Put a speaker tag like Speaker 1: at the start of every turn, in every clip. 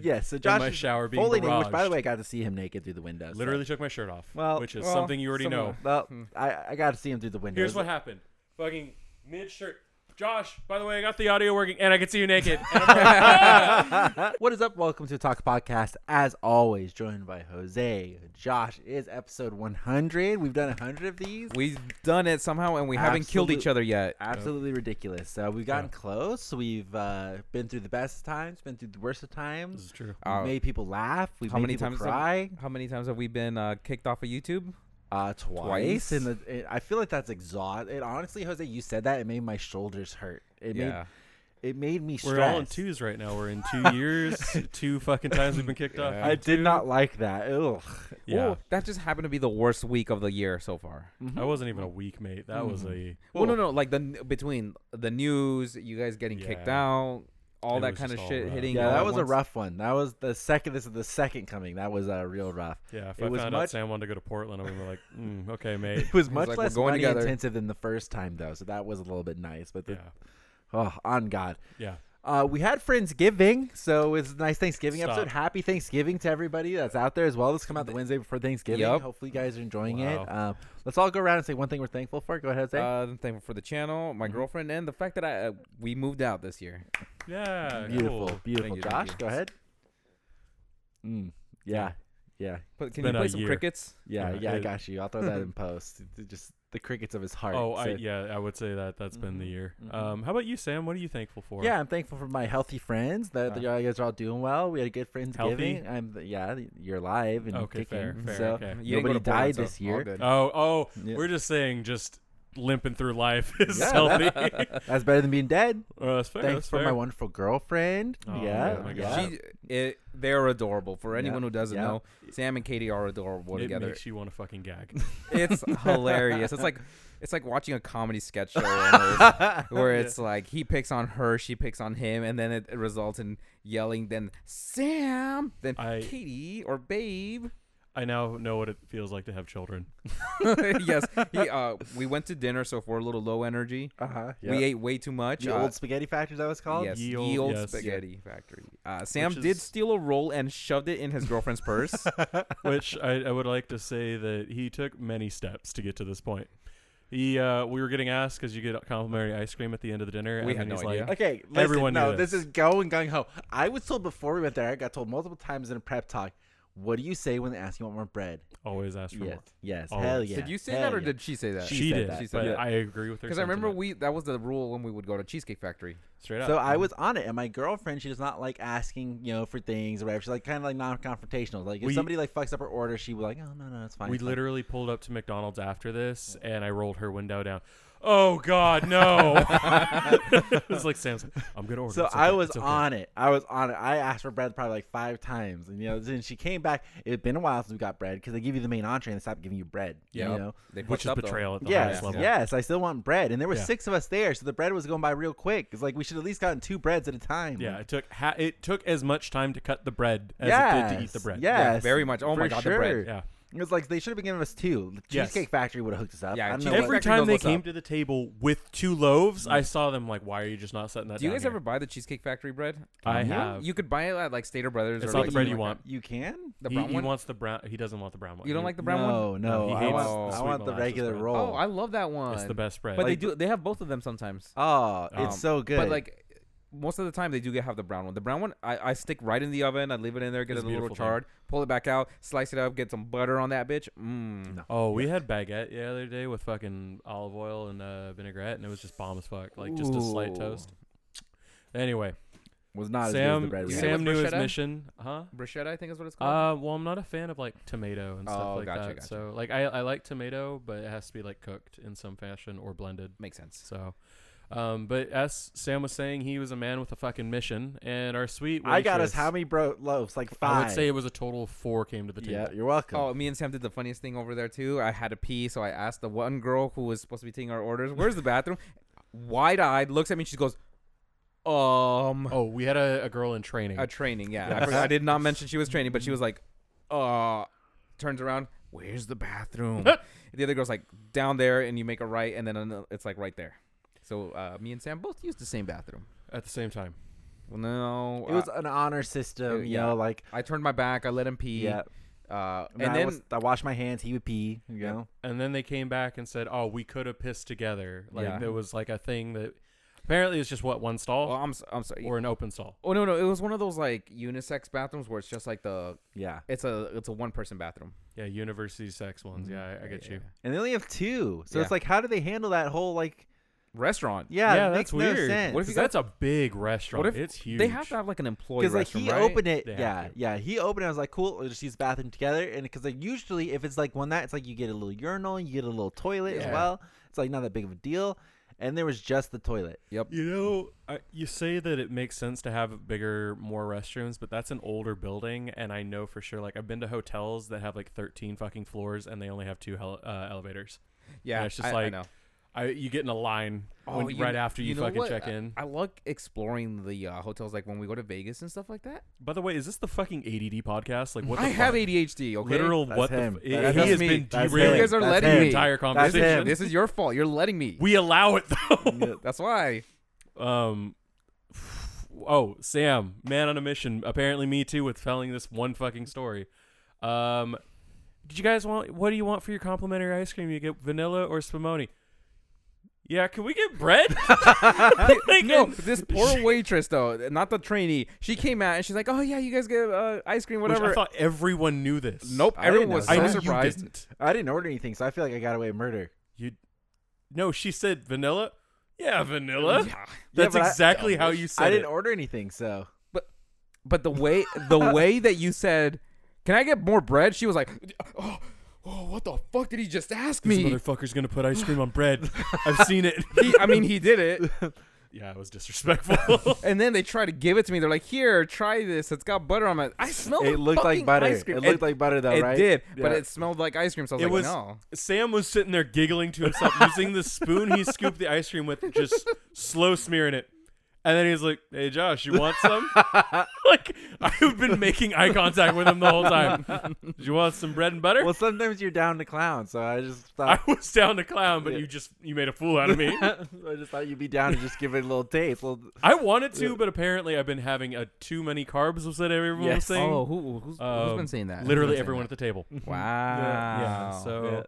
Speaker 1: Yes, so Josh
Speaker 2: my
Speaker 1: is
Speaker 2: shower being
Speaker 1: fully naked, which, by the
Speaker 2: barraged.
Speaker 1: way, I got to see him naked through the window. so-
Speaker 2: Literally took my shirt off,
Speaker 1: Well,
Speaker 2: which is
Speaker 3: well,
Speaker 2: something you already
Speaker 3: some-
Speaker 2: know.
Speaker 1: Well, I, I got to see him through the window.
Speaker 2: Here's
Speaker 1: It
Speaker 2: what
Speaker 1: was-
Speaker 2: happened. Fucking mid shirt. Josh, by the way, I got the audio working and I can see you naked. And I'm like,
Speaker 1: what is up? Welcome to Talk Podcast. As always, joined by Jose. Josh it is episode 100. We've done 100 of these.
Speaker 3: We've done it somehow, and we haven't killed
Speaker 1: Absolute-
Speaker 3: each other yet.
Speaker 1: Absolutely ridiculous. So we've gotten close. We've uh, been through the best of times, been through the worst of
Speaker 2: this
Speaker 1: times.
Speaker 2: is true.
Speaker 1: We've
Speaker 3: Uh,
Speaker 1: made people laugh. We've
Speaker 3: how
Speaker 1: made
Speaker 3: many
Speaker 1: people
Speaker 3: times have-
Speaker 1: cry
Speaker 3: How many times have we been uh, kicked off of YouTube?
Speaker 1: uh, twice.
Speaker 3: Twice?
Speaker 1: And the, it, I feel like that's exhaust. It, honestly, Jose, you said that. It made my shoulders hurt. It
Speaker 3: yeah.
Speaker 1: made it made me stressed.
Speaker 2: We're all in twos right now. We're in two years, two fucking times we've been kicked off.
Speaker 3: Yeah.
Speaker 1: I did not like that. Ugh.
Speaker 2: yeah.
Speaker 3: Ooh, that just happened to be the worst week of the year so far.
Speaker 1: Mm-hmm.
Speaker 2: That wasn't even a week, mate. That was a
Speaker 3: Well, no, no, like the n- between the news, you guys getting kicked
Speaker 2: Yeah.
Speaker 3: out, all
Speaker 2: It
Speaker 3: that
Speaker 2: was
Speaker 3: kind of
Speaker 2: just all
Speaker 3: shit
Speaker 2: rough.
Speaker 3: hitting.
Speaker 1: Yeah,
Speaker 3: all
Speaker 1: that
Speaker 3: at
Speaker 1: was a
Speaker 3: once.
Speaker 1: rough one. That was the second. This is the second coming. That was uh, real rough.
Speaker 2: yeah. If
Speaker 1: It
Speaker 2: I
Speaker 1: was
Speaker 2: found out
Speaker 1: much-
Speaker 2: Sam wanted to go to Portland, I'm like, mm, okay, mate.
Speaker 1: It was much
Speaker 3: like, we're
Speaker 1: less
Speaker 3: going
Speaker 1: money
Speaker 3: together.
Speaker 1: intensive than the first time though, so that was a little bit nice. But the,
Speaker 2: Yeah,
Speaker 1: oh, on God,
Speaker 2: yeah.
Speaker 1: uh, we had Friendsgiving, so it's a nice Thanksgiving
Speaker 2: Stop.
Speaker 1: episode. Happy Thanksgiving to everybody that's out there as well. This come out the Wednesday before Thanksgiving.
Speaker 3: Yup.
Speaker 1: Hopefully, you guys are enjoying
Speaker 2: Wow.
Speaker 1: it. Um, let's all go around and say one thing Mm-hmm. we're thankful for. Go ahead, say.
Speaker 3: Uh, I'm thankful for the channel, my girlfriend, and the fact that I uh, we moved out this year.
Speaker 2: Yeah.
Speaker 1: beautiful,
Speaker 2: cool.
Speaker 1: beautiful.
Speaker 3: you,
Speaker 1: Josh,
Speaker 3: thank you.
Speaker 1: go ahead. Mm, yeah, yeah,
Speaker 3: But can
Speaker 2: been
Speaker 3: you
Speaker 2: a
Speaker 3: play some
Speaker 2: year.
Speaker 3: crickets?
Speaker 1: yeah,
Speaker 2: Yeah,
Speaker 1: yeah. I
Speaker 2: Uh, it-
Speaker 1: got you. I'll throw that in post. Just the crickets of his heart.
Speaker 2: Oh, I,
Speaker 1: So-
Speaker 2: yeah, I would say that that's been the year.
Speaker 1: mhm.
Speaker 2: Um, how about you, Sam? What are you thankful for?
Speaker 1: Yeah, I'm thankful for my healthy friends. That that you guys are all doing well. We had a good friends
Speaker 2: Uh-huh. Healthy?
Speaker 1: giving. I'm th- yeah, th- you're alive and
Speaker 2: Okay, fair,
Speaker 1: kicking.
Speaker 2: fair,
Speaker 1: so
Speaker 2: okay.
Speaker 3: You didn't go
Speaker 1: nobody
Speaker 3: to Portland,
Speaker 1: died
Speaker 3: so
Speaker 1: this
Speaker 3: all
Speaker 1: year.
Speaker 3: good.
Speaker 2: Oh, oh,
Speaker 1: Yeah.
Speaker 2: we're just saying, just limping through life is
Speaker 1: Yeah,
Speaker 2: healthy.
Speaker 1: That's better than being dead.
Speaker 2: Well, that's fair.
Speaker 1: Thanks
Speaker 2: that's
Speaker 1: for
Speaker 2: fair.
Speaker 1: my wonderful girlfriend.
Speaker 2: Oh,
Speaker 1: yeah,
Speaker 2: my
Speaker 1: yeah.
Speaker 2: God.
Speaker 3: She, it, they're adorable. For
Speaker 1: Yeah,
Speaker 3: anyone who doesn't
Speaker 1: yeah.
Speaker 3: know, Sam and Katie are adorable
Speaker 2: It
Speaker 3: together.
Speaker 2: makes you want to fucking gag.
Speaker 3: It's hilarious. It's like it's like watching a comedy sketch show almost, where it's like he picks on her, she picks on him, and then it, it results in yelling. Then Sam, then
Speaker 2: I-
Speaker 3: Katie or Babe.
Speaker 2: I now know what it feels like to have children.
Speaker 3: yes, he, uh, we went to dinner, so if we're a little low energy,
Speaker 1: Uh huh.
Speaker 3: we ate way too much.
Speaker 1: the
Speaker 3: uh,
Speaker 1: old spaghetti factory that was called.
Speaker 3: Yes,
Speaker 2: Ye
Speaker 3: Ye
Speaker 2: Olde-
Speaker 3: Olde
Speaker 2: yes.
Speaker 3: Spaghetti Factory. Uh, Sam
Speaker 2: Which
Speaker 3: did
Speaker 2: is-
Speaker 3: steal a roll and shoved it in his girlfriend's purse.
Speaker 2: which I, I would like to say that he took many steps to get to this point. He, uh, we were getting asked because you get complimentary ice cream at the end of the dinner.
Speaker 3: We
Speaker 2: and
Speaker 3: had
Speaker 2: then
Speaker 3: no
Speaker 2: he's
Speaker 3: idea.
Speaker 2: Like,
Speaker 1: Okay, listen,
Speaker 2: Everyone knew
Speaker 1: No,
Speaker 2: this.
Speaker 1: this is going gung ho. I was told before we went there. I got told multiple times in a prep talk. What do you say when they ask you want more bread?
Speaker 2: Always ask for
Speaker 1: Yes,
Speaker 2: more.
Speaker 1: yes,
Speaker 2: Always.
Speaker 1: hell yeah.
Speaker 3: Did you say
Speaker 1: hell
Speaker 3: that, or
Speaker 1: yeah.
Speaker 3: did she say that?
Speaker 2: She,
Speaker 1: said
Speaker 2: did,
Speaker 1: that.
Speaker 2: she
Speaker 1: She
Speaker 2: said
Speaker 1: said
Speaker 2: but
Speaker 1: that.
Speaker 2: I agree with her.
Speaker 3: Because I remember
Speaker 2: sentiment.
Speaker 3: we that was the rule when we would go to Cheesecake Factory.
Speaker 2: straight up.
Speaker 1: So I was on it, and my girlfriend, she does not like asking, you know, for things or whatever. She's like kind of like non-confrontational. Like if
Speaker 2: We-
Speaker 1: somebody like fucks up her order, she was like, oh no no, it's fine.
Speaker 2: we
Speaker 1: it's fine."
Speaker 2: literally pulled up to McDonald's after this, and I rolled her window down. Oh God, no! it's like Sam's. Like, I'm gonna order.
Speaker 1: So
Speaker 2: It's okay,
Speaker 1: I was
Speaker 2: it's okay."
Speaker 1: on it. I was on it. I asked for bread probably like five times, and you know, then she came back. It had been a while since we got bread because they give you the main entree and they stop giving you bread.
Speaker 3: Yep.
Speaker 1: You know.
Speaker 3: They
Speaker 2: which
Speaker 3: fucked
Speaker 2: is
Speaker 3: up, though.
Speaker 2: betrayal at the
Speaker 1: Yes,
Speaker 2: highest level.
Speaker 1: yes, I still want bread, and there were
Speaker 2: Yeah.
Speaker 1: six of us there, so the bread was going by real quick. It's like we should at least gotten two breads at a time.
Speaker 2: Yeah, it took ha- it took as much time to cut the bread as it did to eat the
Speaker 1: Yes,
Speaker 2: bread.
Speaker 1: yes.
Speaker 3: Yeah, very much. Oh my
Speaker 1: for
Speaker 3: god,
Speaker 1: sure.
Speaker 3: the bread.
Speaker 2: Yeah.
Speaker 1: It was like they should have been giving us two. The
Speaker 2: Yes.
Speaker 1: Cheesecake Factory would have hooked us up. I
Speaker 3: Yeah,
Speaker 1: don't know
Speaker 3: Cheesecake
Speaker 1: what-
Speaker 2: Every
Speaker 3: Factory
Speaker 2: time
Speaker 3: knows
Speaker 2: they
Speaker 3: what's
Speaker 2: came
Speaker 3: up.
Speaker 2: to the table with two loaves, I saw them like, why are you just not setting that
Speaker 3: Do you
Speaker 2: down
Speaker 3: guys
Speaker 2: here?"
Speaker 3: ever buy the Cheesecake Factory bread?
Speaker 2: I
Speaker 3: You-
Speaker 2: have.
Speaker 3: You could buy it at like Stater Brothers.
Speaker 2: It's
Speaker 3: or
Speaker 2: not
Speaker 3: like
Speaker 2: the bread you
Speaker 3: something like
Speaker 2: want.
Speaker 1: you can.
Speaker 3: that. The
Speaker 2: he,
Speaker 3: brown
Speaker 2: he
Speaker 3: one.
Speaker 2: wants the brown. He doesn't want the brown one.
Speaker 3: You don't
Speaker 2: He-
Speaker 3: like the brown one?
Speaker 1: no, No,
Speaker 2: he
Speaker 1: I
Speaker 2: hates
Speaker 1: want,
Speaker 3: the
Speaker 1: I
Speaker 2: sweet
Speaker 1: want the
Speaker 2: molasses
Speaker 1: regular
Speaker 2: bread.
Speaker 1: roll.
Speaker 3: Oh, I love that one.
Speaker 2: It's the best bread.
Speaker 3: But they
Speaker 1: Like
Speaker 3: do. They have both of them sometimes.
Speaker 1: Oh,
Speaker 2: Um,
Speaker 1: it's so good.
Speaker 3: But like. Most of the time, they do get have the brown one. The brown one, I, I stick right in the oven. I leave it in there, get
Speaker 2: It's
Speaker 3: it
Speaker 2: a
Speaker 3: a little
Speaker 2: beautiful thing.
Speaker 3: charred, pull it back out, slice it up, get some butter on that bitch. Mmm.
Speaker 1: No.
Speaker 2: Oh, we had baguette the other day with fucking olive oil and uh, vinaigrette, and it was just bomb as fuck. Like just a slight
Speaker 3: Ooh.
Speaker 2: toast. Anyway,
Speaker 1: was not as good as the bread. we
Speaker 2: Sam
Speaker 3: you
Speaker 1: had.
Speaker 3: said
Speaker 2: Sam
Speaker 3: with
Speaker 2: knew his
Speaker 3: bruschetta?
Speaker 2: mission, huh?
Speaker 3: Bruschetta, I think is what it's called.
Speaker 2: Uh, well, I'm not a fan of like tomato and stuff
Speaker 3: Oh,
Speaker 2: like
Speaker 3: gotcha,
Speaker 2: that.
Speaker 3: gotcha.
Speaker 2: So, like, I, I like tomato, but it has to be like cooked in some fashion or blended.
Speaker 3: Makes sense.
Speaker 2: So, um, but as Sam was saying, he was a man with a fucking mission, and our sweet.
Speaker 1: I got us
Speaker 2: waitress-
Speaker 1: how many bro- loaves? Like
Speaker 2: I
Speaker 1: five.
Speaker 2: would say it was a total of four came to the table.
Speaker 1: yeah, you're welcome.
Speaker 3: Oh, me and Sam did the funniest thing over there too. I had to pee, so I asked the one girl who was supposed to be taking our orders, "Where's the bathroom?" Wide eyed, looks at me. She goes, "Um,
Speaker 2: Oh, we had a, a girl in training.
Speaker 3: a training." Yeah, I, forgot- I did not mention she was training, but she was like, "Uh," turns around. Where's the bathroom? the other girl's like down there, and you make a right, and then ano- it's like right there. So uh, me and Sam both used the same bathroom.
Speaker 2: at the same time.
Speaker 3: Well, no,
Speaker 1: It was
Speaker 3: uh,
Speaker 1: an honor system, you
Speaker 3: yeah.
Speaker 1: know, like
Speaker 3: I turned my back. I let him pee.
Speaker 1: yeah.
Speaker 3: Uh,
Speaker 1: And,
Speaker 3: and
Speaker 1: I,
Speaker 3: then
Speaker 1: was, I washed my hands. He would pee. You
Speaker 3: Yeah.
Speaker 1: know,
Speaker 2: and then they came back and said, "Oh, we could have pissed together." Like
Speaker 3: Yeah.
Speaker 2: there was like a thing that apparently it's just what one
Speaker 3: oh,
Speaker 2: stall
Speaker 3: I'm s- I'm sorry.
Speaker 2: or an open stall.
Speaker 3: oh no no, it was one of those like unisex bathrooms where it's just like the
Speaker 1: yeah.
Speaker 3: it's a it's a one person bathroom.
Speaker 2: Yeah, university sex ones. Yeah, I, I get
Speaker 3: Yeah,
Speaker 2: you.
Speaker 3: yeah,
Speaker 1: And they only have two, so it's
Speaker 3: Yeah.
Speaker 1: like, how do they handle that whole like?
Speaker 3: yeah. Restaurant.
Speaker 1: Yeah,
Speaker 2: Yeah,
Speaker 1: it makes
Speaker 2: that's
Speaker 1: No
Speaker 2: weird.
Speaker 1: sense.
Speaker 3: What if
Speaker 2: 'Cause
Speaker 3: you got-
Speaker 2: that's a big restaurant.
Speaker 3: What if
Speaker 2: it's huge.
Speaker 3: They have to have like an employee
Speaker 1: Because like
Speaker 3: restroom,
Speaker 1: he
Speaker 3: right?
Speaker 1: opened it,
Speaker 2: They have
Speaker 1: yeah,
Speaker 2: to.
Speaker 1: yeah. He opened. it, I was like, cool. We'll just use bathroom together, and because like usually if it's like one that, it's like you get a little urinal, you get a little toilet as
Speaker 3: Yeah.
Speaker 1: well. It's like not that big of a deal. And there was just the toilet.
Speaker 3: Yep.
Speaker 2: You know, I, you say that it makes sense to have bigger, more restrooms, but that's an older building, and I know for sure. Like, I've been to hotels that have like thirteen fucking floors, and they only have two hel- uh, elevators.
Speaker 3: Yeah,
Speaker 2: Yeah, it's just
Speaker 3: I- I
Speaker 2: like,
Speaker 3: know.
Speaker 2: I you get in a line
Speaker 3: Oh,
Speaker 2: when,
Speaker 3: you
Speaker 2: right
Speaker 3: kn-
Speaker 2: after you,
Speaker 3: know
Speaker 2: fucking
Speaker 3: what?
Speaker 2: check
Speaker 3: I-
Speaker 2: in.
Speaker 3: I, like exploring the uh, hotels, like when we go to Vegas and stuff like that.
Speaker 2: By the way, is this the fucking ADD podcast? Like, what the
Speaker 3: I have
Speaker 2: fuck?
Speaker 3: ADHD. Okay,
Speaker 2: literal
Speaker 1: That's
Speaker 2: what
Speaker 1: him.
Speaker 2: the? F-
Speaker 1: That's
Speaker 2: he has
Speaker 3: me.
Speaker 2: been
Speaker 1: That's
Speaker 3: you
Speaker 1: him.
Speaker 2: derailing
Speaker 3: guys are
Speaker 1: That's
Speaker 3: letting
Speaker 1: him.
Speaker 2: the
Speaker 3: me.
Speaker 2: entire
Speaker 1: That's
Speaker 2: conversation.
Speaker 1: him.
Speaker 3: This is your fault. You're letting me.
Speaker 2: We allow it though.
Speaker 1: Yeah.
Speaker 3: That's why.
Speaker 2: Um. Oh, Sam, man on a mission. Apparently, me too with telling this one fucking story. Um, did you guys want? What do you want for your complimentary ice cream? You get vanilla or spumoni? Yeah, can we get bread? Like,
Speaker 3: no,
Speaker 2: and-
Speaker 3: this poor waitress though, not the trainee. She came out and she's like, "Oh yeah, you guys get uh, ice cream,
Speaker 2: Which
Speaker 3: whatever."
Speaker 2: I thought everyone knew this.
Speaker 3: nope,
Speaker 1: I didn't
Speaker 3: everyone
Speaker 1: know
Speaker 3: was
Speaker 1: that.
Speaker 2: I
Speaker 3: so
Speaker 2: know
Speaker 3: surprised.
Speaker 2: you didn't.
Speaker 1: I didn't order anything, so I feel like I got away with murder.
Speaker 2: You, no, she said vanilla. Yeah, vanilla.
Speaker 3: Yeah.
Speaker 1: Yeah,
Speaker 2: That's
Speaker 1: but I-
Speaker 2: exactly how you said
Speaker 1: I didn't
Speaker 2: it.
Speaker 1: order anything, so
Speaker 3: But the way the way that you said, "Can I get more bread?" She was like, "Oh, oh what the fuck did he just ask
Speaker 2: This
Speaker 3: me?"
Speaker 2: motherfucker's gonna put ice cream on bread. I've seen it.
Speaker 3: He, I mean, he did it.
Speaker 2: yeah, it was disrespectful.
Speaker 3: And then they try to give it to me. They're like, "Here, try this. It's got butter on it." I smelled.
Speaker 1: it looked like butter.
Speaker 3: Ice cream.
Speaker 1: It looked like butter, though,
Speaker 3: it
Speaker 1: right?
Speaker 3: did, but
Speaker 1: Yeah.
Speaker 3: it smelled like ice cream. So I was
Speaker 2: It
Speaker 3: like,
Speaker 2: was-
Speaker 3: "No."
Speaker 2: Sam was sitting there giggling to himself, using the spoon he scooped the ice cream with, just slow smearing it. And then he's like, "Hey, Josh, you want some?" like I've been making eye contact with him the whole time. Do you want some bread and butter?
Speaker 1: Well, sometimes you're down to clown, so I just
Speaker 2: I
Speaker 1: thought
Speaker 2: was down to clown, but
Speaker 1: Yeah.
Speaker 2: you just you made a fool out of me.
Speaker 1: I just thought you'd be down to just give it a little taste. Well,
Speaker 2: I wanted to, but apparently I've been having a too many carbs. Was that everyone was
Speaker 1: Yes.
Speaker 2: saying?
Speaker 3: Oh, who, who's, who's
Speaker 2: Um,
Speaker 3: been saying that? Who's
Speaker 2: Literally
Speaker 3: been saying
Speaker 2: everyone
Speaker 3: that?
Speaker 2: at the table.
Speaker 3: Wow.
Speaker 2: Yeah. So,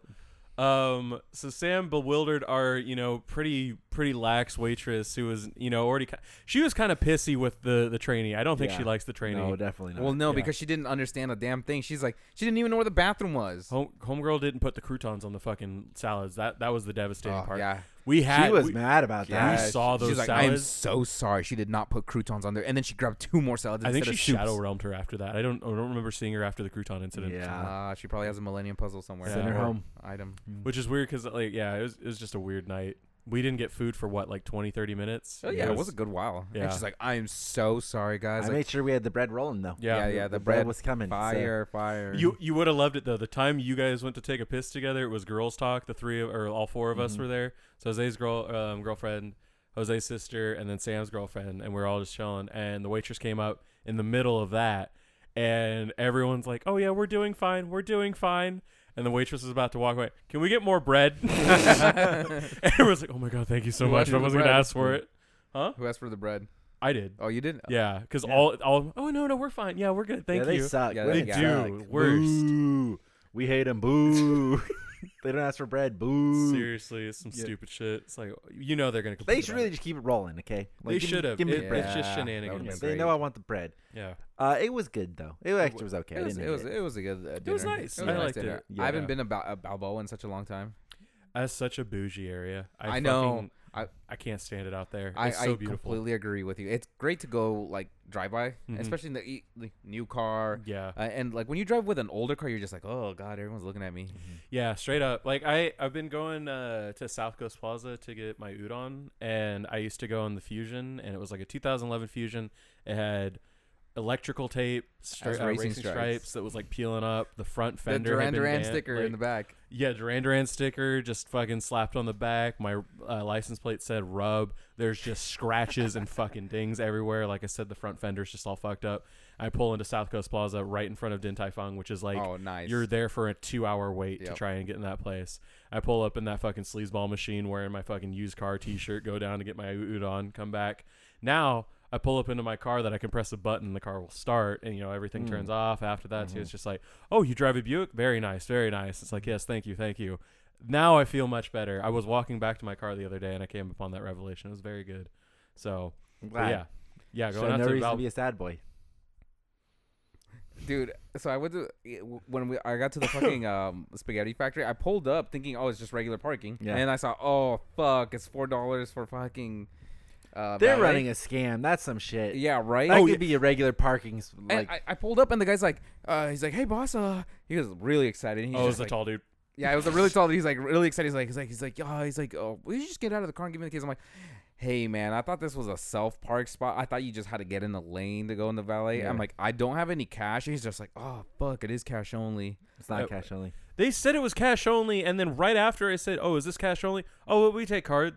Speaker 2: um, so Sam bewildered our, you know, pretty pretty lax waitress who was, you know, already. Ki- she was kind of pissy with the the trainee. I don't think she
Speaker 1: Yeah.
Speaker 2: likes the trainee.
Speaker 1: no, definitely not.
Speaker 3: Well, no,
Speaker 2: Yeah.
Speaker 3: because she didn't understand a damn thing. She's like, she didn't even know where the bathroom was.
Speaker 2: Home homegirl didn't put the croutons on the fucking salads. That that was the devastating
Speaker 3: Oh,
Speaker 2: part.
Speaker 3: yeah.
Speaker 2: We had
Speaker 1: she was
Speaker 2: we-
Speaker 1: mad about
Speaker 2: Yeah,
Speaker 1: that.
Speaker 2: we saw those
Speaker 3: She's like, I am
Speaker 2: salads.
Speaker 3: so sorry. She did not put croutons on there. And then she grabbed two more salads.
Speaker 2: I think she
Speaker 3: instead of
Speaker 2: shadow
Speaker 3: soups.
Speaker 2: realmed her after that. I don't I don't remember seeing her after the crouton incident.
Speaker 1: yeah,
Speaker 3: Ah, she probably has a Millennium puzzle somewhere.
Speaker 2: Send her
Speaker 3: or
Speaker 1: home.
Speaker 3: Item.
Speaker 2: Which is weird because like yeah, it was it was just a weird night. We didn't get food for what like 20, 30 minutes.
Speaker 3: Oh yeah, it was a good while.
Speaker 2: Yeah.
Speaker 3: And she's like, I am so sorry, guys.
Speaker 1: I
Speaker 3: Like,
Speaker 1: made sure we had the bread rolling though.
Speaker 2: yeah.
Speaker 3: yeah, yeah,
Speaker 1: the
Speaker 3: the
Speaker 1: bread
Speaker 3: bread
Speaker 1: was coming, so-
Speaker 3: Fire, fire.
Speaker 2: You you would have loved it though. The time you guys went to take a piss together, it was girls talk. The three of, or all four of us
Speaker 3: Mm-hmm.
Speaker 2: were there. So Jose's girl um, girlfriend, Jose's sister, and then Sam's girlfriend, and we are all just chilling. And the waitress came up in the middle of that, and everyone's like, "Oh yeah, we're doing fine. We're doing fine." And the waitress is about to walk away. Can we get more bread? and everyone's like, "Oh my god, thank you so
Speaker 3: Who
Speaker 2: much.
Speaker 3: asked
Speaker 2: I
Speaker 3: for the
Speaker 2: wasn't gonna
Speaker 3: bread?
Speaker 2: ask for it." Huh?
Speaker 3: Who asked for the bread?
Speaker 2: I did.
Speaker 3: Oh, you didn't.
Speaker 2: Yeah, because all all. Oh no, no, we're fine. Yeah, we're good. Thank
Speaker 1: yeah, they
Speaker 2: you.
Speaker 1: suck.
Speaker 3: Yeah,
Speaker 2: They
Speaker 3: They
Speaker 2: do
Speaker 1: suck.
Speaker 2: worst.
Speaker 1: Boo. We hate them. Boo. they don't ask for bread. Boo.
Speaker 2: Seriously, it's some
Speaker 1: Yeah.
Speaker 2: stupid shit. It's like you know they're gonna.
Speaker 1: They
Speaker 2: complain
Speaker 1: should
Speaker 2: about
Speaker 1: really
Speaker 2: it.
Speaker 1: just keep it rolling, okay?
Speaker 2: They
Speaker 1: give me-
Speaker 2: should have.
Speaker 1: Give me
Speaker 2: It-
Speaker 1: the bread.
Speaker 2: It's just
Speaker 3: Yeah, that would've
Speaker 2: shenanigans.
Speaker 3: been
Speaker 1: They know I want the bread.
Speaker 2: Yeah.
Speaker 1: Uh, it was good though. It actually was okay.
Speaker 3: It was,
Speaker 1: I
Speaker 3: it
Speaker 1: didn't
Speaker 3: was
Speaker 1: hate it.
Speaker 3: it was a good. Uh, dinner.
Speaker 2: was nice.
Speaker 3: It was
Speaker 2: I
Speaker 3: a nice
Speaker 2: liked it.
Speaker 3: dinner.
Speaker 1: Yeah.
Speaker 3: I haven't been about a Balboa in such a long time.
Speaker 2: That's such a bougie area. I,
Speaker 3: I, know.
Speaker 2: fucking-
Speaker 3: I
Speaker 2: I can't stand it out there.
Speaker 3: I,
Speaker 2: It's so
Speaker 3: I
Speaker 2: beautiful.
Speaker 3: completely agree with you. It's great to go like drive by,
Speaker 2: Mhm.
Speaker 3: especially in the, e- the new car.
Speaker 2: Yeah.
Speaker 3: Uh, and like when you drive with an older car, you're just like, oh god, everyone's looking at me.
Speaker 2: Yeah. Straight up. Like I I've been going uh, to South Coast Plaza to get my udon, and I used to go on the Fusion, and it was like a 2011 Fusion. It had electrical tape, stra-
Speaker 3: Has
Speaker 2: uh,
Speaker 3: racing
Speaker 2: racing
Speaker 3: stripes.
Speaker 2: stripes that was like peeling up the front fender.
Speaker 3: the
Speaker 2: had
Speaker 3: Duran
Speaker 2: been
Speaker 3: Duran
Speaker 2: dan-
Speaker 3: sticker
Speaker 2: like-
Speaker 3: in the back.
Speaker 2: Yeah, Duran Duran sticker just fucking slapped on the back. My uh, license plate said rub. There's just scratches and fucking dings everywhere. Like I said, the front fender's just all fucked up. I pull into South Coast Plaza right in front of Din Tai Fung, which is like
Speaker 3: oh, nice.
Speaker 2: you're there for a two hour wait to
Speaker 3: Yep.
Speaker 2: try and get in that place. I pull up in that fucking sleazeball machine wearing my fucking used car t shirt, go down to get my udon, come back. Now I pull up into my car that I can press a button and the car will start and you know everything
Speaker 1: Mm.
Speaker 2: turns off after that too. It's just like, "Oh, you drive a Buick? Very nice, very nice." It's like, "Yes, thank you, thank you." Now I feel much better. I was walking back to my car the other day and I came upon that revelation. It was very good. So,
Speaker 1: I'm
Speaker 2: but
Speaker 1: glad.
Speaker 2: yeah. Yeah,
Speaker 1: So
Speaker 2: going out
Speaker 1: no
Speaker 2: to
Speaker 1: reason
Speaker 2: Val-
Speaker 1: to be a sad boy.
Speaker 3: dude. So I went to e, when we I got to the fucking um, spaghetti factory. I pulled up thinking, oh, it's just regular parking,
Speaker 1: Yeah.
Speaker 3: and I saw, oh fuck, it's four dollars for fucking. Uh,
Speaker 1: They're
Speaker 3: valet.
Speaker 1: running a scam. That's some shit.
Speaker 3: Yeah, right.
Speaker 1: That
Speaker 2: Oh,
Speaker 1: could be a regular parking. s-
Speaker 3: And
Speaker 1: Like,
Speaker 3: I, I pulled up and the guy's like, uh, he's like, hey boss, uh, he was really excited. He's
Speaker 2: Oh, it was
Speaker 3: just
Speaker 2: the
Speaker 3: like,
Speaker 2: tall dude.
Speaker 3: Yeah, it was a really tall. dude. He's like really excited. He's like, he's like, he's like, oh, he's like, oh, will you just get out of the car and give me the keys? I'm like, hey man, I thought this was a self park spot. I thought you just had to get in the lane to go in the valet.
Speaker 1: Yeah.
Speaker 3: I'm like, I don't have any cash. He's just like, oh fuck, it is cash only.
Speaker 1: it's not
Speaker 2: uh,
Speaker 1: cash only.
Speaker 2: They said it was cash only, and then right after I said, "Oh, is this cash only?" Oh, well, we take card.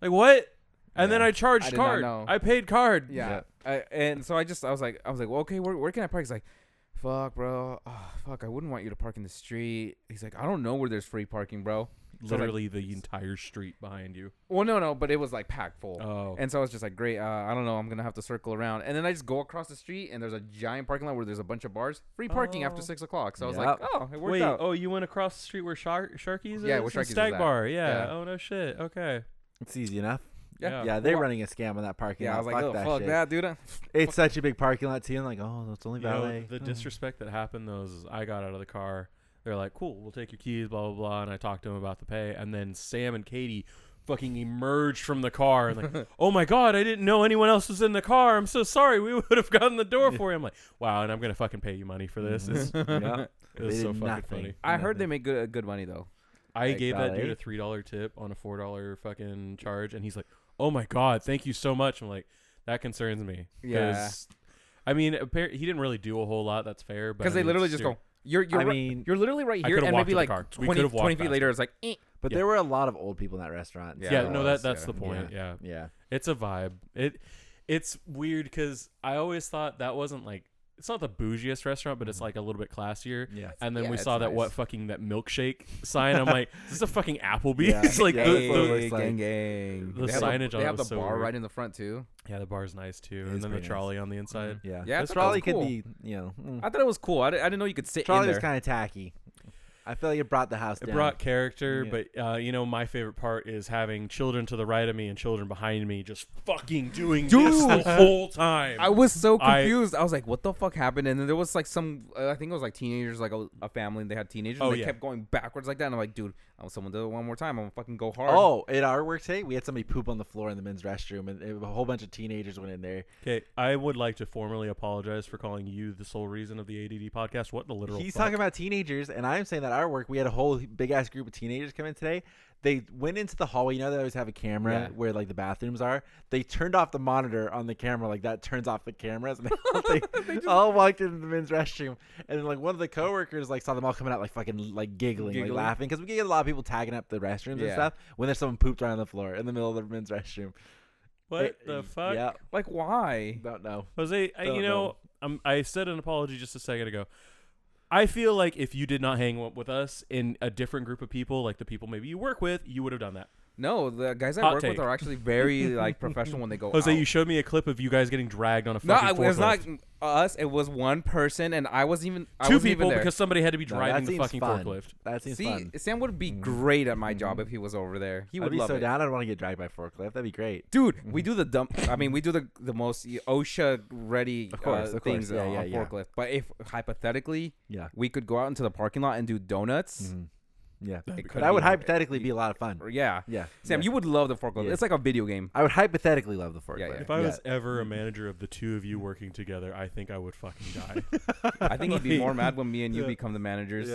Speaker 2: Like what? And then
Speaker 1: Yeah.
Speaker 2: I charged
Speaker 3: I did not
Speaker 2: card.
Speaker 3: know.
Speaker 2: I paid card.
Speaker 3: Yeah. I, and so I just I was like I was like, well, okay, where, where can I park? He's like, fuck, bro, oh, fuck, I wouldn't want you to park in the street. He's like, I don't know where there's free parking, bro. So, like-
Speaker 2: Literally the entire street behind you.
Speaker 3: Well, no, no, but it was like packed full.
Speaker 2: Oh.
Speaker 3: And so I was just like, great. Uh, I don't know. I'm gonna have to circle around. And then I just go across the street, and there's a giant parking lot where there's a bunch of bars, free parking after
Speaker 2: Oh.
Speaker 3: six o'clock. So I was
Speaker 1: Yep.
Speaker 3: like, oh, it worked
Speaker 2: Wait.
Speaker 3: out.
Speaker 2: Oh, you went across the street where Shark Sharky's
Speaker 3: Yeah,
Speaker 2: is?
Speaker 3: where
Speaker 2: The
Speaker 3: Sharky's is
Speaker 2: Stag
Speaker 3: at.
Speaker 2: Bar. Yeah.
Speaker 3: Yeah.
Speaker 2: Oh no shit. Okay.
Speaker 1: It's easy enough.
Speaker 2: Yeah.
Speaker 1: Yeah, they're
Speaker 3: Well, I-
Speaker 1: running a scam on that parking
Speaker 3: Oh. yeah, I
Speaker 1: lot.
Speaker 3: was like,
Speaker 1: fuck
Speaker 3: oh,
Speaker 1: that
Speaker 3: fuck
Speaker 1: shit.
Speaker 3: that, dude. I-
Speaker 1: It's such a big parking lot too. And like, oh, it's only
Speaker 2: You know,
Speaker 1: valet.
Speaker 2: the
Speaker 1: Oh.
Speaker 2: disrespect that happened though is I got out of the car. They're like, "Cool, we'll take your keys, blah blah blah," and I talked to him about the pay, and then Sam and Katie fucking emerged from the car and like, "Oh my god, I didn't know anyone else was in the car. I'm so sorry. We would have gotten the door for you." I'm like, "Wow, and I'm gonna fucking pay you money for this." It's,
Speaker 1: Yeah.
Speaker 2: it was
Speaker 1: They
Speaker 2: so
Speaker 1: did
Speaker 2: fucking
Speaker 1: nothing.
Speaker 2: funny.
Speaker 3: I heard they make good good money though.
Speaker 2: I
Speaker 3: Like,
Speaker 2: gave that
Speaker 1: valet?
Speaker 2: dude a three dollar tip on a four dollar fucking charge, and he's like, "Oh my god, thank you so much." I'm like, "That concerns me." 'cause,
Speaker 3: Yeah.
Speaker 2: I mean, appar- he didn't really do a whole lot. That's fair, but I
Speaker 3: Because they
Speaker 2: mean,
Speaker 3: literally
Speaker 2: it's
Speaker 3: just
Speaker 2: still-
Speaker 3: go, you're you're
Speaker 1: I
Speaker 3: ri-
Speaker 1: mean-
Speaker 3: you're literally right
Speaker 2: I
Speaker 3: here,
Speaker 2: could've
Speaker 3: and
Speaker 2: walked
Speaker 3: maybe
Speaker 2: to the
Speaker 3: like
Speaker 2: car. We
Speaker 3: 20,
Speaker 2: could've walked
Speaker 3: 20 feet
Speaker 2: faster.
Speaker 3: later, it's like, eh.
Speaker 1: But
Speaker 2: Yeah.
Speaker 1: there were a lot of old people in that restaurant.
Speaker 3: Yeah,
Speaker 2: yeah,
Speaker 1: so-
Speaker 2: no
Speaker 3: it
Speaker 2: that
Speaker 3: was,
Speaker 2: that's
Speaker 3: yeah.
Speaker 2: the point yeah.
Speaker 1: Yeah.
Speaker 2: it's a vibe it it's weird because i always thought that wasn't like it's not the bougiest restaurant but it's like a little bit classier
Speaker 1: Yeah.
Speaker 2: and then
Speaker 3: yeah,
Speaker 2: we
Speaker 3: it's
Speaker 2: saw that what
Speaker 3: nice.
Speaker 2: fucking that milkshake sign i'm like is this a fucking applebee's
Speaker 1: Yeah.
Speaker 2: like
Speaker 1: Yeah,
Speaker 2: the,
Speaker 1: that's what it
Speaker 2: the-
Speaker 1: looks like.
Speaker 3: gang.
Speaker 2: the
Speaker 3: they
Speaker 2: signage
Speaker 3: have the,
Speaker 2: on
Speaker 3: they
Speaker 2: it
Speaker 3: have
Speaker 2: was
Speaker 3: the
Speaker 2: so
Speaker 3: bar
Speaker 2: weird.
Speaker 3: right in the front too.
Speaker 2: yeah the bar's nice too
Speaker 1: is
Speaker 2: and then the
Speaker 1: pretty nice.
Speaker 2: trolley on the inside
Speaker 1: Yeah.
Speaker 3: Yeah, I
Speaker 1: This
Speaker 3: thought that
Speaker 1: trolley
Speaker 3: was
Speaker 1: could
Speaker 3: cool.
Speaker 1: be, you know, mm.
Speaker 3: I thought it was cool. I, di- I didn't know you could sit in
Speaker 1: trolley
Speaker 3: there.
Speaker 1: was kind of tacky. I feel like it brought the house
Speaker 2: It
Speaker 1: down.
Speaker 2: brought character,
Speaker 1: Yeah.
Speaker 2: but uh, you know my favorite part is having children to the right of me and children behind me just fucking doing this
Speaker 3: Dude!
Speaker 2: the whole time.
Speaker 3: I was so
Speaker 2: I-
Speaker 3: confused. I, was like, "What the fuck happened?" And then there was like some, uh, I think it was like teenagers, like a, a family. And they had teenagers.
Speaker 2: Oh,
Speaker 3: and they
Speaker 2: yeah.
Speaker 3: kept going backwards like that. And I'm like, "Dude, I'm someone do it one more time. I'm gonna fucking go hard."
Speaker 1: Oh, at our work today, we had somebody poop on the floor in the men's restroom, and it- a whole bunch of teenagers went in there.
Speaker 2: Okay, I would like to formally apologize for calling you the sole reason of the ADD podcast. What the literal?
Speaker 1: He's
Speaker 2: fuck?
Speaker 1: talking about teenagers, and I'm saying that our work, we had a whole big ass group of teenagers come in today. They went into the hallway. You know, they always have a camera
Speaker 3: Yeah.
Speaker 1: where like the bathrooms are. They turned off the monitor on the camera, like that turns off the cameras, and they, all- they all walked into the men's restroom. And then like one of the coworkers like saw them all coming out like fucking like giggling,
Speaker 3: Giggling.
Speaker 1: like laughing, because we get a lot of people tagging up the restrooms and
Speaker 3: Yeah.
Speaker 1: stuff when there's someone pooped right on the floor in the middle of the men's restroom.
Speaker 2: What
Speaker 1: It-
Speaker 2: the fuck?
Speaker 1: Yeah,
Speaker 3: like why?
Speaker 1: don't know.
Speaker 2: Jose, I,
Speaker 1: Don't
Speaker 2: you
Speaker 1: know.
Speaker 2: know, um, I said an apology just a second ago. I feel like if you did not hang up with us in a different group of people, like the people maybe you work with, you would have done that.
Speaker 3: No, the guys I
Speaker 2: Hot
Speaker 3: work
Speaker 2: take.
Speaker 3: with are actually very like professional when they
Speaker 1: Oh,
Speaker 3: go.
Speaker 2: Jose,
Speaker 3: out.
Speaker 2: you showed me a clip of you guys getting dragged on a
Speaker 3: no,
Speaker 2: fucking
Speaker 3: it was
Speaker 2: forklift.
Speaker 3: not us. It was one person, and I wasn't even. I
Speaker 2: two
Speaker 3: wasn't even
Speaker 2: people
Speaker 3: there.
Speaker 2: because somebody had to be
Speaker 1: No,
Speaker 2: driving
Speaker 1: that
Speaker 2: the
Speaker 1: seems
Speaker 2: fucking
Speaker 1: fun.
Speaker 2: forklift.
Speaker 1: That seems
Speaker 3: See,
Speaker 1: fun.
Speaker 3: Sam would be great at my job if he was over there. He would
Speaker 1: I'd be
Speaker 3: love
Speaker 1: so
Speaker 3: it.
Speaker 1: down. I'd want to get dragged by forklift. That'd be great.
Speaker 3: Dude,
Speaker 1: Mm-hmm.
Speaker 3: we do the dump. I mean, we do the the most OSHA ready
Speaker 1: Of course,
Speaker 3: uh,
Speaker 1: of course.
Speaker 3: things
Speaker 1: Yeah,
Speaker 3: on
Speaker 1: yeah, yeah. Uh.
Speaker 3: forklift. But if hypothetically
Speaker 1: Yeah.
Speaker 3: we could go out into the parking lot and do donuts,
Speaker 1: Mhm. Yeah.
Speaker 3: it
Speaker 1: But
Speaker 3: could.
Speaker 1: that
Speaker 3: be-
Speaker 1: would hypothetically be a lot of fun.
Speaker 3: or- Yeah,
Speaker 1: Yeah.
Speaker 3: Sam,
Speaker 1: yeah.
Speaker 3: you would love the forklift.
Speaker 1: Yeah.
Speaker 3: It's like a video game.
Speaker 1: I would hypothetically love the forklift.
Speaker 3: Yeah, yeah.
Speaker 2: If I was ever a manager of the two of you working together, I think I would fucking die.
Speaker 3: I think he'd be more
Speaker 2: Like-
Speaker 3: mad when me and you
Speaker 2: Yeah.
Speaker 3: become the managers.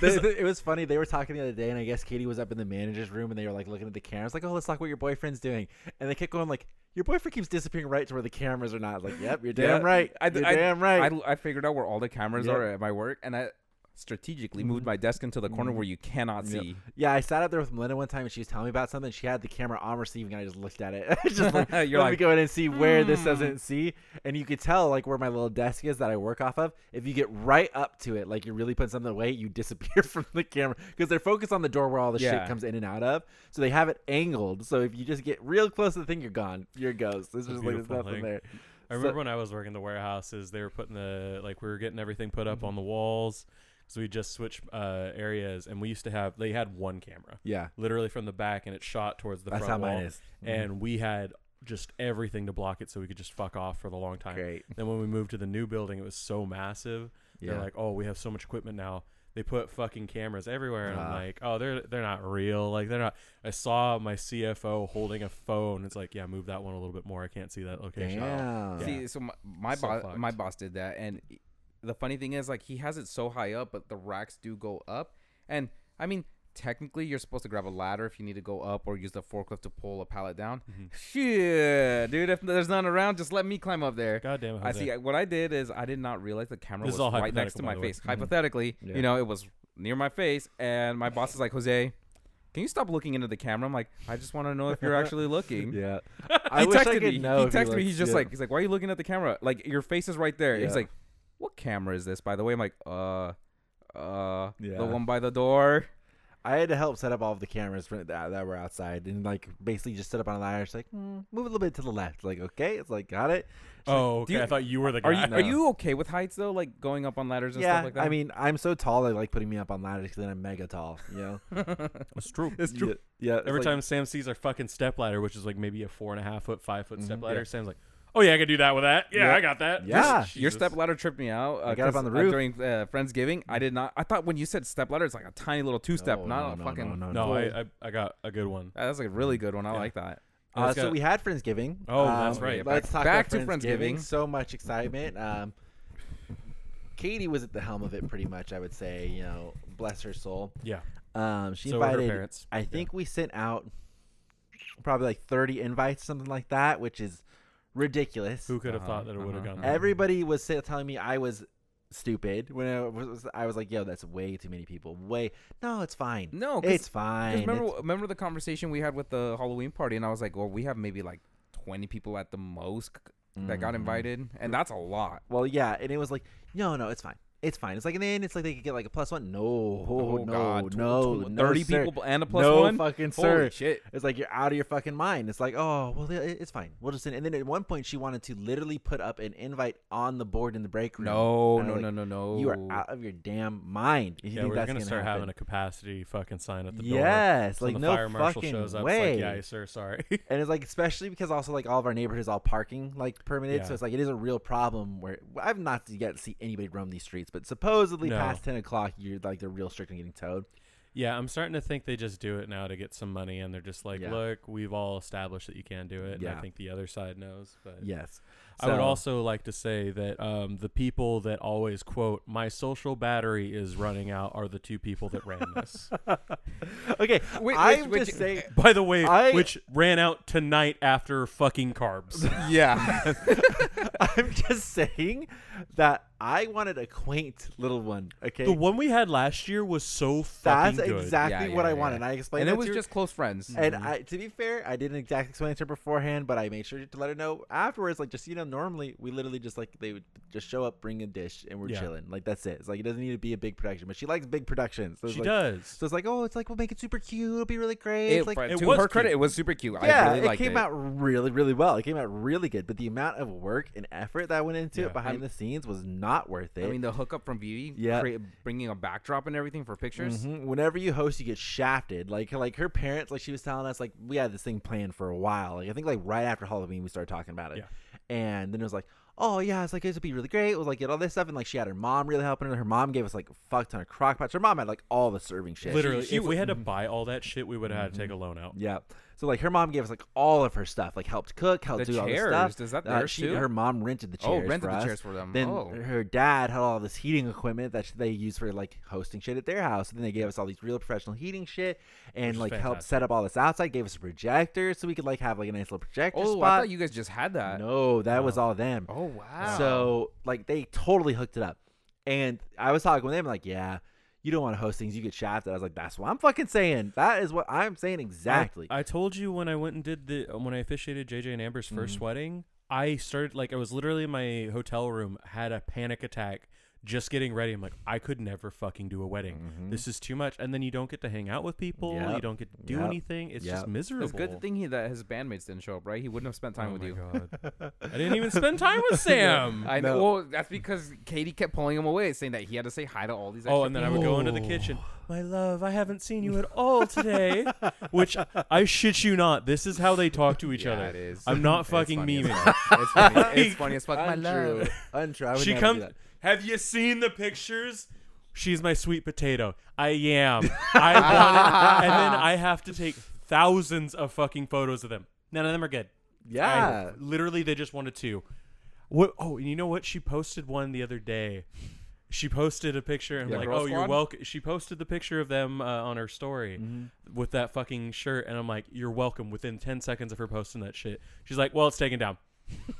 Speaker 1: They- they- it was funny. They were talking the other day, and I guess Katie was up in the manager's room, and they were like looking at the cameras, like, "Oh, let's talk what your boyfriend's doing." And they kept going like, "Your boyfriend keeps disappearing right to where the cameras are not." Like, "Yep, you're damn
Speaker 3: Yeah.
Speaker 1: right.
Speaker 3: I-
Speaker 1: you're
Speaker 3: I-
Speaker 1: damn right."
Speaker 3: I, I figured out where all the cameras
Speaker 1: Yep.
Speaker 3: are at my work, and I strategically moved my desk into the corner where you cannot
Speaker 1: Mm-hmm. Yep.
Speaker 3: see.
Speaker 1: Yeah, I sat up there with Melinda one time and she was telling me about something. She had the camera on receiving, and I just looked at it. I was just like,
Speaker 3: You're
Speaker 1: let me
Speaker 3: like,
Speaker 1: go in and see where this
Speaker 3: "Hmm."
Speaker 1: doesn't see. And you could tell, like, where my little desk is that I work off of. If you get right up to it, like, you're really putting something away, you disappear from the camera because they're focused on the door where all the
Speaker 3: Yeah.
Speaker 1: shit comes in and out of. So they have it angled. So if you just get real close to the thing, you're gone. You're a ghost. There's
Speaker 2: It's a
Speaker 1: just like there's
Speaker 2: beautiful
Speaker 1: nothing
Speaker 2: thing.
Speaker 1: there.
Speaker 2: I
Speaker 1: So-
Speaker 2: remember when I was working the warehouses, they were putting the like we were getting everything put up on the walls. So we just switched uh, areas, and we used to have they had one camera,
Speaker 1: Yeah,
Speaker 2: literally from the back, and it shot towards the
Speaker 1: that's how
Speaker 2: front wall.
Speaker 1: mine is.
Speaker 2: And we had just everything to block it, so we could just fuck off for the long time.
Speaker 1: Great.
Speaker 2: Then when we moved to the new building, it was so massive. They're
Speaker 1: Yeah.
Speaker 2: like, oh, we have so much equipment now. They put fucking cameras everywhere, and I'm
Speaker 1: Ah.
Speaker 2: like, oh, they're they're not real. Like they're not. I saw my CFO holding a phone. It's like, yeah, move that one a little bit more. I can't see that location. at
Speaker 1: Damn.
Speaker 2: all." Yeah.
Speaker 3: See, so my, my
Speaker 2: So
Speaker 3: boss,
Speaker 2: fucked.
Speaker 3: my boss did that, and e, the funny thing is, like, he has it so high up, but the racks do go up, and I mean, technically, you're supposed to grab a ladder if you need to go up, or use the forklift to pull a pallet down.
Speaker 2: Mm-hmm.
Speaker 3: Shit, dude, if there's none around, just let me climb up there.
Speaker 2: God damn it!
Speaker 3: I
Speaker 2: Jose.
Speaker 3: see. What I did is I did not realize the camera
Speaker 2: This is all
Speaker 3: was right next
Speaker 2: hypothetical,
Speaker 3: to
Speaker 2: by
Speaker 3: my
Speaker 2: the way. Mm-hmm.
Speaker 3: face. Hypothetically,
Speaker 1: Yeah.
Speaker 3: you know, it was near my face, and my boss is like, "Jose, can you stop looking into the camera?" I'm like, "I just want to know if you're actually looking."
Speaker 1: Yeah.
Speaker 3: he
Speaker 1: I wish I
Speaker 3: texted
Speaker 1: could
Speaker 3: me.
Speaker 1: know
Speaker 3: he
Speaker 1: if he
Speaker 3: texted me.
Speaker 1: looks-
Speaker 3: He's just
Speaker 1: yeah.
Speaker 3: like, he's like, why are you looking at the camera? Like your face is right there.
Speaker 1: Yeah.
Speaker 3: He's like, what camera is this? By the way, I'm like, uh, uh,
Speaker 1: Yeah.
Speaker 3: the one by the door.
Speaker 1: I had to help set up all of the cameras for, that, that were outside and like basically just set up on an ladder. It's like "Mm, move a little bit to the left. Like okay, it's like got it.
Speaker 2: Oh,
Speaker 3: do
Speaker 2: okay.
Speaker 3: you-
Speaker 2: I thought you were the guy.
Speaker 3: Are you
Speaker 1: No.
Speaker 3: are you okay with heights though? Like going up on ladders and
Speaker 1: yeah,
Speaker 3: stuff like that.
Speaker 1: I mean I'm so tall. They like putting me up on ladders because then I'm mega tall. You know.
Speaker 2: It's true.
Speaker 3: it's true.
Speaker 1: Yeah. yeah, it's
Speaker 2: Every
Speaker 1: like-
Speaker 2: time Sam sees our fucking step ladder, which is like maybe a four and a half foot, five foot step
Speaker 1: Mhm.
Speaker 2: ladder,
Speaker 1: Yeah.
Speaker 2: Sam's like, "Oh yeah, I could do that with that. Yeah,
Speaker 1: Yeah.
Speaker 2: I got that.
Speaker 1: Yeah.
Speaker 3: Your
Speaker 2: Jesus.
Speaker 3: step ladder tripped me out. Uh,
Speaker 1: I got up
Speaker 3: 'cause,
Speaker 1: on the
Speaker 3: uh,
Speaker 1: roof.
Speaker 3: during uh, Friendsgiving. I did not. I thought when you said step ladder, it's like a tiny little two step,
Speaker 1: No,
Speaker 3: not
Speaker 1: no,
Speaker 3: a
Speaker 1: no,
Speaker 3: fucking.
Speaker 1: no, no,
Speaker 2: No,
Speaker 1: no.
Speaker 2: I, I I got a good one.
Speaker 3: Uh, That's like a really good one. I
Speaker 2: Yeah.
Speaker 3: like that.
Speaker 1: Uh,
Speaker 2: Let's
Speaker 1: so
Speaker 2: go-
Speaker 1: we had Friendsgiving. Um,
Speaker 2: Oh, that's right.
Speaker 1: Let's talk
Speaker 3: Back- back to
Speaker 1: about Friendsgiving.
Speaker 3: Friendsgiving.
Speaker 1: So much excitement. Um, Katie was at the helm of it pretty much. I would say, you know, bless her soul.
Speaker 2: Yeah.
Speaker 1: Um, she
Speaker 2: So were her
Speaker 1: invited.
Speaker 2: parents.
Speaker 1: I
Speaker 2: Yeah.
Speaker 1: think we sent out probably like 30 invites, something like that, which is ridiculous.
Speaker 2: Who could have
Speaker 3: Uh-huh,
Speaker 2: thought that it would have
Speaker 3: uh-huh,
Speaker 2: gone?
Speaker 3: uh-huh.
Speaker 2: that way?
Speaker 1: Everybody was sa- telling me I was stupid when I was, I was like, "Yo, that's way too many people. Way no, it's fine.
Speaker 3: No, 'cause-
Speaker 1: it's fine.
Speaker 3: Because remember,
Speaker 1: It's-
Speaker 3: remember the conversation we had with the Halloween party, and I was like, "Well, we have maybe like 20 people at the most c- that
Speaker 1: Mm-hmm.
Speaker 3: got invited, and that's a lot."
Speaker 1: well, yeah, and it was like, no, no, it's fine. It's fine. It's like, and then it's like they could get like a plus one. No, oh, no,
Speaker 3: God, tw-
Speaker 1: no,
Speaker 3: tw-
Speaker 1: no,
Speaker 3: 30
Speaker 1: sir.
Speaker 3: people and a plus
Speaker 1: no
Speaker 3: one.
Speaker 1: fucking
Speaker 3: Holy
Speaker 1: sir.
Speaker 3: shit!
Speaker 1: It's like you're out of your fucking mind. It's like, oh, well, it- it's fine. We'll just send. And then at one point, she wanted to literally put up an invite on the board in the break room.
Speaker 3: No,
Speaker 1: And I
Speaker 3: no,
Speaker 1: was
Speaker 3: no,
Speaker 1: like,
Speaker 3: no, no.
Speaker 1: You are out of your damn mind. If you
Speaker 2: Yeah,
Speaker 1: think
Speaker 2: we're
Speaker 1: that's
Speaker 2: gonna start
Speaker 1: happen.
Speaker 2: having a capacity fucking sign at the door.
Speaker 1: Yes,
Speaker 2: So
Speaker 1: like
Speaker 2: the
Speaker 1: no
Speaker 2: fire marshal
Speaker 1: fucking
Speaker 2: shows up, it's
Speaker 1: way.
Speaker 2: like, yeah, sir, sorry.
Speaker 1: And it's like especially because also like all of our neighborhood is all parking like permitted,
Speaker 2: Yeah.
Speaker 1: so it's like it is a real problem where I've not yet see anybody roam these streets, but supposedly
Speaker 2: No.
Speaker 1: past ten o'clock you're like they're real strict on getting towed.
Speaker 2: yeah, I'm starting to think they just do it now to get some money, and they're just like,
Speaker 1: Yeah.
Speaker 2: look, we've all established that you can do it. And I
Speaker 1: Yeah.
Speaker 2: think the other side knows, but
Speaker 1: Yes.
Speaker 2: I would
Speaker 1: So-
Speaker 2: also like to say that um, the people that always quote "my social battery is running out" are the two people that ran this.
Speaker 1: Okay.
Speaker 3: Which-
Speaker 1: I'm
Speaker 3: which-
Speaker 1: just saying
Speaker 2: By the way,
Speaker 1: I-
Speaker 2: which ran out tonight after fucking carbs.
Speaker 3: yeah.
Speaker 1: I'm just saying that I wanted a quaint little one. Okay.
Speaker 2: the one we had last year was so fucking
Speaker 1: That's
Speaker 2: good.
Speaker 1: exactly
Speaker 3: Yeah,
Speaker 1: what
Speaker 3: yeah,
Speaker 1: I
Speaker 3: yeah.
Speaker 1: wanted. and I explained
Speaker 3: and
Speaker 1: that
Speaker 3: it was
Speaker 1: to her.
Speaker 3: just close friends.
Speaker 1: And I, to be fair, I didn't exactly explain it to her beforehand, but I made sure to let her know afterwards. Like, just you know, normally we literally just like they would just show up, bring a dish, and we're
Speaker 2: Yeah.
Speaker 1: chilling. Like that's it. It's like it doesn't need to be a big production, but she likes big productions. So it's
Speaker 2: She
Speaker 1: like,
Speaker 2: does.
Speaker 1: So it's like, oh, it's like we'll make it super cute. It'll be really great.
Speaker 3: It,
Speaker 1: It's like,
Speaker 3: for-
Speaker 2: it
Speaker 3: to
Speaker 2: was
Speaker 3: her credit,
Speaker 2: cute.
Speaker 3: it was super cute.
Speaker 1: yeah,
Speaker 3: I really
Speaker 1: it
Speaker 3: liked
Speaker 1: came
Speaker 3: it.
Speaker 1: out really, really well. It came out really good, but the amount of work and effort that went into
Speaker 2: Yeah.
Speaker 1: it behind
Speaker 3: I'm-
Speaker 1: the scenes was not worth it.
Speaker 3: I mean, the hookup from Beauty,
Speaker 1: Yeah.
Speaker 3: crea- bringing a backdrop and everything for pictures.
Speaker 1: Mhm. Whenever you host, you get shafted. Like like her parents, like she was telling us, like we had this thing planned for a while. Like I think like right after Halloween we started talking about it,
Speaker 2: Yeah.
Speaker 1: and then it was like, oh yeah, it's like this would be really great. We'll like get all this stuff, and like she had her mom really helping her. Her mom gave us like a fuck ton of crock pots. Her mom had like all the serving shit.
Speaker 2: Literally,
Speaker 3: she
Speaker 2: if we
Speaker 3: was-
Speaker 2: had to buy all that shit, we would have had to take a
Speaker 1: Mm-hmm.
Speaker 2: loan out.
Speaker 1: Yeah. So like her mom gave us like all of her stuff, like helped cook, helped
Speaker 3: The
Speaker 1: do all this
Speaker 3: chairs,
Speaker 1: stuff.
Speaker 3: is that
Speaker 1: Uh,
Speaker 3: theirs
Speaker 1: she,
Speaker 3: too?
Speaker 1: Her mom rented the
Speaker 3: Oh,
Speaker 1: chairs.
Speaker 3: rented
Speaker 1: for
Speaker 3: the
Speaker 1: us.
Speaker 3: chairs for them.
Speaker 1: Then
Speaker 3: Oh.
Speaker 1: her dad had all this heating equipment that sh- they used for like hosting shit at their house. And then they gave us all these real professional heating shit and
Speaker 2: is
Speaker 1: like helped set up all this outside. Gave us a projector so we could like have like a nice little projector
Speaker 3: Oh, I
Speaker 1: spot.
Speaker 3: thought you guys just had that.
Speaker 1: no, that was all them.
Speaker 3: Oh wow.
Speaker 1: So like they totally hooked it up. And I was talking with him, like, yeah, you don't want to host things, you get shafted. I was like, that's what I'm fucking saying. That is what I'm saying exactly.
Speaker 2: I, I told you when I went and did the when I officiated JJ and Amber's 1st
Speaker 1: Mm-hmm.
Speaker 2: wedding, I started like I was literally in my hotel room, had a panic attack just getting ready. I'm like, I could never fucking do a wedding. This is too much. And then you don't get to hang out with people. You
Speaker 1: Mm-hmm. Yep.
Speaker 2: don't get to do
Speaker 1: Yep.
Speaker 2: anything. It's
Speaker 1: Yep.
Speaker 2: just miserable.
Speaker 3: It's good thing he that his bandmates didn't show up, right? He wouldn't have spent time
Speaker 2: Oh
Speaker 3: with
Speaker 2: my
Speaker 3: you.
Speaker 2: God. I didn't even spend time with Sam.
Speaker 3: I know.
Speaker 1: No.
Speaker 3: Well, that's because Katie kept pulling him away, saying that he had to say hi to all these.
Speaker 2: Oh,
Speaker 3: extra
Speaker 2: and then I would go into the
Speaker 1: Oh.
Speaker 2: kitchen. My love, I haven't seen you at all today. Which I shit you not, this is how they talk to each
Speaker 3: Yeah,
Speaker 2: other.
Speaker 3: it is.
Speaker 2: I'm not
Speaker 3: It's
Speaker 2: fucking
Speaker 3: funny as
Speaker 2: memeing.
Speaker 3: fuck. It's funny. It's funny as fuck. My
Speaker 1: untrue.
Speaker 3: love.
Speaker 1: Untrue. I would
Speaker 2: she
Speaker 1: never do
Speaker 2: comes.
Speaker 1: that.
Speaker 2: Have you seen the pictures? She's my sweet potato. I am. I want it. And then I have to take thousands of fucking photos of them. None of them are good.
Speaker 1: Yeah.
Speaker 2: I, literally, they just wanted two. What? Oh, and you know what? She posted one the other day. She posted a picture and
Speaker 3: Yeah,
Speaker 2: I'm like,
Speaker 3: Girl
Speaker 2: oh, you're
Speaker 3: Squad? Mm-hmm.
Speaker 2: welcome. She posted the picture of them uh, on her story with that fucking shirt, and I'm like, you're welcome. Within ten seconds of her posting that shit, she's like, well, it's taken down.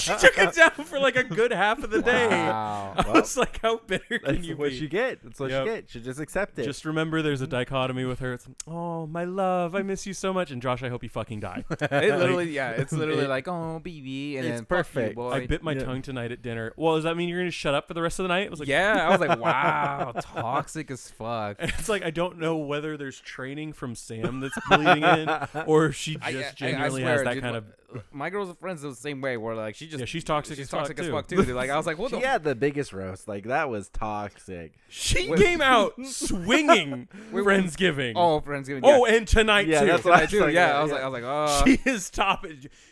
Speaker 2: she took it down for like a good half of the day.
Speaker 3: Wow.
Speaker 2: I was like, how bitter can
Speaker 1: That's
Speaker 2: you
Speaker 1: what
Speaker 2: be?
Speaker 1: you get. That's what
Speaker 2: Yep.
Speaker 1: you get. She just accept it.
Speaker 2: Just remember, there's
Speaker 3: Mm-hmm.
Speaker 2: a dichotomy with her. It's oh, my love, I miss you so much, and Josh, I hope you fucking die.
Speaker 3: It literally, yeah, it's literally
Speaker 2: It-
Speaker 3: like, oh, baby, and
Speaker 1: It's
Speaker 3: then perfect.
Speaker 1: perfect.
Speaker 3: boy.
Speaker 2: I bit my
Speaker 1: Yeah.
Speaker 2: tongue tonight at dinner. Well, does that mean you're gonna shut up for the rest of the night? I was like,
Speaker 3: yeah, I was like, wow, toxic as fuck.
Speaker 2: It's like I don't know whether there's training from Sam that's bleeding in, or if she just
Speaker 3: I- I- I- I
Speaker 2: genuinely
Speaker 3: swear,
Speaker 2: has that
Speaker 3: dude,
Speaker 2: kind
Speaker 3: my-
Speaker 2: of.
Speaker 3: My girls and friends are the same way. Where like she just
Speaker 2: Yeah, she's toxic
Speaker 3: she's
Speaker 2: as fuck,
Speaker 3: toxic as
Speaker 2: too.
Speaker 3: fuck too. Dude. Like I was like, what the
Speaker 1: she had the biggest roast. Like that was toxic.
Speaker 2: She came out swinging
Speaker 3: Wait, wait.
Speaker 2: Friendsgiving.
Speaker 3: oh Friendsgiving.
Speaker 2: Oh, and tonight
Speaker 1: Yeah,
Speaker 2: too.
Speaker 1: that's
Speaker 3: yeah,
Speaker 1: what
Speaker 3: I do.
Speaker 1: Like,
Speaker 3: Yeah, I
Speaker 1: yeah,
Speaker 3: was like,
Speaker 1: yeah.
Speaker 3: I was like, oh,
Speaker 2: she is top.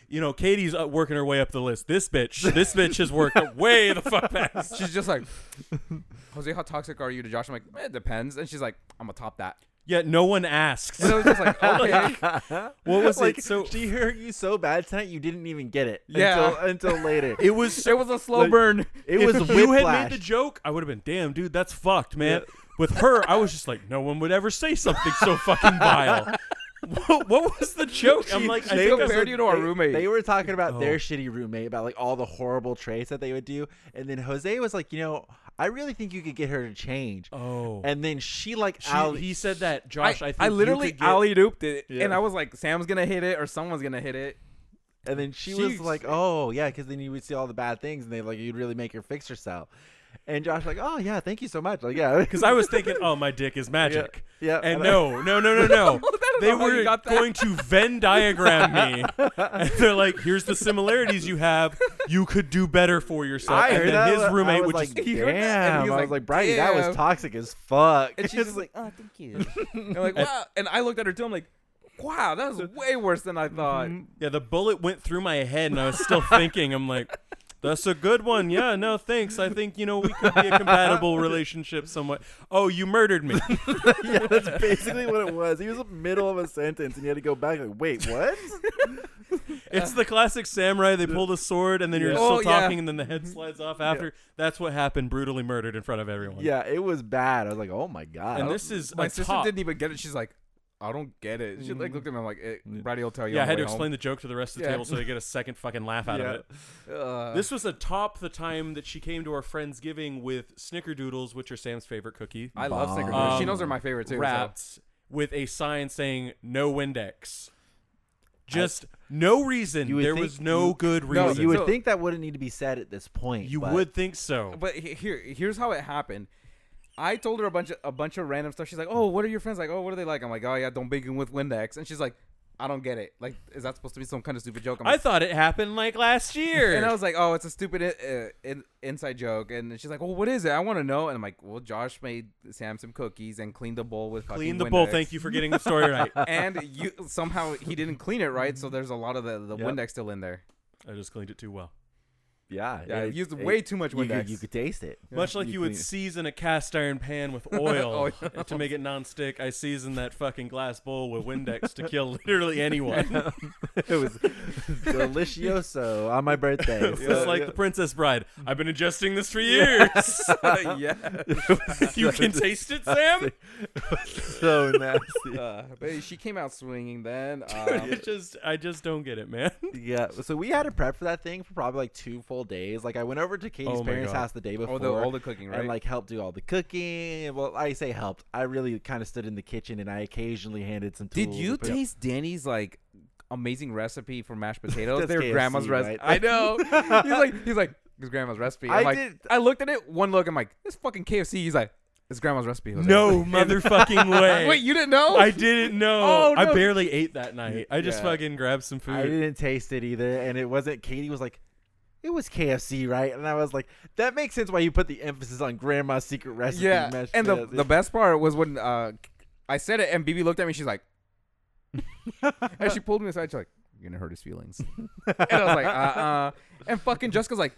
Speaker 2: You know, Katie's uh, working her way up the list. This bitch, this bitch has worked way the fuck past.
Speaker 3: she's just like, Jose, how toxic are you to Josh? I'm like, "Eh, it depends. And she's like, I'm gonna top that.
Speaker 2: Yet no one asks.
Speaker 3: And I was just like, okay.
Speaker 2: What was
Speaker 1: like,
Speaker 2: it? So
Speaker 1: she hurt you so bad tonight you didn't even get it.
Speaker 3: Yeah.
Speaker 1: Until, until later.
Speaker 2: it was.
Speaker 3: it
Speaker 2: So,
Speaker 3: was a slow burn.
Speaker 1: It was
Speaker 2: if
Speaker 1: whiplash.
Speaker 2: you had made the joke, I would have been, damn, dude, that's fucked, man. With her, I was just like, no one would ever say something so fucking vile. what, what was the joke? I'm like, I
Speaker 1: They
Speaker 2: think I
Speaker 1: were-
Speaker 2: said,
Speaker 3: compared you to our
Speaker 1: they,
Speaker 3: roommate.
Speaker 1: They were talking about
Speaker 2: Oh.
Speaker 1: their shitty roommate, about like all the horrible traits that they would do, and then Jose was like, you know, I really think you could get her to change.
Speaker 2: oh,
Speaker 1: And then she like
Speaker 2: She-
Speaker 1: alley-
Speaker 2: he said that, Josh. I, think
Speaker 3: I
Speaker 2: you
Speaker 3: literally
Speaker 2: could get-
Speaker 3: alley ooped it,
Speaker 1: Yeah.
Speaker 3: and I was like, Sam's gonna hit it or someone's gonna hit it.
Speaker 1: And then she,
Speaker 3: She-
Speaker 1: was like, "Oh yeah," because then you would see all the bad things, and they like you'd really make her fix herself. And Josh like, "Oh yeah, thank you so much." Like yeah,
Speaker 2: Because I was thinking, oh, my dick is magic.
Speaker 1: Yeah, yeah,
Speaker 2: And
Speaker 1: I
Speaker 2: no, no, no, no, no.
Speaker 3: don't
Speaker 2: they
Speaker 3: know how you
Speaker 2: were
Speaker 3: got that.
Speaker 2: going to Venn diagram me. and they're like, here's the similarities you have. You could do better for yourself.
Speaker 1: I
Speaker 2: and
Speaker 1: heard
Speaker 2: then
Speaker 1: that. I
Speaker 2: his
Speaker 1: was
Speaker 2: roommate would
Speaker 1: like,
Speaker 2: just.
Speaker 3: He heard that, and
Speaker 1: "Damn!"
Speaker 3: he was
Speaker 1: I
Speaker 3: like,
Speaker 1: was like, "Brighty, that
Speaker 3: "Damn."
Speaker 1: was toxic as fuck."
Speaker 3: And she's just like, oh, thank you. and like, wow. And I looked at her too. I'm like, wow, that was way worse than
Speaker 2: Mm-hmm.
Speaker 3: I thought.
Speaker 2: Yeah, the bullet went through my head, and I was still thinking. I'm like, that's a good one. Yeah, no, thanks. I think, you know, we could be a compatible relationship somewhat. Oh, you murdered me.
Speaker 1: yeah, that's basically what it was. He was in the middle of a sentence, and you had to go back like, "Wait, what?"
Speaker 2: It's the classic samurai. They pull the sword, and then you're
Speaker 1: Yeah.
Speaker 2: still
Speaker 3: Oh, yeah.
Speaker 2: talking, and then the head slides off after. That's what happened. Brutally murdered in front of everyone.
Speaker 1: yeah, it was bad. I was like, "Oh my god."
Speaker 2: And this is
Speaker 3: My
Speaker 2: a
Speaker 3: sister
Speaker 2: top- Mm-hmm.
Speaker 3: didn't even get it. She's like, I don't get it. She like looked at me. I'm like, eh, Brady will tell you.
Speaker 2: Yeah, I
Speaker 3: on
Speaker 2: had
Speaker 3: the
Speaker 2: to
Speaker 3: way
Speaker 2: explain the joke to the rest of the
Speaker 3: Yeah.
Speaker 2: table so they get a second fucking laugh out of
Speaker 1: Yeah.
Speaker 2: it.
Speaker 3: home. Uh,
Speaker 2: This was atop the time that she came to our friend's giving with snickerdoodles, which are Sam's favorite cookie,
Speaker 3: I love Snickers.
Speaker 1: Um,
Speaker 3: she knows they're my favorite too. so-
Speaker 2: wrapped with a sign saying "No Windex." Just no reason.
Speaker 1: You would
Speaker 2: There
Speaker 1: think
Speaker 2: was no
Speaker 1: you-
Speaker 2: good
Speaker 3: No,
Speaker 1: Well,
Speaker 2: reason.
Speaker 1: you would
Speaker 3: So-
Speaker 1: think that wouldn't need to be said at this point.
Speaker 2: You
Speaker 1: but-
Speaker 2: would think so.
Speaker 3: But he- here, here's how it happened. I told her a bunch of a bunch of random stuff. She's like, "Oh, what are your friends like? Oh, what are they like?" I'm like, "Oh yeah, don't big 'em with Windex." And she's like, "I don't get it. Like, is that supposed to be some kind of stupid joke?" I'm
Speaker 2: I
Speaker 3: like,
Speaker 2: thought it happened like last year.
Speaker 3: and I was like, "Oh, it's a stupid uh, in, inside joke." And she's like, "Well, what is it? I want to know." And I'm like, "Well, Josh made Sam some cookies and cleaned the bowl with
Speaker 2: Clean the bowl. Thank you for getting the story right.
Speaker 3: And you somehow he didn't clean it right, so there's a lot of the, the
Speaker 1: Yep.
Speaker 3: Windex still in there.
Speaker 2: I just cleaned it too well.
Speaker 1: Yeah,
Speaker 3: Yeah,
Speaker 1: it-
Speaker 3: used
Speaker 1: it-
Speaker 3: way too much
Speaker 1: You
Speaker 3: Windex.
Speaker 1: could, you could taste it.
Speaker 2: Much like you, would
Speaker 1: clean-
Speaker 2: season a cast iron pan with oil
Speaker 3: Oh,
Speaker 2: to make it nonstick, I seasoned that fucking glass bowl with Windex to kill literally anyone.
Speaker 1: it was delicioso on my birthday.
Speaker 2: It's
Speaker 1: so-
Speaker 2: like the Princess Bride. I've been ingesting this for years.
Speaker 3: yeah.
Speaker 2: you can taste it, Sam.
Speaker 1: so nasty.
Speaker 3: Uh, but she came out swinging then. Um,
Speaker 2: It just, I just don't get it, man.
Speaker 1: Yeah. So we had to prep for that thing for probably like two full several days. Like I went over to Katie's
Speaker 2: Oh my
Speaker 1: parents'
Speaker 2: God.
Speaker 1: house the day before
Speaker 3: Oh, the, all the cooking, right?
Speaker 1: and like helped do all the cooking. Well, I say helped. I really kind of stood in the kitchen and I occasionally handed some tools.
Speaker 3: Did you
Speaker 1: and put-
Speaker 3: taste Danny's like amazing recipe for mashed potatoes?
Speaker 1: That's
Speaker 3: Their grandma's
Speaker 1: KFC,
Speaker 3: recipe.
Speaker 1: right?
Speaker 3: I know. he's like, he's like, his grandma's recipe. I'm
Speaker 1: I
Speaker 3: like,
Speaker 1: did-
Speaker 3: I looked at it, one look, I'm like, this fucking KFC. He's like, it's grandma's recipe. Jose."
Speaker 2: No motherfucking way.
Speaker 3: Wait, you didn't know?
Speaker 2: I didn't know.
Speaker 3: Oh,
Speaker 2: I
Speaker 3: no.
Speaker 2: barely ate that night. I just
Speaker 1: Yeah.
Speaker 2: fucking grabbed some
Speaker 1: I
Speaker 2: food.
Speaker 1: didn't taste it either, and it wasn't. Katie was like, "It was KFC, right?" And I was like, "That makes sense why you put the emphasis on Grandma's secret recipe."
Speaker 3: Yeah.
Speaker 1: mashed
Speaker 3: And the,
Speaker 1: potatoes."
Speaker 3: the best part was when uh, I said it, and BB looked at me. She's like, and she pulled me aside. She's like, you're gonna hurt his feelings. and I was like, uh, uh. And fucking Jessica's like,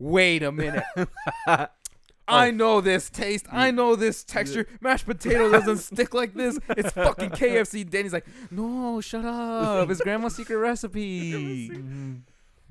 Speaker 3: wait a minute. I know this taste. I know this texture. Mashed potato doesn't stick like this. It's fucking KFC. Danny's like, no, shut up. It's grandma's secret recipe.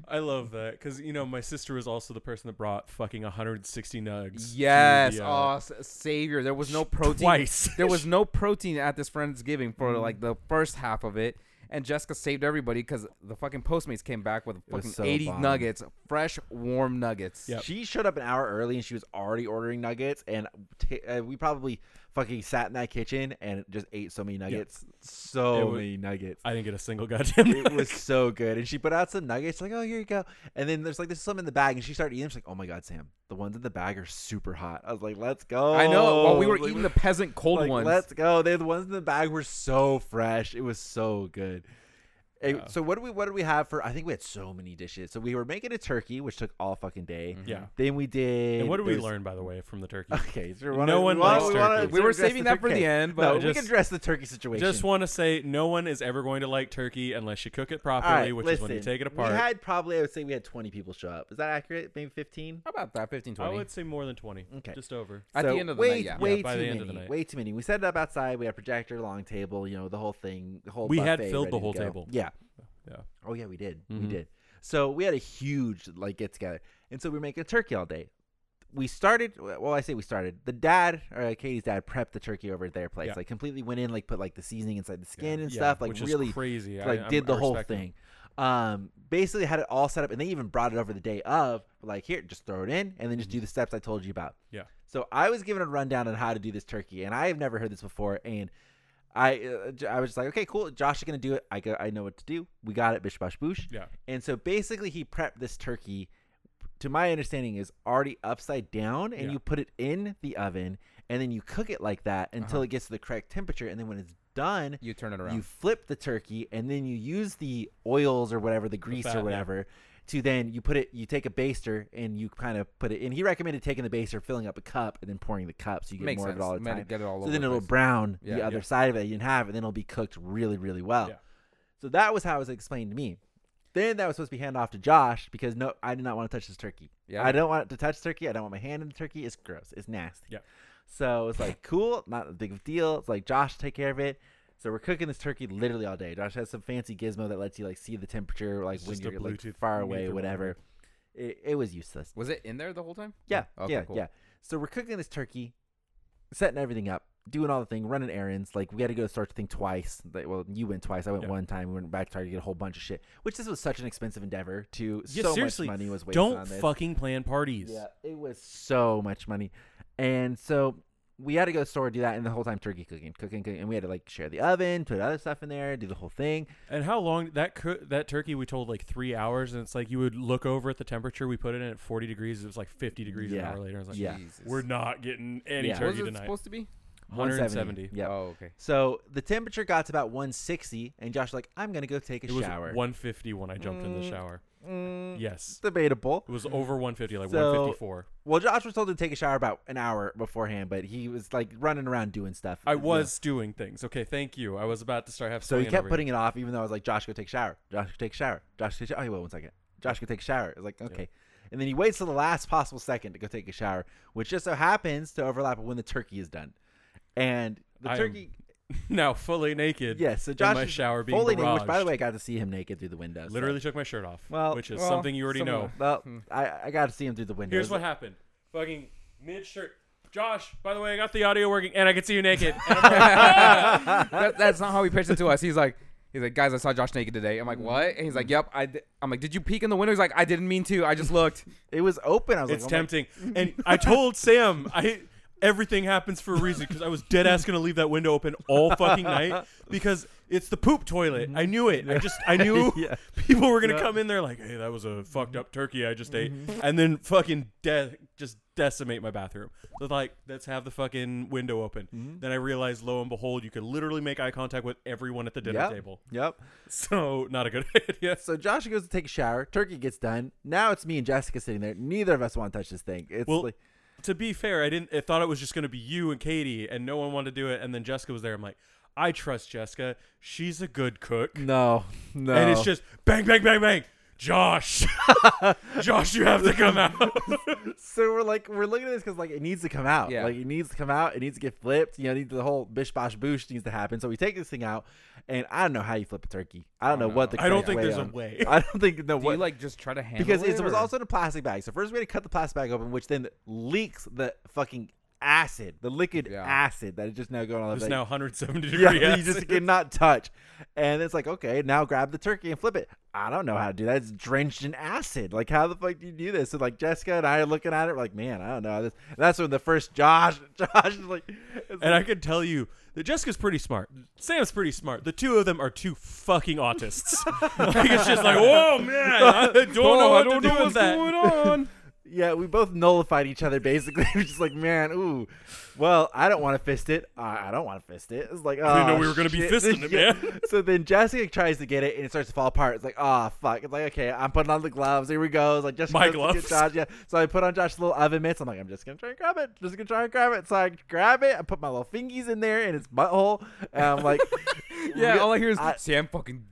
Speaker 2: I love that because you know my sister was also the person that brought fucking 160 nugs. to
Speaker 3: Yes,
Speaker 2: the, uh,
Speaker 3: oh s- savior. There was no protein.
Speaker 2: twice.
Speaker 3: There was no protein at this Friendsgiving for
Speaker 1: Mm.
Speaker 3: like the first half of it, and Jessica saved everybody because the fucking Postmates came back with
Speaker 1: was
Speaker 3: fucking
Speaker 1: so
Speaker 3: eighty
Speaker 1: bomb.
Speaker 3: nuggets, fresh, warm nuggets.
Speaker 2: Yep.
Speaker 1: She showed up an hour early and she was already ordering nuggets, and t- uh, we probably fucking sat in that kitchen and just ate so many nuggets, so
Speaker 2: It wa-
Speaker 1: many nuggets.
Speaker 2: I didn't get a single goddamn.
Speaker 1: it was
Speaker 2: nug.
Speaker 1: so good, and she put out some nuggets. Like, oh, here you go. And then there's like there's some in the bag, and she started eating. them. She's like, oh my god, Sam, the ones in the bag are super hot. I was like, let's go.
Speaker 3: I know. While we were
Speaker 1: Oh, Like,
Speaker 3: eating the peasant cold
Speaker 1: like,
Speaker 3: ones,
Speaker 1: Let's go. They, the ones in the bag were so fresh. It was so good. Hey,
Speaker 2: Yeah.
Speaker 1: So what did we what did we have for? I think we had so many dishes. So we were making a turkey, which took all fucking day.
Speaker 2: yeah.
Speaker 1: Then we did.
Speaker 2: Mm-hmm. And what did we
Speaker 1: there's-
Speaker 2: learn by the way from the turkey?
Speaker 1: Okay, so we
Speaker 2: No
Speaker 1: wanna-
Speaker 2: one
Speaker 1: we wanna-
Speaker 2: likes
Speaker 1: we wanna
Speaker 2: turkey.
Speaker 3: we were
Speaker 1: address
Speaker 3: saving that for
Speaker 1: turkey.
Speaker 3: the end,
Speaker 1: No,
Speaker 3: but
Speaker 1: we
Speaker 2: just-
Speaker 1: can address the turkey situation.
Speaker 2: Just want to say, no one is ever going to like turkey unless you cook it
Speaker 1: All
Speaker 2: properly,
Speaker 1: right,
Speaker 2: which
Speaker 1: listen,
Speaker 2: is when you take it apart.
Speaker 1: We had probably I would say we had twenty people show up. Is that accurate? Maybe fifteen.
Speaker 3: how about that? 15,
Speaker 2: I
Speaker 3: 20.
Speaker 2: would say more than 20.
Speaker 1: Okay.
Speaker 2: Just over.
Speaker 3: At the end of the
Speaker 1: way,
Speaker 3: night, yeah.
Speaker 1: way
Speaker 2: Yeah, by
Speaker 1: too
Speaker 2: the end
Speaker 1: many,
Speaker 2: of the night.
Speaker 1: way too many. We set it up outside. We had projector, long table, you know, the whole thing, the whole.
Speaker 2: We had
Speaker 1: buffet
Speaker 2: filled
Speaker 1: ready
Speaker 2: the
Speaker 1: to
Speaker 2: whole
Speaker 1: go.
Speaker 2: table.
Speaker 1: Yeah.
Speaker 2: Yeah.
Speaker 1: Oh yeah, we did.
Speaker 2: Mhm.
Speaker 1: We did. So we had a huge like get together, and so we were making a turkey all day. We started. Well, I say we started. The dad, or uh, Katie's dad, prepped the turkey over at their place.
Speaker 2: Yeah.
Speaker 1: Like completely went in, like put like the seasoning inside the skin and
Speaker 2: Yeah,
Speaker 1: stuff. Like
Speaker 2: which
Speaker 1: really
Speaker 2: is crazy. I-
Speaker 1: like
Speaker 2: I'm-
Speaker 1: did the
Speaker 2: I
Speaker 1: whole
Speaker 2: respect it.
Speaker 1: thing. Um, basically had it all set up, and they even brought it over the day of. Like here, just throw it in, and then just do the steps I told you about.
Speaker 2: Mm-hmm. Yeah.
Speaker 1: So I was given a rundown on how to do this turkey, and I have never heard this before. And I, uh, J- I was just like, okay, cool. Josh is gonna do it. I go, I know what to do. We got it. Bish bosh boosh.
Speaker 2: Yeah.
Speaker 1: And so basically, he prepped this turkey. To my understanding, is already upside down, and
Speaker 2: Yeah.
Speaker 1: you put it in the oven, and then you cook it like that until
Speaker 3: Uh-huh.
Speaker 1: it gets to the correct temperature, and then when it's done,
Speaker 3: You turn it
Speaker 1: you
Speaker 3: around.
Speaker 1: flip the turkey and then you use the oils or whatever the grease
Speaker 2: fat, yeah.
Speaker 1: or whatever to then you put it you take a baster and you kind of put it in he recommended taking the baster filling up a cup and then pouring the cup so you get
Speaker 3: Makes
Speaker 1: more
Speaker 3: sense.
Speaker 1: of it all the
Speaker 3: Made it
Speaker 1: time
Speaker 3: Get it all
Speaker 1: so
Speaker 3: over
Speaker 1: then
Speaker 3: the
Speaker 1: it'll
Speaker 3: place.
Speaker 1: brown
Speaker 3: Yeah.
Speaker 1: the other
Speaker 2: Yeah.
Speaker 1: side of it you can have and then it'll be cooked really really well
Speaker 2: Yeah.
Speaker 1: so that was how it was explained to me then that was supposed to be handed off to Josh because no, I did not want to touch this turkey.
Speaker 3: Yeah.
Speaker 1: I don't want it to touch turkey. I don't want my hand in the turkey. It's gross. It's nasty.
Speaker 2: Yeah.
Speaker 1: So it's like cool, not a big of a deal. It's like Josh take care of it. So we're cooking this turkey literally all day. Josh has some fancy gizmo that lets you like see the temperature, like
Speaker 2: It's
Speaker 1: when
Speaker 2: just a
Speaker 1: you're like
Speaker 2: Bluetooth
Speaker 1: far away,
Speaker 2: meter
Speaker 1: whatever. It, it was useless.
Speaker 3: Was it in there the whole time? Oh,
Speaker 1: Yeah,
Speaker 3: Okay,
Speaker 1: yeah,
Speaker 3: cool.
Speaker 1: yeah. So we're cooking this turkey, setting everything up, doing all the thing, running errands. Like we had to go to start the thing twice. Like, well, you went twice. I went
Speaker 2: Yeah.
Speaker 1: one time. We went back to try to get a whole bunch of shit. Which this was such an expensive endeavor. To
Speaker 2: Yeah,
Speaker 1: so
Speaker 2: seriously,
Speaker 1: much money was wasted
Speaker 2: Don't
Speaker 1: on this.
Speaker 2: fucking plan parties.
Speaker 1: Yeah, it was so much money, and so we had to go to the store do that, and the whole time turkey cooking, cooking, cooking, and we had to like share the oven, put other stuff in there, do the whole thing.
Speaker 2: And how long that coo- that turkey we told like three hours, and it's like you would look over at the temperature we put it in at forty degrees. It was like fifty degrees
Speaker 1: Yeah.
Speaker 2: an hour later. I was like,
Speaker 1: Yeah.
Speaker 3: Jesus.
Speaker 2: we're not getting any
Speaker 1: Yeah.
Speaker 3: What
Speaker 2: turkey
Speaker 3: was it
Speaker 2: tonight.
Speaker 3: supposed to be?
Speaker 1: 170.
Speaker 2: 170.
Speaker 1: Yeah.
Speaker 3: Oh, okay.
Speaker 1: So the temperature got to about 160, and Josh was like, "I'm gonna go take a
Speaker 2: It was
Speaker 1: shower."
Speaker 2: 150 when I jumped in the
Speaker 1: Mm.
Speaker 2: shower.
Speaker 1: Mm,
Speaker 2: Yes,
Speaker 1: Debatable.
Speaker 2: it was over 150, like
Speaker 1: So-
Speaker 2: 154.
Speaker 1: Well, Josh was told to take a shower about an hour beforehand, but he was like running around doing stuff.
Speaker 2: I
Speaker 1: you know.
Speaker 2: was doing things. Okay, thank you. I was about to start having.
Speaker 1: So he kept putting it off, even though I was like, Josh, go take a shower. Josh, go take a shower. Josh, go take a shower. Oh, wait, one second. Josh, go take a shower. It's like, okay. And then he waits till the last possible second to go take a shower, which just so happens to overlap with when the turkey is done. And the
Speaker 2: I am
Speaker 1: turkey,
Speaker 2: now fully naked.
Speaker 1: yes. So
Speaker 2: in
Speaker 1: Josh
Speaker 2: my
Speaker 1: is
Speaker 2: shower being
Speaker 1: fully naked, which by the
Speaker 2: barraged.
Speaker 1: way, I got to see him naked through the window. so-
Speaker 2: literally took my shirt off,
Speaker 1: Well,
Speaker 2: which is
Speaker 3: well,
Speaker 2: something you already
Speaker 3: some-
Speaker 2: know.
Speaker 1: Well, I, I got to see him through the window.
Speaker 2: Here's what happened. Fucking mid shirt. Josh, by the way, I got the audio working, and I can see you naked. And I'm like,
Speaker 3: that, that's not how he pitched it to us. He's like, He's like, guys, I saw Josh naked today. I'm like,
Speaker 1: Mm-hmm.
Speaker 3: what? And he's like, yep. I di-. I'm like, did you peek in the window? He's like, I didn't mean to. I just looked.
Speaker 1: It was open. I was
Speaker 2: It's
Speaker 1: like, oh my-
Speaker 2: tempting. and I told Sam, I everything happens for a reason because I was dead ass gonna leave that window open all fucking night because it's the poop toilet. I knew it. I just I knew
Speaker 1: Yeah.
Speaker 2: people were gonna
Speaker 1: Yeah. Mm-hmm.
Speaker 2: come in there like, hey, that was a fucked up turkey I just ate, and then fucking de- just decimate my bathroom. So like, let's have the fucking window open.
Speaker 1: Mm-hmm.
Speaker 2: Then I realized, lo and behold, you could literally make eye contact with everyone at the dinner
Speaker 1: Yep.
Speaker 2: table.
Speaker 1: Yep.
Speaker 2: So not a good idea.
Speaker 1: So Josh goes to take a shower. Turkey gets done. Now it's me and Jessica sitting there. Neither of us want to touch this thing. It's
Speaker 2: Well,
Speaker 1: like
Speaker 2: to be fair, I didn't. I thought it was just gonna be you and Katie, and no one wanted to do it. And then Jessica was there. I'm like, I trust Jessica. She's a good cook.
Speaker 1: no, no.
Speaker 2: And it's just bang, bang, bang, bang. Josh, Josh, you have to come out.
Speaker 1: so we're like we're looking at this because like it needs to come out.
Speaker 3: Yeah.
Speaker 1: Like it needs to come out. It needs to get flipped. You know, need the whole bish bosh boosh needs to happen. So we take this thing out, and I don't know how you flip a turkey. I don't know what the.
Speaker 2: I don't
Speaker 1: correct
Speaker 2: think
Speaker 1: way
Speaker 2: there's a
Speaker 1: on-
Speaker 2: way.
Speaker 1: I don't think no
Speaker 3: Do
Speaker 1: what
Speaker 3: you like just try to handle
Speaker 1: because
Speaker 3: it?
Speaker 1: it was
Speaker 3: or-
Speaker 1: also in a plastic bag. So first we had to cut the plastic bag open, which then leaks the fucking acid, the liquid
Speaker 3: Yeah.
Speaker 1: acid that is just now going on. the
Speaker 2: It's
Speaker 1: thing.
Speaker 2: now 170 degrees.
Speaker 1: Yeah, you just cannot touch. And it's like, okay, now grab the turkey and flip it. I don't know how to do that. It's drenched in acid. Like, how the fuck do you do this? So like Jessica and I are looking at it, we're like, man, I don't know. how This. and that's when the first Josh, Josh is like, it's
Speaker 2: and I can tell you that Jessica's pretty smart. Sam's pretty smart. The two of them are two fucking autists. like, it's just like, whoa, man, I don't know
Speaker 3: Oh,
Speaker 2: what
Speaker 3: I
Speaker 2: to
Speaker 3: don't
Speaker 2: do
Speaker 3: know
Speaker 2: with
Speaker 3: what's
Speaker 2: that.
Speaker 3: going on.
Speaker 1: Yeah, we both nullified each other basically. We're just like, man, ooh, well, I don't want to fist it. I, I don't want to fist it. It's like, oh,
Speaker 2: didn't know we were gonna be
Speaker 1: shit.
Speaker 2: fisting it,
Speaker 1: Yeah.
Speaker 2: man.
Speaker 1: so then Jessica tries to get it, and it starts to fall apart. It's like, oh fuck. It's like, okay, I'm putting on the gloves. Here we go. It's like, just
Speaker 2: My gloves?
Speaker 1: Josh. Yeah. So I put on Josh's little oven mitts. I'm like, I'm just gonna try and grab it. Just gonna try and grab it. So I grab it. I put my little fingies in there in its butthole, and I'm like,
Speaker 3: Yeah,
Speaker 1: re-
Speaker 3: all I hear is
Speaker 1: I-
Speaker 3: Sam fucking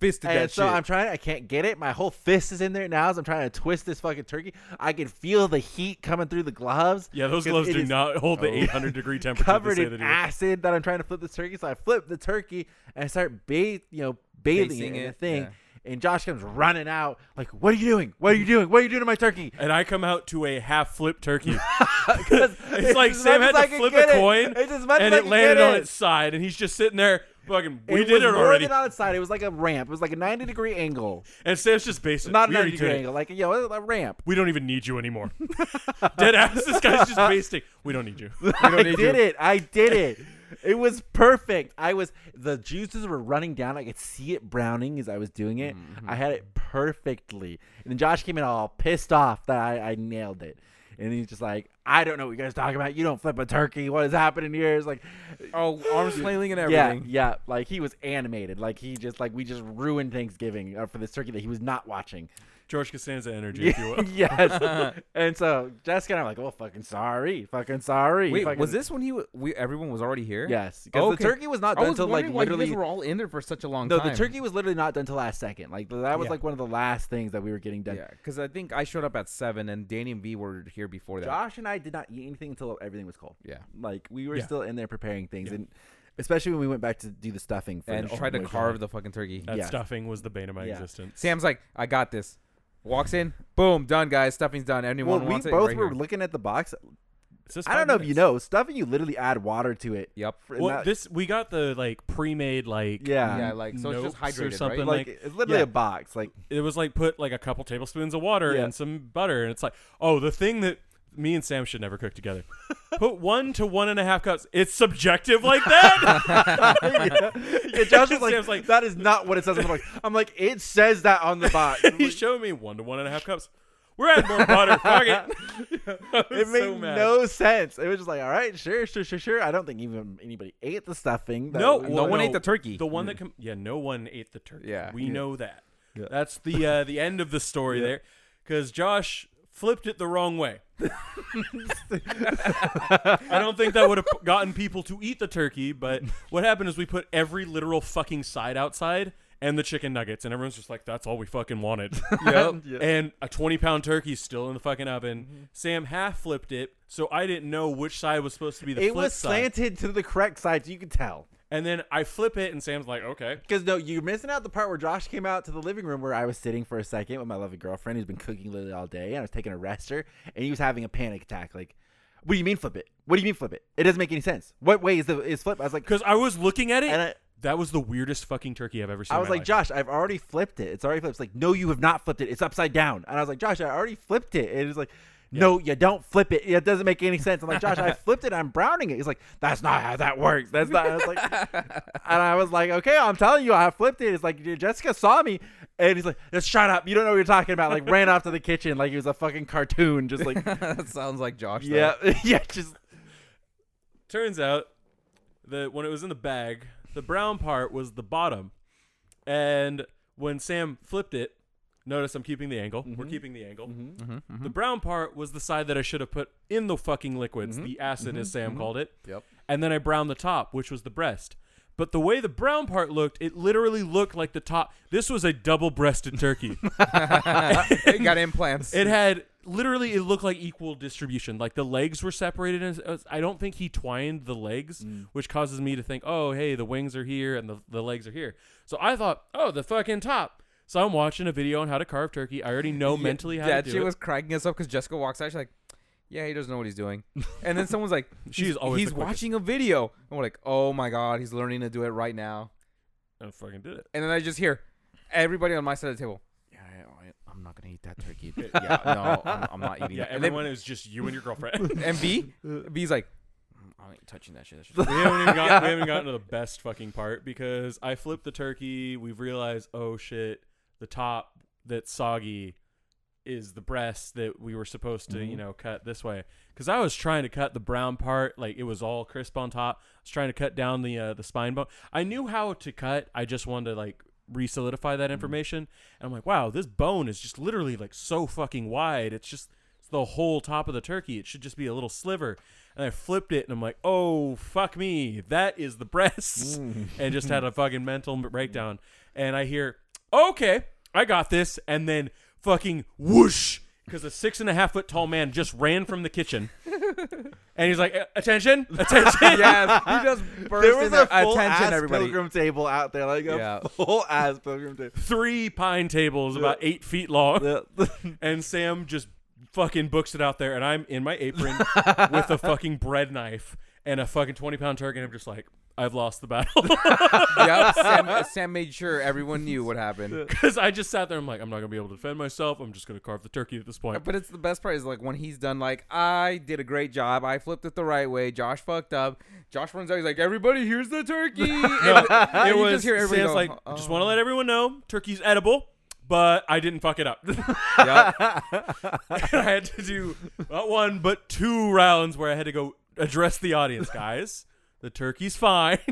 Speaker 3: fisted
Speaker 1: and
Speaker 3: that
Speaker 1: so
Speaker 3: shit.
Speaker 1: I'm trying. I can't get it. My whole fist is in there now. As I'm trying to twist this fucking turkey, I can feel the heat coming through the gloves.
Speaker 2: Yeah, those
Speaker 1: 'cause
Speaker 2: gloves
Speaker 1: it
Speaker 2: do
Speaker 1: is Oh.
Speaker 2: not hold the 800 degree temperature. they
Speaker 1: covered
Speaker 2: say
Speaker 1: in
Speaker 2: they do.
Speaker 1: acid that I'm trying to flip this turkey. So I flip the turkey and I start bathe, you know, bathing
Speaker 3: Basting
Speaker 1: it in the
Speaker 3: it,
Speaker 1: thing.
Speaker 3: yeah.
Speaker 1: And Josh comes running out, like, "What are you doing? What are you doing? What are you doing to my turkey?"
Speaker 2: and I come out to a half flip turkey.
Speaker 1: 'Cause
Speaker 2: it's like
Speaker 1: as
Speaker 2: Sam
Speaker 1: much as
Speaker 2: had
Speaker 1: I
Speaker 2: to
Speaker 1: could
Speaker 2: flip
Speaker 1: get
Speaker 2: a
Speaker 1: it.
Speaker 2: coin,
Speaker 1: It's as much
Speaker 2: and
Speaker 1: as I
Speaker 2: it
Speaker 1: could
Speaker 2: landed
Speaker 1: get
Speaker 2: on
Speaker 1: it.
Speaker 2: its side, and he's just sitting there, fucking.
Speaker 1: It
Speaker 2: We did
Speaker 1: was
Speaker 2: it
Speaker 1: more
Speaker 2: already,
Speaker 1: than on its side. It was like a ramp. It was like a 90 degree angle,
Speaker 2: and Sam's just basing.
Speaker 1: not a
Speaker 2: we
Speaker 1: 90
Speaker 2: already did
Speaker 1: degree
Speaker 2: it.
Speaker 1: angle, like you know, a ramp.
Speaker 2: We don't even need you anymore. Dead ass. This guy's just basting. We don't need you.
Speaker 1: I
Speaker 3: need
Speaker 1: did
Speaker 3: you.
Speaker 1: it. I did it. It was perfect. I was the juices were running down. I could see it browning as I was doing it.
Speaker 3: Mm-hmm.
Speaker 1: I had it perfectly. And then Josh came in all pissed off that I, I nailed it. And he's just like, I don't know what you guys are talking about. You don't flip a turkey. What is happening here? It's like,
Speaker 3: oh, arms flailing and
Speaker 1: yeah,
Speaker 3: everything.
Speaker 1: yeah. Like he was animated. Like he just like we just ruined Thanksgiving uh, for this turkey that he was not watching.
Speaker 2: George Costanza energy, if you will.
Speaker 1: yes. and so Jessica and I'm like, well, fucking sorry, fucking sorry.
Speaker 3: Wait,
Speaker 1: fucking-
Speaker 3: was this when he w- we everyone was already here?
Speaker 1: Yes, because the
Speaker 3: Okay.
Speaker 1: turkey was not
Speaker 3: I
Speaker 1: done
Speaker 3: was
Speaker 1: until like
Speaker 3: wondering why you
Speaker 1: literally
Speaker 3: guys were all in there for such a long
Speaker 1: No,
Speaker 3: time.
Speaker 1: the turkey was literally not done till last second. Like that was
Speaker 2: Yeah.
Speaker 1: like one of the last things that we were getting done.
Speaker 3: Yeah, because I think I showed up at seven, and Danny and V were here before that.
Speaker 1: Josh and I did not eat anything until everything was cold.
Speaker 3: Yeah.
Speaker 1: Like we were
Speaker 2: Yeah.
Speaker 1: still in there preparing things, and especially when we went back to do the stuffing for
Speaker 3: and
Speaker 1: the
Speaker 3: tried to
Speaker 1: which-
Speaker 3: carve the fucking turkey.
Speaker 2: That
Speaker 1: Yeah.
Speaker 2: stuffing was the bane of my
Speaker 1: Yeah.
Speaker 2: existence.
Speaker 3: Sam's like, I got this. Walks in, boom, done, guys. Stuffing's done.
Speaker 1: Well,
Speaker 3: Anyone
Speaker 1: we
Speaker 3: wants it?
Speaker 1: both
Speaker 3: Right
Speaker 1: were
Speaker 3: here.
Speaker 1: looking at the box.
Speaker 2: It's just
Speaker 1: I don't
Speaker 2: five
Speaker 1: know if you
Speaker 2: minutes.
Speaker 1: know stuffing. You literally add water to it.
Speaker 3: Yep.
Speaker 1: for- and
Speaker 2: Well,
Speaker 1: that-
Speaker 2: this we got the like pre-made like
Speaker 1: yeah,
Speaker 3: Yeah, like so it's just
Speaker 2: Notes or
Speaker 3: hydrated,
Speaker 2: something
Speaker 3: right?
Speaker 1: like,
Speaker 2: like-
Speaker 1: it's literally
Speaker 2: yeah.
Speaker 1: a box. Like
Speaker 2: it was like put like a couple tablespoons of water
Speaker 1: Yeah.
Speaker 2: and some butter, and it's like, oh, the thing that me and Sam should never cook together. put one to one and a half cups. It's subjective like that.
Speaker 1: yeah. Yeah, Josh was like,
Speaker 2: Sam's like-
Speaker 1: that is not what it says on the box. I'm like, it says that on the box.
Speaker 2: he showed me one to one and a half cups. We're adding more butter. Fuck it. I was
Speaker 1: it made
Speaker 2: so mad.
Speaker 1: no sense. It was just like, all right, sure, sure, sure, sure. I don't think even anybody ate the stuffing. that
Speaker 2: No,
Speaker 1: we- Hmm.
Speaker 2: well,
Speaker 3: no one
Speaker 2: no,
Speaker 3: ate the turkey.
Speaker 2: The one that com- yeah, no one ate the turkey.
Speaker 3: Yeah.
Speaker 2: we
Speaker 3: Yeah.
Speaker 2: know that.
Speaker 1: Yeah.
Speaker 2: That's the uh, the end of the story there, because Josh flipped it the wrong way. I don't think that would have gotten people to eat the turkey, but what happened is we put every literal fucking side outside and the chicken nuggets, and everyone's just like, "That's all we fucking wanted."
Speaker 3: Yep.
Speaker 1: Yeah. Mm-hmm.
Speaker 2: And a 20 pound turkey still in the fucking oven. Sam half flipped it, so I didn't know which side was supposed to be the
Speaker 1: it
Speaker 2: flip
Speaker 1: was
Speaker 2: side.
Speaker 1: slanted to the correct side, so you could tell.
Speaker 2: And then I flip it, and Sam's like, okay.
Speaker 1: Because no, you're missing out the part where Josh came out to the living room where I was sitting for a second with my lovely girlfriend who's been cooking literally all day, and I was taking a rester, and he was having a panic attack. Like, what do you mean flip it? What do you mean flip it? It doesn't make any sense. What way is the is flip? I was like,
Speaker 2: Because I was looking at it.
Speaker 1: and I,
Speaker 2: that was the weirdest fucking turkey I've ever seen.
Speaker 1: I
Speaker 2: in
Speaker 1: was
Speaker 2: my
Speaker 1: like,
Speaker 2: life.
Speaker 1: Josh, I've already flipped it. It's already flipped. It's like, no, you have not flipped it. It's upside down. And I was like, Josh, I already flipped it. And it's like, no, you don't flip it. It doesn't make any sense. I'm like, Josh, I flipped it. I'm browning it. He's like, that's not how that works. That's not. I was like, and I was like, okay, I'm telling you, I flipped it. It's like Jessica saw me, and he's like, just shut up. You don't know what you're talking about. Like, ran off to the kitchen like he was a fucking cartoon. Just like,
Speaker 3: that sounds like Josh. though.
Speaker 1: yeah, yeah, just
Speaker 2: Turns out that when it was in the bag, the brown part was the bottom. And when Sam flipped it, notice I'm keeping the angle.
Speaker 1: Mm-hmm.
Speaker 2: We're keeping the angle. The brown part was the side that I should have put in the fucking liquids,
Speaker 1: Mm-hmm.
Speaker 2: the acid as Sam called it.
Speaker 3: Yep.
Speaker 2: And then I browned the top, which was the breast. But the way the brown part looked, it literally looked like the top. This was a double-breasted turkey.
Speaker 3: it got implants.
Speaker 2: It had literally it looked like equal distribution. Like the legs were separated. And I don't think he twined the legs,
Speaker 3: Mm.
Speaker 2: which causes me to think, oh hey, the wings are here and the, the legs are here. So I thought, oh the fucking top. So I'm watching a video on how to carve turkey. I already know
Speaker 3: Yeah,
Speaker 2: mentally how
Speaker 3: that
Speaker 2: to do
Speaker 3: shit
Speaker 2: it.
Speaker 3: was cracking us up because Jessica walks out. She's like, "Yeah, he doesn't know what he's doing." And then someone's like,
Speaker 2: She's
Speaker 3: he's-
Speaker 2: always
Speaker 3: he's
Speaker 2: the quickest.
Speaker 3: watching a video." And we're like, "Oh my god, he's learning to do it right now."
Speaker 2: I oh, fucking did it.
Speaker 3: And then I just hear everybody on my side of the table. "Yeah, I- I- I'm not gonna eat that turkey. yeah, no, I'm, I'm not eating
Speaker 2: Yeah,
Speaker 3: that. And,
Speaker 2: everyone
Speaker 3: then,
Speaker 2: is just you and your girlfriend.
Speaker 3: and B, B's like, I'm not touching that shit. That shit's
Speaker 2: we haven't even got, we haven't gotten to the best fucking part because I flipped the turkey. We've realized, oh shit, the top that's soggy is the breast that we were supposed to, you know, cut this way. Because I was trying to cut the brown part, like it was all crisp on top. I was trying to cut down the uh, the spine bone. I knew how to cut. I just wanted to like re-solidify that information. And I'm like, wow, this bone is just literally like so fucking wide. It's just it's the whole top of the turkey. It should just be a little sliver. And I flipped it, and I'm like, oh fuck me, that is the breasts. and just had a fucking mental breakdown. And I hear, okay, I got this. And then fucking whoosh, because a six and a half foot tall man just ran from the kitchen, and he's like, attention, attention.
Speaker 3: yes, he just burst
Speaker 1: there was
Speaker 3: in
Speaker 1: a
Speaker 3: there.
Speaker 1: full
Speaker 3: attention,
Speaker 1: ass
Speaker 3: everybody.
Speaker 1: pilgrim table out there, like a
Speaker 3: Yeah.
Speaker 1: full ass pilgrim table.
Speaker 2: Three pine tables about eight feet long.
Speaker 1: The-
Speaker 2: and Sam just fucking books it out there, and I'm in my apron with a fucking bread knife and a fucking twenty pound turkey, and I'm just like, I've lost the battle
Speaker 3: yep, Sam, Sam made sure everyone knew what happened.
Speaker 2: because I just sat there. I'm like, I'm not gonna be able to defend myself. I'm just gonna carve the turkey at this point.
Speaker 3: But it's the best part is like when he's done, like, I did a great job. I flipped it the right way. Josh fucked up. Josh runs out. He's like, everybody, here's the turkey.
Speaker 2: No,
Speaker 3: and, and
Speaker 2: it
Speaker 3: you
Speaker 2: was
Speaker 3: just hear everybody
Speaker 2: Sam's
Speaker 3: go,
Speaker 2: like,
Speaker 3: "Oh."
Speaker 2: just want to let everyone know, turkey's edible. But I didn't fuck it up.
Speaker 3: Yep.
Speaker 2: I had to do not one, but two rounds where I had to go address the audience, guys. The turkey's fine.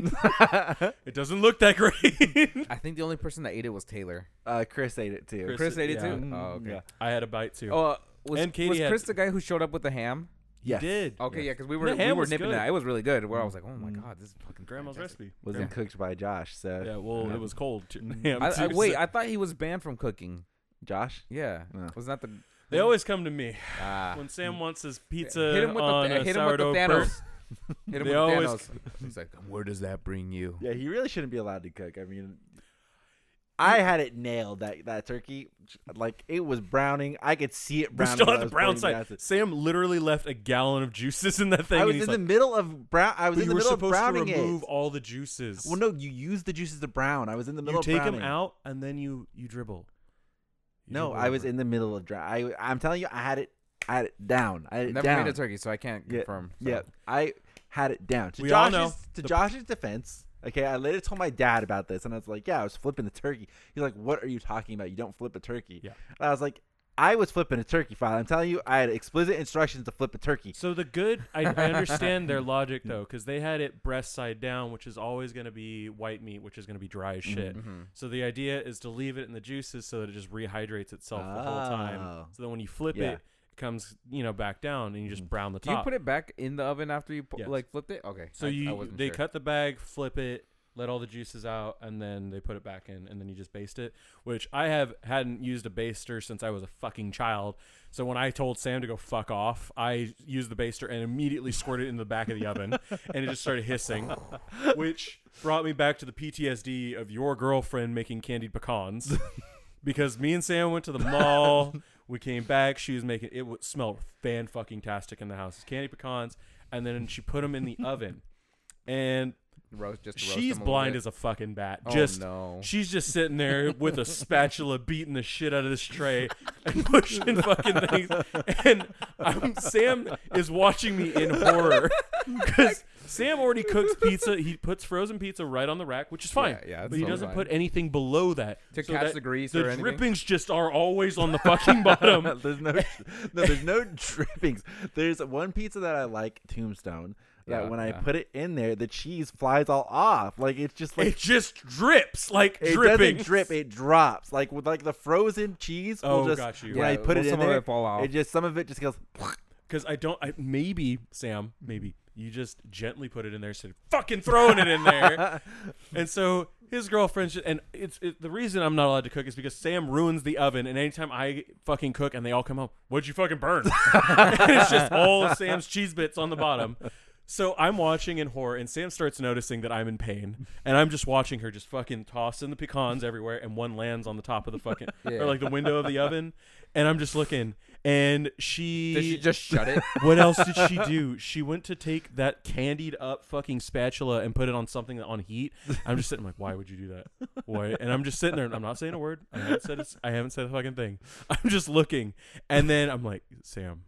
Speaker 2: it doesn't look that great.
Speaker 3: I think the only person that ate it was Taylor.
Speaker 1: uh, Chris ate it too.
Speaker 2: Chris-
Speaker 3: Chris ate
Speaker 2: yeah.
Speaker 3: it too. Oh, okay.
Speaker 1: Mm, Yeah.
Speaker 2: I had a bite too.
Speaker 3: Oh, uh, was,
Speaker 2: And Katie
Speaker 3: was
Speaker 2: had-
Speaker 3: Chris the guy who showed up with the ham?
Speaker 2: You
Speaker 1: Yes.
Speaker 2: did.
Speaker 3: Okay, yeah, because we
Speaker 2: The
Speaker 3: were we
Speaker 2: ham
Speaker 3: were
Speaker 2: was
Speaker 3: nipping
Speaker 2: good. Mm.
Speaker 3: that. It was really good. Where I was like, oh my god, this is fucking
Speaker 2: Grandma's
Speaker 3: fantastic.
Speaker 2: recipe.
Speaker 1: Wasn't cooked by Josh. So
Speaker 2: Yeah, well, it was cold too.
Speaker 3: I,
Speaker 2: Ham,
Speaker 3: I,
Speaker 2: too,
Speaker 3: wait,
Speaker 2: so-
Speaker 3: I thought he was banned from cooking.
Speaker 1: Josh.
Speaker 3: Yeah,
Speaker 1: No.
Speaker 3: was not the
Speaker 2: they always come to me
Speaker 3: ah.
Speaker 2: when Sam wants his pizza
Speaker 3: hit him with
Speaker 2: on
Speaker 3: the
Speaker 2: a
Speaker 3: hit him with the
Speaker 2: sourdough
Speaker 3: Thanos. hit him
Speaker 2: They
Speaker 3: with
Speaker 2: always-
Speaker 3: the Thanos. He's like, where does that bring you?
Speaker 1: Yeah, he really shouldn't be allowed to cook. I mean, I had it nailed that that turkey. Like it was browning. I could see it
Speaker 2: We're
Speaker 1: browning.
Speaker 2: still
Speaker 1: when
Speaker 2: on
Speaker 1: I
Speaker 2: the
Speaker 1: was
Speaker 2: brown
Speaker 1: pouring
Speaker 2: side.
Speaker 1: acid.
Speaker 2: Sam literally left a gallon of juices in that thing.
Speaker 1: I was
Speaker 2: and
Speaker 1: in
Speaker 2: he's
Speaker 1: the
Speaker 2: like,
Speaker 1: middle of brown. I was
Speaker 2: but
Speaker 1: in
Speaker 2: you
Speaker 1: the
Speaker 2: were
Speaker 1: middle of
Speaker 2: supposed to
Speaker 1: browning
Speaker 2: remove
Speaker 1: it.
Speaker 2: all the juices.
Speaker 1: Well, no, you use the juices to brown. I was in the middle.
Speaker 2: you take
Speaker 1: of
Speaker 2: them
Speaker 1: browning.
Speaker 2: out and then you you dribble. You
Speaker 1: No,
Speaker 2: dribble
Speaker 1: I was
Speaker 2: over.
Speaker 1: in the middle of dry. I, I'm telling you, I had it. I had it down. I had it
Speaker 3: Never
Speaker 1: down.
Speaker 3: made a turkey, so I can't
Speaker 1: Yeah,
Speaker 3: confirm. so.
Speaker 1: Yeah, I had it down. To
Speaker 2: We all
Speaker 1: Josh's
Speaker 2: know
Speaker 1: to
Speaker 2: the-
Speaker 1: Josh's defense, okay, I later told my dad about this, and I was like, "Yeah, I was flipping the turkey." He's like, "What are you talking about? You don't flip a turkey."
Speaker 2: Yeah.
Speaker 1: and I was like, "I was flipping a turkey, father. I'm telling you, I had explicit instructions to flip a turkey."
Speaker 2: So the good, I, I understand their logic though, because they had it breast side down, which is always going to be white meat, which is going to be dry
Speaker 3: Mm-hmm,
Speaker 2: as shit. So the idea is to leave it in the juices so that it just rehydrates itself the whole time.
Speaker 1: Oh.
Speaker 2: So that when you flip
Speaker 1: Yeah.
Speaker 2: it, it comes you know back down, and you just brown the
Speaker 3: Mm-hmm. Do you
Speaker 2: top.
Speaker 3: put it back in the oven after you pu-
Speaker 2: Yes.
Speaker 3: like flipped it? Okay.
Speaker 2: so
Speaker 3: I- I
Speaker 2: you
Speaker 3: wasn't
Speaker 2: they
Speaker 3: sure.
Speaker 2: cut the bag, flip it, let all the juices out, and then they put it back in, and then you just baste it. Which I have hadn't used a baster since I was a fucking child. So when I told Sam to go fuck off, I used the baster and immediately squirted it in the back of the oven, and it just started hissing, which brought me back to the PTSD of your girlfriend making candied pecans, because me and Sam went to the mall. We came back. She was making it. wa- Smelled fan fucking tastic in the house. Candy pecans, and then she put them in the oven and
Speaker 3: Roast just to
Speaker 2: she's
Speaker 3: roast them a little
Speaker 2: blind
Speaker 3: bit.
Speaker 2: as a fucking bat.
Speaker 3: Oh,
Speaker 2: just
Speaker 3: no.
Speaker 2: she's just sitting there with a spatula beating the shit out of this tray and pushing fucking things. And I'm, Sam is watching me in horror because Sam already cooks pizza. He puts frozen pizza right on the rack, which is fine.
Speaker 3: Yeah, yeah, that's
Speaker 2: but he
Speaker 3: totally
Speaker 2: doesn't
Speaker 3: fine.
Speaker 2: put anything below that
Speaker 3: To catch
Speaker 2: that
Speaker 3: the grease or
Speaker 2: The
Speaker 3: anything?
Speaker 2: drippings just are always on the fucking bottom.
Speaker 1: there's no, no, there's no drippings. There's one pizza that I like, Tombstone. That
Speaker 3: Yeah,
Speaker 1: when I
Speaker 3: yeah.
Speaker 1: put it in there, the cheese flies all off. Like it's just like
Speaker 2: it just drips like
Speaker 1: It
Speaker 2: dripping.
Speaker 1: doesn't drip. It drops like with like the frozen cheese. will
Speaker 2: Oh,
Speaker 1: just,
Speaker 2: got you.
Speaker 1: When I
Speaker 3: Yeah,
Speaker 1: put
Speaker 3: will
Speaker 1: it in
Speaker 3: some of
Speaker 1: there,
Speaker 3: it fall off?
Speaker 1: it just some of it just goes.
Speaker 2: Because I don't. I, maybe Sam. Maybe you just gently put it in there instead of fucking throwing it in there. and so his girlfriend just, and it's it, the reason I'm not allowed to cook is because Sam ruins the oven. And anytime I fucking cook and they all come home, what'd you fucking burn? and it's just all of Sam's cheese bits on the bottom. So I'm watching in horror, and Sam starts noticing that I'm in pain, and I'm just watching her just fucking tossing the pecans everywhere, and one lands on the top of the fucking
Speaker 3: Yeah.
Speaker 2: or like the window of the oven, and I'm just looking, and she
Speaker 3: Does she just shut it?
Speaker 2: what else did she do? She went to take that candied up fucking spatula and put it on something on heat. I'm just sitting like, why would you do that? Why? And I'm just sitting there and I'm not saying a word. I haven't said a, I haven't said a fucking thing. I'm just looking, and then I'm like, Sam,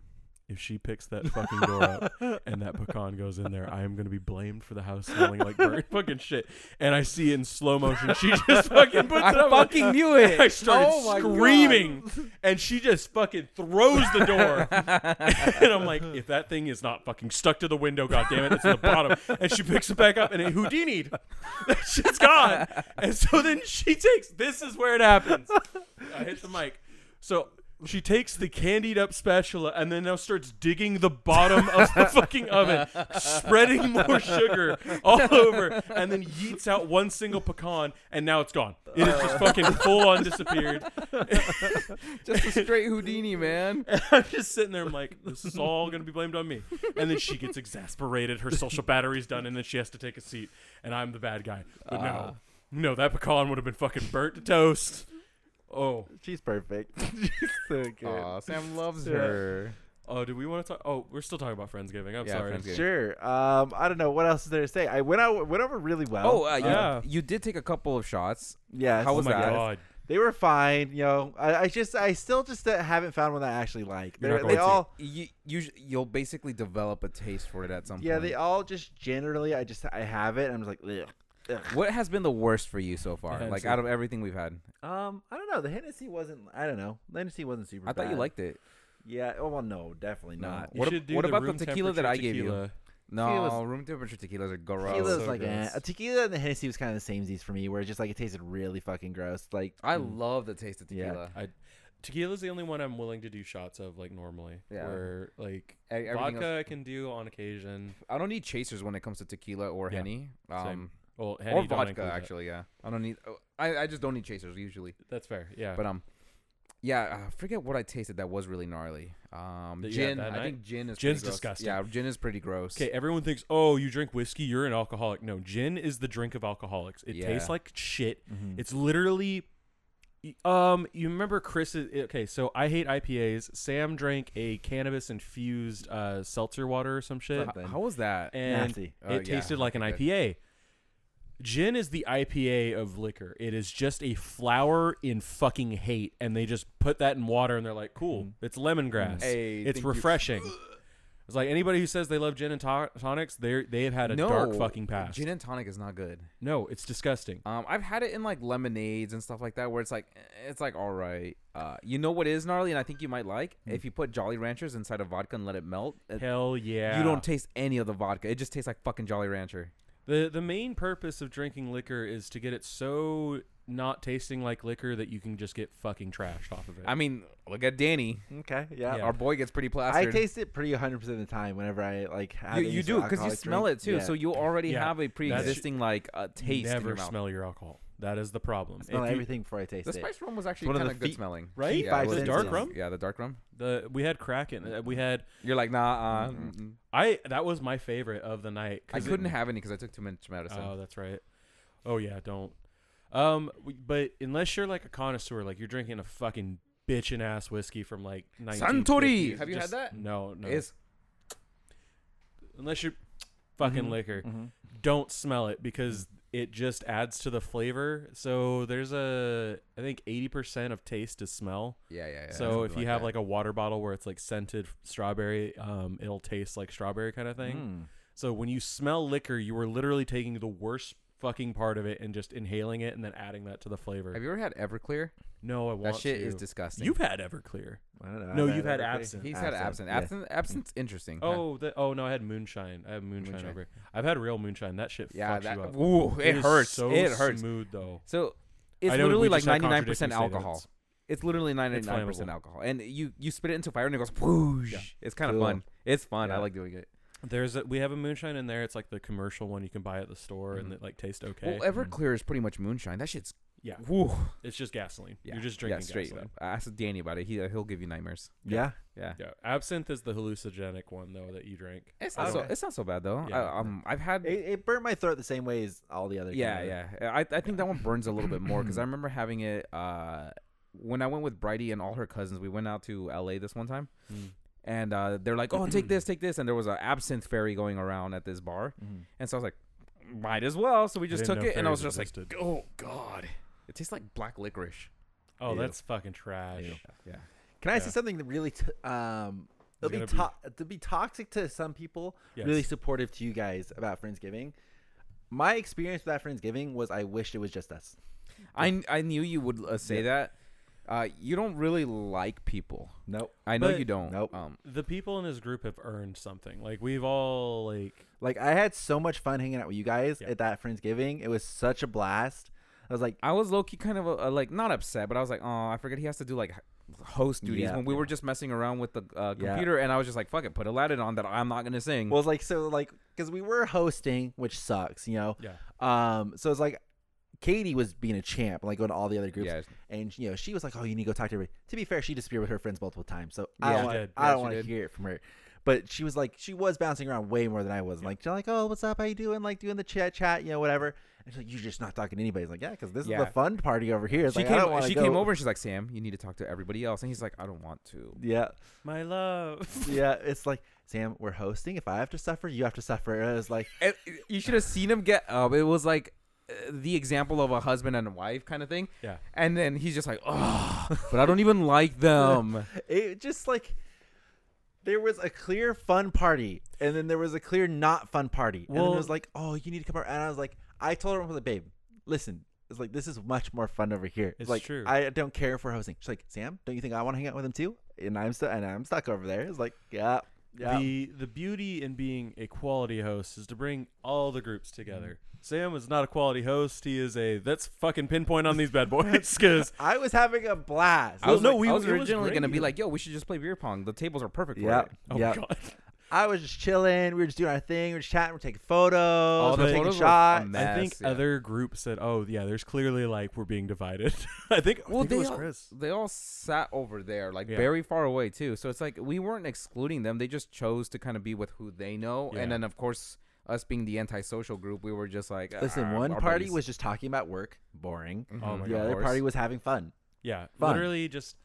Speaker 2: if she picks that fucking door up and that pecan goes in there, I am gonna be blamed for the house smelling like burnt fucking shit. And I see it in slow motion. She just fucking puts
Speaker 3: I
Speaker 2: it up.
Speaker 3: fucking knew it.
Speaker 2: I started
Speaker 3: Oh my God.
Speaker 2: screaming, and she just fucking throws the door. and I'm like, if that thing is not fucking stuck to the window, goddammit, it's in the bottom. And she picks it back up, and it Houdini'd. That shit's gone. And so then she takes. This is where it happens. I hit the mic. So. She takes the candied up spatula and then now starts digging the bottom of the fucking oven, spreading more sugar all over, and then yeets out one single pecan, and now it's gone. It is just fucking full on disappeared.
Speaker 3: just a straight Houdini, man.
Speaker 2: I'm just sitting there. I'm like, this is all gonna be blamed on me. And then she gets exasperated. Her social battery's done, and then she has to take a seat. And I'm the bad guy. But
Speaker 3: Ah.
Speaker 2: no, no, that pecan would have been fucking burnt to toast. Oh,
Speaker 1: She's perfect. She's so good.
Speaker 3: Aw, Sam loves
Speaker 1: Yeah.
Speaker 3: her.
Speaker 2: oh, do we want to talk? Oh, we're still talking about friendsgiving. I'm
Speaker 3: Yeah,
Speaker 2: sorry.
Speaker 3: Friendsgiving.
Speaker 1: Sure. Um, I don't know what else is there to say. I went out went over really well.
Speaker 3: Oh, uh, you,
Speaker 2: Yeah.
Speaker 3: you did take a couple of shots.
Speaker 1: yeah.
Speaker 3: how
Speaker 2: Oh
Speaker 3: was
Speaker 2: my
Speaker 3: that?
Speaker 2: god.
Speaker 1: They were fine. You know, I, I just I still just uh, haven't found one that I actually like.
Speaker 2: You're not
Speaker 1: They're-
Speaker 2: going
Speaker 1: They
Speaker 2: to.
Speaker 1: all
Speaker 3: You, you sh- you'll basically develop a taste for it at some
Speaker 1: yeah
Speaker 3: point.
Speaker 1: they all just generally I just I have it. and I'm just like. Ugh. Ugh.
Speaker 3: What has been the worst for you so far?
Speaker 2: Hennessy.
Speaker 3: Like out of everything we've had,
Speaker 1: Um, I don't know. The Hennessy wasn't. I don't know. The Hennessy wasn't super.
Speaker 3: I thought you
Speaker 1: bad.
Speaker 3: liked it.
Speaker 1: Yeah. Oh well, no, definitely
Speaker 3: No.
Speaker 1: not.
Speaker 2: You
Speaker 3: What ab-
Speaker 2: should do
Speaker 3: what
Speaker 2: the
Speaker 3: about the
Speaker 2: room
Speaker 3: tequila that
Speaker 2: temperature
Speaker 3: I gave you?
Speaker 2: tequila.
Speaker 3: No,
Speaker 1: Tequila's-
Speaker 3: room temperature tequilas are gross.
Speaker 1: Tequila's
Speaker 2: so
Speaker 1: like eh.
Speaker 2: gross.
Speaker 1: a tequila and the Hennessy was kind of the samesies for me, where it's just like it tasted really fucking gross. Like
Speaker 3: I love the taste of
Speaker 1: Yeah.
Speaker 3: tequila.
Speaker 2: I tequila's the only one I'm willing to do shots of like normally.
Speaker 3: Yeah.
Speaker 2: Where like
Speaker 3: E- everything
Speaker 2: vodka
Speaker 3: else-
Speaker 2: I can do on occasion.
Speaker 3: I don't need chasers when it comes to tequila or
Speaker 2: Yeah.
Speaker 3: henny, um,
Speaker 2: Well, Henny
Speaker 3: or
Speaker 2: don't
Speaker 3: vodka.
Speaker 2: include that.
Speaker 3: Actually, yeah, I don't need. oh, I, I just don't need chasers usually.
Speaker 2: That's fair. Yeah.
Speaker 3: But um, yeah, I forget what I tasted that was really gnarly. Um,
Speaker 2: That you had
Speaker 3: gin.
Speaker 2: that
Speaker 3: I
Speaker 2: night?
Speaker 3: think gin is pretty
Speaker 2: Gin's
Speaker 3: gross.
Speaker 2: disgusting.
Speaker 3: Yeah, gin is pretty gross.
Speaker 2: Okay, everyone thinks, oh, you drink whiskey, you're an alcoholic. No, gin is the drink of alcoholics. It
Speaker 3: Yeah. Mm-hmm.
Speaker 2: tastes like shit. It's literally, um, you remember Chris? Okay, so I hate IPAs. Sam drank a cannabis infused uh, seltzer water or some shit,
Speaker 1: Something.
Speaker 3: How, how was that?
Speaker 2: and
Speaker 1: Nasty.
Speaker 3: Oh, yeah,
Speaker 2: it tasted like an
Speaker 3: okay, good.
Speaker 2: IPA. Gin is the IPA of liquor. It is just a flower in fucking hate, and they just put that in water, and they're like, "Cool, it's lemongrass.
Speaker 3: Mm. Hey,
Speaker 2: it's
Speaker 3: thank you.
Speaker 2: refreshing." It's like anybody who says they love gin and to- tonics, they are they have had a
Speaker 3: no,
Speaker 2: dark fucking past.
Speaker 3: Gin and tonic is not good.
Speaker 2: no, it's disgusting.
Speaker 3: Um, I've had it in like lemonades and stuff like that, where it's like, eh, it's like all right. Uh, you know what is gnarly, and I think you might like if you put Jolly Ranchers inside of vodka and let it melt. it-
Speaker 2: Hmm. Hell yeah!
Speaker 3: You don't taste any of the vodka. It just tastes like fucking Jolly Rancher.
Speaker 2: the the main purpose of drinking liquor is to get it so not tasting like liquor that you can just get fucking trashed off of it.
Speaker 3: I mean, look at Danny.
Speaker 1: Okay. Yeah.
Speaker 2: Yeah.
Speaker 3: Our boy gets pretty
Speaker 1: I
Speaker 3: plastered.
Speaker 1: taste it pretty 100 percent of the time whenever I like have
Speaker 3: you,
Speaker 1: any
Speaker 3: you
Speaker 1: sort
Speaker 3: do
Speaker 1: of
Speaker 3: because you
Speaker 1: alcoholic
Speaker 3: smell
Speaker 1: drink.
Speaker 3: it too,
Speaker 1: Yeah.
Speaker 3: so you already
Speaker 2: Yeah.
Speaker 3: have a pre-existing like uh, taste in
Speaker 2: Never
Speaker 3: your mouth.
Speaker 2: smell your alcohol. That is the problem.
Speaker 1: I smell
Speaker 2: If you-
Speaker 1: everything before I taste
Speaker 3: The
Speaker 1: it.
Speaker 3: spice rum was
Speaker 1: one
Speaker 3: actually
Speaker 1: of the
Speaker 3: kind of good
Speaker 1: few-
Speaker 3: smelling,
Speaker 2: Right?
Speaker 1: Yeah,
Speaker 3: it
Speaker 1: The
Speaker 3: was
Speaker 1: dark
Speaker 3: good.
Speaker 2: rum?
Speaker 3: Yeah, the dark rum.
Speaker 2: The we had Kraken. uh, We had
Speaker 3: You're like, nah. Uh, mm-mm."
Speaker 2: I. That was my favorite of the night.
Speaker 3: I
Speaker 2: 'cause it-
Speaker 3: couldn't have any because I took too much medicine.
Speaker 2: Oh, that's right. Oh yeah, don't. Um, we- but unless you're like a connoisseur, like you're drinking a fucking bitchin' ass whiskey from like 1950s,
Speaker 3: Have you had that?
Speaker 2: No, no.
Speaker 3: It's
Speaker 2: unless you're
Speaker 3: Mm-hmm.
Speaker 2: fucking liquor. Don't smell it because
Speaker 3: Mm.
Speaker 2: it just adds to the flavor. So there's a I think 80% of taste is smell.
Speaker 3: Yeah, yeah, yeah.
Speaker 2: so if you
Speaker 3: something
Speaker 2: have
Speaker 3: that.
Speaker 2: like a water bottle where it's like scented strawberry, um, it'll taste like strawberry kind of thing.
Speaker 3: Hmm.
Speaker 2: So when you smell liquor, you are literally taking the worst fucking part of it and just inhaling it and then adding that to the flavor.
Speaker 3: Have you ever had Everclear?
Speaker 2: no, I want
Speaker 3: That shit
Speaker 2: to.
Speaker 3: is disgusting.
Speaker 2: You've had Everclear.
Speaker 1: I don't know.
Speaker 2: No,
Speaker 1: I've
Speaker 2: you've had
Speaker 1: everything.
Speaker 2: absinthe.
Speaker 3: He's had absinthe.
Speaker 1: yeah.
Speaker 3: Absinthe, absinthe's interesting. huh?
Speaker 2: Oh, the, oh no, I had moonshine. I have moonshine,
Speaker 3: Moonshine.
Speaker 2: over. I've had real moonshine. That shit
Speaker 3: yeah,
Speaker 2: fucks
Speaker 3: that.
Speaker 2: you up.
Speaker 3: Ooh, it,
Speaker 2: is
Speaker 3: hurts.
Speaker 2: So
Speaker 3: it hurts.
Speaker 2: Smooth though.
Speaker 3: So it's
Speaker 2: I know
Speaker 3: literally
Speaker 2: we
Speaker 3: like
Speaker 2: just had
Speaker 3: ninety nine percent
Speaker 2: contradictory
Speaker 3: alcohol.
Speaker 2: statements.
Speaker 3: It's literally ninety nine percent
Speaker 2: flammable.
Speaker 3: alcohol, and you you spit it into fire and it goes whoosh. It's kind of
Speaker 1: Cool.
Speaker 3: fun. It's fun. I
Speaker 1: Yeah.
Speaker 3: like doing it.
Speaker 2: There's a, we have a moonshine in there. It's like the commercial one you can buy at the store, and it like tastes okay.
Speaker 3: Mm-hmm. Well,
Speaker 2: mm.
Speaker 3: Everclear is pretty much moonshine. That shit's
Speaker 2: yeah,
Speaker 3: woo.
Speaker 2: it's just gasoline.
Speaker 3: Yeah,
Speaker 2: You're just
Speaker 3: yeah,
Speaker 2: drinking
Speaker 3: straight
Speaker 2: gasoline.
Speaker 3: up. I asked Danny about it. He uh, he'll give you nightmares.
Speaker 1: Yeah.
Speaker 3: Yeah.
Speaker 2: Yeah, absinthe is the hallucinogenic one though that you drink.
Speaker 3: It's not so
Speaker 1: Okay.
Speaker 3: it's not so bad though.
Speaker 2: Yeah,
Speaker 3: I, um, I've had
Speaker 1: It, it burnt my throat the same way as all the other.
Speaker 3: yeah,
Speaker 1: kind of-
Speaker 3: yeah. I, I think that one burns a little bit more because I remember having it uh, when I went with Bridie and all her cousins. We went out to L.A. this one time,
Speaker 2: Mm.
Speaker 3: and uh, they're like, "Oh, take this, take this," and there was an absinthe ferry going around at this bar,
Speaker 1: Mhm.
Speaker 3: and so I was like, "Might as well." So we just
Speaker 2: didn't
Speaker 3: took
Speaker 2: know
Speaker 3: it, and I was
Speaker 2: ferries
Speaker 3: just
Speaker 2: existed.
Speaker 3: like, "Oh God, it tastes like black licorice."
Speaker 2: Oh,
Speaker 1: Ew.
Speaker 2: that's fucking trash.
Speaker 3: Yeah,
Speaker 1: Can I
Speaker 2: Yeah.
Speaker 1: say something that really? T- um,
Speaker 2: It's
Speaker 1: it'll be, to-
Speaker 2: gonna
Speaker 1: to be toxic to some people.
Speaker 2: Yes.
Speaker 1: Really supportive to you guys about Friendsgiving. My experience with that Friendsgiving was I wished it was just us.
Speaker 3: I I knew you would uh, say that. Uh, you don't really like people.
Speaker 1: Nope.
Speaker 3: I know
Speaker 2: But-
Speaker 3: you don't.
Speaker 1: Nope.
Speaker 3: Um,
Speaker 2: The people in his group have earned something. Like we've all like
Speaker 1: Like I had so much fun hanging out with you guys
Speaker 2: Yeah.
Speaker 1: at that Friendsgiving. It was such a blast. I was like,
Speaker 3: I was low key kind of uh, like not upset, but I was like, oh, I forget he has to do like h- host duties
Speaker 1: Yeah.
Speaker 3: when we were just messing around with the uh, computer, and I was just like, fuck it, put Aladdin on that I'm not gonna sing.
Speaker 1: well, it's like so like because we were hosting, which sucks, you know.
Speaker 2: yeah.
Speaker 1: Um, so it's like Katie was being a champ, like going to all the other groups,
Speaker 3: Yeah.
Speaker 1: and you know she was like, "Oh, you need to go talk to everybody." To be fair, she disappeared with her friends multiple times, so I
Speaker 3: Yeah,
Speaker 1: don't
Speaker 3: she
Speaker 1: wanna,
Speaker 2: did.
Speaker 1: I
Speaker 3: Yeah,
Speaker 1: don't
Speaker 3: she
Speaker 1: want to
Speaker 3: did.
Speaker 1: hear it from her. But she was like, she was bouncing around way more than I was. Like, like, oh, what's up? How you doing? Like doing the chat, chat, you know, whatever. And she's like, you're just not talking to anybody. It's like, yeah, because this is
Speaker 3: Yeah.
Speaker 1: the fun party over here. It's
Speaker 3: she
Speaker 1: like, I don't
Speaker 3: came.
Speaker 1: wanna
Speaker 3: She
Speaker 1: go-
Speaker 3: came over and she's like, Sam, you need to talk to everybody else, and he's like, I don't want to.
Speaker 1: Yeah,
Speaker 2: My love.
Speaker 1: yeah. It's like, Sam, we're hosting. If I have to suffer, you have to suffer. And I was like,
Speaker 3: And you should have seen him get up. It was like uh, the example of a husband and a wife kind of thing.
Speaker 2: Yeah.
Speaker 3: And then he's just like, oh, but I don't even like them.
Speaker 1: it just like there was a clear fun party and then there was a clear not fun party and then
Speaker 2: Well-
Speaker 1: it was like oh you need to come over and i was like i told her I was like babe listen it's like this is much more fun over here
Speaker 2: It's
Speaker 1: like
Speaker 2: true.
Speaker 1: i don't care if we're hosting she's like sam don't you think i want to hang out with him too and i'm still and i'm stuck over there it's like yeah yeah
Speaker 2: The the beauty in being a quality host is to bring all the groups together. Sam is not a quality host. He is a that's fucking pinpoint on these bad boys because
Speaker 1: i was having a blast
Speaker 3: I was,
Speaker 2: no,
Speaker 3: like-
Speaker 2: we-
Speaker 3: I was
Speaker 2: it was
Speaker 3: originally gonna be
Speaker 2: great.
Speaker 3: like, yo, we should just play beer pong. The tables are perfect for
Speaker 1: yeah
Speaker 3: it.
Speaker 2: oh
Speaker 1: yeah
Speaker 2: god,
Speaker 1: i was just chilling we were just doing our thing we were just chatting we are taking photos all
Speaker 3: the
Speaker 1: we were
Speaker 3: photos
Speaker 1: taking
Speaker 3: were
Speaker 1: shots
Speaker 3: amazing.
Speaker 2: I
Speaker 3: Mess,
Speaker 2: think
Speaker 3: yeah.
Speaker 2: other groups said, "Oh yeah, there's clearly like we're being divided." I think I
Speaker 3: Well,
Speaker 2: think it
Speaker 3: they
Speaker 2: was
Speaker 3: all-
Speaker 2: Chris.
Speaker 3: they all sat over there like
Speaker 2: Yeah.
Speaker 3: very far away too so it's like we weren't excluding them they just chose to kind of be with who they know
Speaker 2: Yeah.
Speaker 3: and then of course us being the antisocial group we were just like
Speaker 1: listen
Speaker 3: "Ah,
Speaker 1: one
Speaker 3: our
Speaker 1: party
Speaker 3: buddies."
Speaker 1: was just talking about work boring
Speaker 3: Mm-hmm.
Speaker 2: Oh my
Speaker 1: the
Speaker 2: God.
Speaker 1: other
Speaker 3: Of
Speaker 1: party
Speaker 3: course.
Speaker 1: was having fun
Speaker 2: Yeah,
Speaker 1: Fun.
Speaker 2: literally just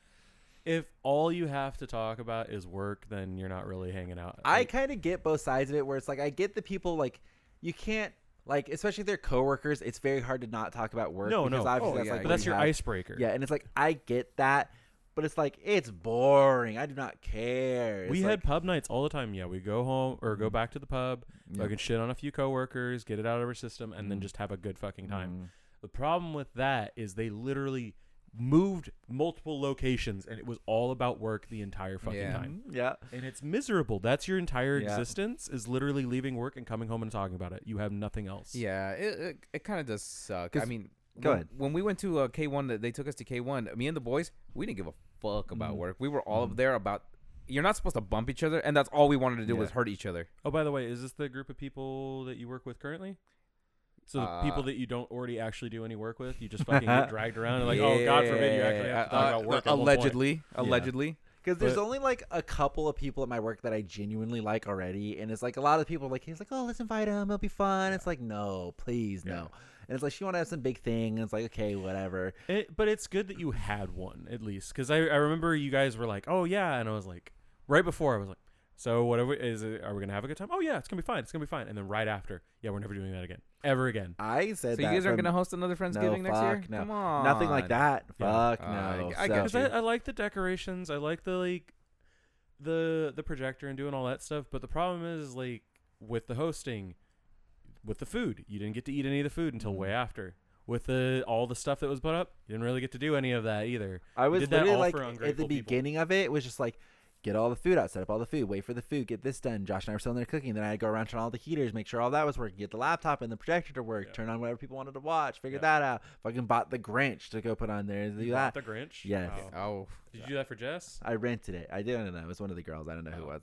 Speaker 2: if all you have to talk about is work, then you're not really hanging out.
Speaker 1: I
Speaker 2: Like,
Speaker 1: kind of get both sides of it, where it's like I get the people like you can't like, especially if they're coworkers, it's very hard to not talk about work.
Speaker 2: No,
Speaker 1: because
Speaker 2: no.
Speaker 1: obviously
Speaker 3: Oh,
Speaker 1: that's
Speaker 3: yeah,
Speaker 1: like what
Speaker 2: but that's
Speaker 1: you
Speaker 2: your
Speaker 1: have.
Speaker 2: icebreaker.
Speaker 1: Yeah, and it's like I get that, but it's like it's boring. I do not care. It's
Speaker 2: we
Speaker 1: like, Mm.
Speaker 2: had pub nights all the time. Yeah, we go home or go back to the pub,
Speaker 1: Yeah. Mm.
Speaker 2: fucking shit on a few coworkers, get it out of our system, and then just have a good fucking time. The problem with that is they literally moved multiple locations, and it was all about work the entire fucking
Speaker 3: Yeah.
Speaker 2: time.
Speaker 1: yeah,
Speaker 2: And it's miserable. That's your entire
Speaker 1: Yeah.
Speaker 2: existence is literally leaving work and coming home and talking about it. You have nothing else.
Speaker 3: yeah it, it, it kind of does suck
Speaker 1: 'Cause-
Speaker 3: i mean
Speaker 1: go
Speaker 3: when,
Speaker 1: ahead.
Speaker 3: when we went to uh, k1 that they took us to k1 me and the boys we didn't give a fuck about
Speaker 1: Mm-hmm.
Speaker 3: work we were all up there about you're not supposed to bump each other and that's all we wanted to do was
Speaker 1: Yeah.
Speaker 3: hurt each other
Speaker 2: Oh, by the way, is this the group of people that you work with currently? So the people
Speaker 3: Uh,
Speaker 2: that you don't already actually do any work with, you just fucking get dragged around and like, oh God forbid you actually have to
Speaker 3: Yeah.
Speaker 2: talk
Speaker 3: Uh,
Speaker 2: about work.
Speaker 3: uh,
Speaker 2: at one point."
Speaker 3: allegedly allegedly
Speaker 1: because there's
Speaker 2: But-
Speaker 1: only like a couple of people at my work that I genuinely like already, and it's like a lot of people are like he's like, oh, let's invite him, it'll be fun. It's like no, please no, and it's like she want to have some big thing, and it's like okay, whatever.
Speaker 2: It, but it's good that you had one at least, because I, I remember you guys were like, oh yeah, and I was like, right before I was like, So whatever is, it, are we gonna have a good time? Oh yeah, it's gonna be fine. It's gonna be fine. And then right after, yeah, we're never doing that again, ever again.
Speaker 1: I said
Speaker 3: So you
Speaker 1: that
Speaker 3: guys are
Speaker 1: from-
Speaker 3: gonna host another Friendsgiving
Speaker 1: no,
Speaker 3: next year?
Speaker 1: fuck no.
Speaker 3: Come on.
Speaker 1: nothing like that.
Speaker 2: Yeah.
Speaker 1: Fuck
Speaker 3: Uh,
Speaker 1: no.
Speaker 3: I- I
Speaker 1: So-
Speaker 3: get
Speaker 2: Because I, I like the decorations. I like the like, the the projector and doing all that stuff. But the problem is like with the hosting, with the food, you didn't get to eat any of the food until way after. With the all the stuff that was put up, you didn't really get to do any of that either.
Speaker 1: I was
Speaker 2: did that
Speaker 1: literally
Speaker 2: all
Speaker 1: like
Speaker 2: for
Speaker 1: at the
Speaker 2: ungrateful people.
Speaker 1: beginning of it, it was just like get all the food out, set up all the food, wait for the food, get this done. Josh and I were still in there cooking. Then I had to go around turn on all the heaters, make sure all that was working, get the laptop and the projector to work,
Speaker 2: Yeah.
Speaker 1: turn on whatever people wanted to watch, figure
Speaker 2: Yeah.
Speaker 1: that out. Fucking bought the Grinch to go put on there and do
Speaker 2: You Uh, bought
Speaker 1: that.
Speaker 2: The Grinch.
Speaker 1: Yes.
Speaker 2: Wow.
Speaker 3: Oh,
Speaker 2: Did you do that for Jess?
Speaker 1: I rented it. I didn't know. It was one of the girls. I don't know who it
Speaker 2: Oh.
Speaker 1: was.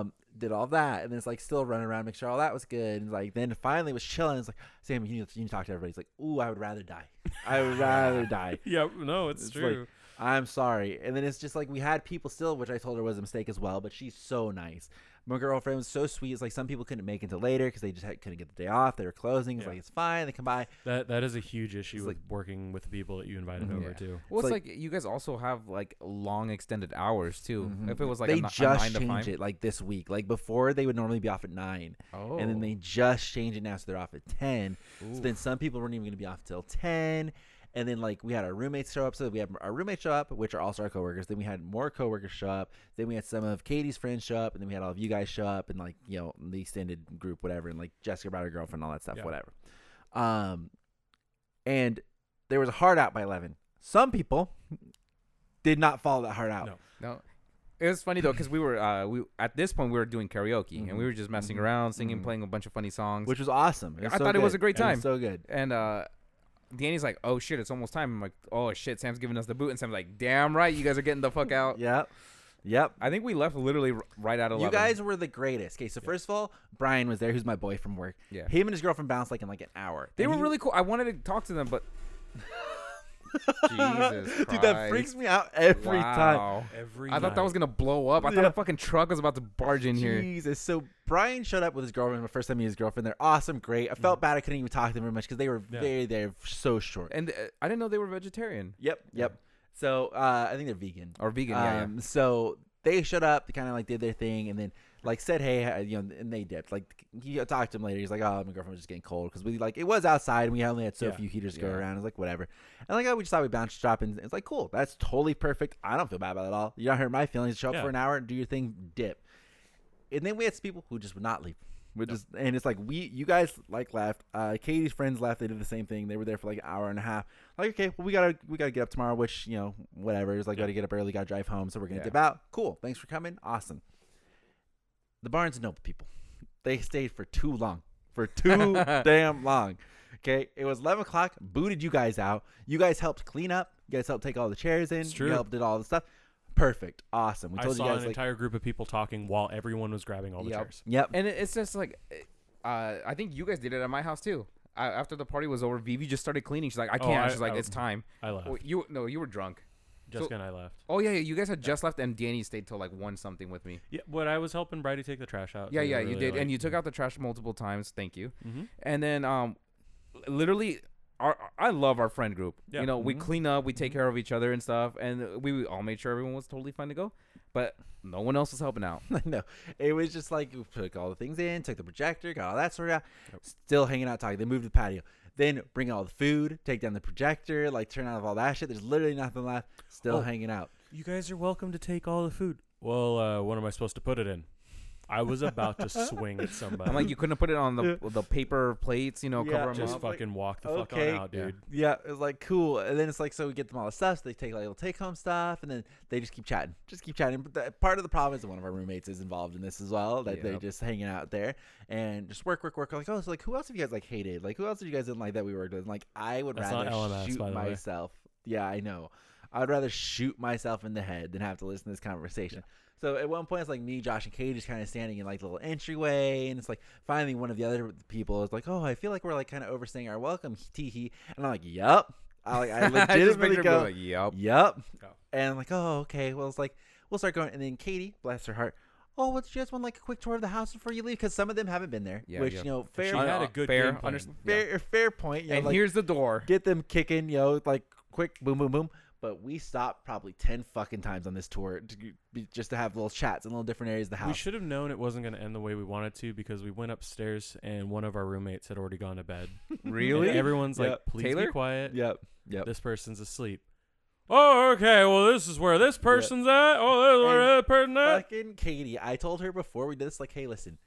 Speaker 1: Um, did all that and it's like still running around, make sure all that was good. And like then finally was chilling. It's like Sam, you need, you need to talk to everybody. It's like, ooh, I would rather die. I would rather die.
Speaker 2: Yeah. No, it's,
Speaker 1: It's like-
Speaker 2: true.
Speaker 1: I'm sorry. And then it's just like we had people still, which I told her was a mistake as well, but she's so nice. My girlfriend was so sweet. It's like some people couldn't make it until later because they just had, couldn't get the day off. They were closing. It's
Speaker 2: Yeah.
Speaker 1: like, it's fine. They come by.
Speaker 2: that that is a huge issue
Speaker 1: It's
Speaker 2: with working with the people that you invited
Speaker 1: Mhm.
Speaker 2: over
Speaker 3: Yeah.
Speaker 2: to.
Speaker 3: well, it's,
Speaker 1: It's
Speaker 3: like, you guys also have like long extended hours too.
Speaker 1: Mhm.
Speaker 3: If it was like
Speaker 1: they
Speaker 3: a, ni- a nine
Speaker 1: just
Speaker 3: to
Speaker 1: changed
Speaker 3: five.
Speaker 1: it like this week. Like before, they would normally be off at nine,
Speaker 3: Oh,
Speaker 1: and then they just changed it now, so they're off at ten. So
Speaker 3: Ooh.
Speaker 1: then some people weren't even going to be off till ten. And then like we had our roommates show up, so we had our roommates show up, which are also our coworkers. Then we had more coworkers show up. Then we had some of Katie's friends show up, and then we had all of you guys show up, and like you know the extended group, whatever, and like Jessica brought her girlfriend, all that stuff,
Speaker 2: Yeah.
Speaker 1: whatever. Um, and there was a hard out by eleven. Some people did not follow that hard out.
Speaker 2: No.
Speaker 3: No. It was funny though because we were uh, we at this point we were doing karaoke and we
Speaker 1: Mhm.
Speaker 3: were just messing
Speaker 1: Mhm.
Speaker 3: around, singing,
Speaker 1: Mhm.
Speaker 3: playing a bunch of funny songs.
Speaker 1: which was awesome.
Speaker 3: I thought it was a great
Speaker 1: It was
Speaker 3: time.
Speaker 1: so good.
Speaker 3: and uh, Danny's like, "Oh shit, it's almost time." I'm like, "Oh shit, Sam's giving us the boot," and Sam's like, "Damn right, you guys are getting the fuck out."
Speaker 1: Yep. Yep.
Speaker 3: I think we left literally r- right out of
Speaker 1: You guys were the greatest. Okay, so first of all, Brian was there, who's my boy from work.
Speaker 3: Yeah.
Speaker 1: Him and his girlfriend bounced like in like an hour.
Speaker 3: They
Speaker 1: And
Speaker 3: were
Speaker 1: he-
Speaker 3: really cool. I wanted to talk to them, but Jesus
Speaker 1: Dude, that
Speaker 3: Christ.
Speaker 1: freaks me out every time.
Speaker 3: wow.
Speaker 2: Every
Speaker 3: I thought that was
Speaker 2: night.
Speaker 3: gonna blow up. I thought
Speaker 1: Yeah.
Speaker 3: a fucking truck was about to barge in here.
Speaker 1: Jesus. So Brian showed up with his girlfriend. The first time he met his girlfriend, they're awesome, great. I felt bad I couldn't even talk to them very much because they were
Speaker 2: Yeah.
Speaker 1: very, they're so short.
Speaker 3: Mm. And uh, I didn't know they were vegetarian
Speaker 1: Yep, yep. So uh, I think they're vegan.
Speaker 3: or vegan. yeah, yeah.
Speaker 1: Um, So they showed up, kind of like did their thing, and then like said, "Hey," uh, you know, and they dipped. Like you talked to him later. He's like, "Oh, my girlfriend was just getting cold because we like it was outside, and we only had so
Speaker 2: Yeah.
Speaker 1: few heaters to go
Speaker 3: Yeah.
Speaker 1: around." It's like whatever, and like oh, we just thought we bounced drop, and it's like cool. That's totally perfect. I don't feel bad about it at all. You don't hurt my feelings. Show up
Speaker 2: Yeah.
Speaker 1: for an hour, do your thing, dip. And then we had people who just would not leave. Which is, and it's like we, you guys like left. Uh, Katie's friends left. They did the same thing. They were there for like an hour and a half. Like, okay, well, we gotta, we gotta get up tomorrow. Which you know, whatever. It's like
Speaker 2: Yeah.
Speaker 1: gotta get up early, gotta drive home. So we're gonna
Speaker 3: Yeah.
Speaker 1: dip out. Cool. Thanks for coming. Awesome. The Barnes and Noble people, they stayed for too long. For too damn long. Okay, it was eleven o'clock. Booted you guys out. You guys helped clean up. You guys helped take all the chairs in.
Speaker 2: It's true.
Speaker 1: You helped did all the stuff. Perfect. Awesome. We
Speaker 2: I
Speaker 1: told
Speaker 2: saw
Speaker 1: you guys
Speaker 2: an
Speaker 1: like.
Speaker 2: entire group of people talking while everyone was grabbing all the
Speaker 3: Yep.
Speaker 2: chairs.
Speaker 1: yep.
Speaker 3: And it- it's just like, uh, I think you guys did it at my house too. I, after the party was over, Vivi just started cleaning. She's like, I
Speaker 2: Oh,
Speaker 3: can't.
Speaker 2: I-
Speaker 3: She's like,
Speaker 2: I-
Speaker 3: it's time.
Speaker 2: I left.
Speaker 3: Oh, you no, you were drunk.
Speaker 2: Jessica and I left.
Speaker 3: Oh yeah, yeah, you guys had just left, and Danny stayed till like one something with me.
Speaker 2: Yeah, but I was helping Brady take the trash out.
Speaker 3: Yeah, yeah, you did, and you took out the trash multiple times. Thank you.
Speaker 2: Mm-hmm.
Speaker 3: And then, um, l- literally, our I love our friend group.
Speaker 2: Yeah.
Speaker 3: You know,
Speaker 1: Mm-hmm.
Speaker 3: we clean up, we take care of each other and stuff, and we, we all made sure everyone was totally fine to go, but no one else was helping out.
Speaker 1: no, it was just like we took all the things in, took the projector, got all that sorted out. Still hanging out, talking. They moved to the patio. Then bring all the food, take down the projector, like turn out of all that shit. There's literally nothing left. Still
Speaker 2: Oh.
Speaker 1: hanging out.
Speaker 2: You guys are welcome to take all the food. Well, uh, what am I supposed to put it in? I was about to swing at somebody.
Speaker 3: I'm like, you couldn't put it on the the paper plates, you know,
Speaker 1: Yeah,
Speaker 3: cover 'em
Speaker 2: just
Speaker 3: up.
Speaker 1: like,
Speaker 2: fucking walk the fuck
Speaker 1: okay,
Speaker 2: on out, dude.
Speaker 1: Yeah, it's like cool. And then it's like so we get them all the stuff. So they take like little take home stuff, and then they just keep chatting, just keep chatting. But the, part of the problem is that one of our roommates is involved in this as well. That they're
Speaker 3: Yep.
Speaker 1: just hanging out there and just work, work, work. Like oh, so like who else have you guys like hated? Like who else did you guys didn't like that we worked with? And, like I would
Speaker 2: That's not
Speaker 1: rather
Speaker 2: LMS,
Speaker 1: shoot
Speaker 2: by the way.
Speaker 1: myself. Yeah, I know. I would rather shoot myself in the head than have to listen to this conversation. So at one point, it's like me, Josh, and Katie just kind of standing in like the little entryway, and it's like finally one of the other people is like, "Oh, I feel like we're like kind of overstaying our welcome, tee hee," and I'm like, "Yup." I like I
Speaker 3: just
Speaker 1: legitimately
Speaker 3: picture
Speaker 1: go,
Speaker 3: people like, yep.
Speaker 1: "Yup,"
Speaker 2: Oh.
Speaker 1: and I'm like, "Oh, okay." Well, it's like we'll start going, and then Katie, bless her heart, "Oh, would you guys want like a quick tour of the house before you leave?" Because some of them haven't been there,
Speaker 3: Yeah,
Speaker 1: which
Speaker 3: yeah.
Speaker 1: you know,
Speaker 2: She
Speaker 1: fair,
Speaker 3: I-
Speaker 2: had
Speaker 3: uh,
Speaker 2: a good
Speaker 3: fair,
Speaker 2: game plan.
Speaker 3: underst- yeah.
Speaker 1: fair, fair point. You know,
Speaker 3: And
Speaker 1: like,
Speaker 3: here's the door.
Speaker 1: get them kicking, yo, like quick, boom, boom, boom. But we stopped probably ten fucking times on this tour to, be- just to have little chats in little different areas of the house.
Speaker 2: We should have known it wasn't going to end the way we wanted to because we went upstairs and one of our roommates had already gone to bed.
Speaker 3: Really?
Speaker 2: And everyone's
Speaker 1: Yeah.
Speaker 2: like, please be
Speaker 3: Taylor?
Speaker 2: quiet.
Speaker 1: Yep. Yep.
Speaker 2: This person's asleep. Oh, okay. Well, this is where this person's at. Oh, this is
Speaker 1: And
Speaker 2: where that person at.
Speaker 1: Fucking Katie, I told her before we did this, like, hey, listen,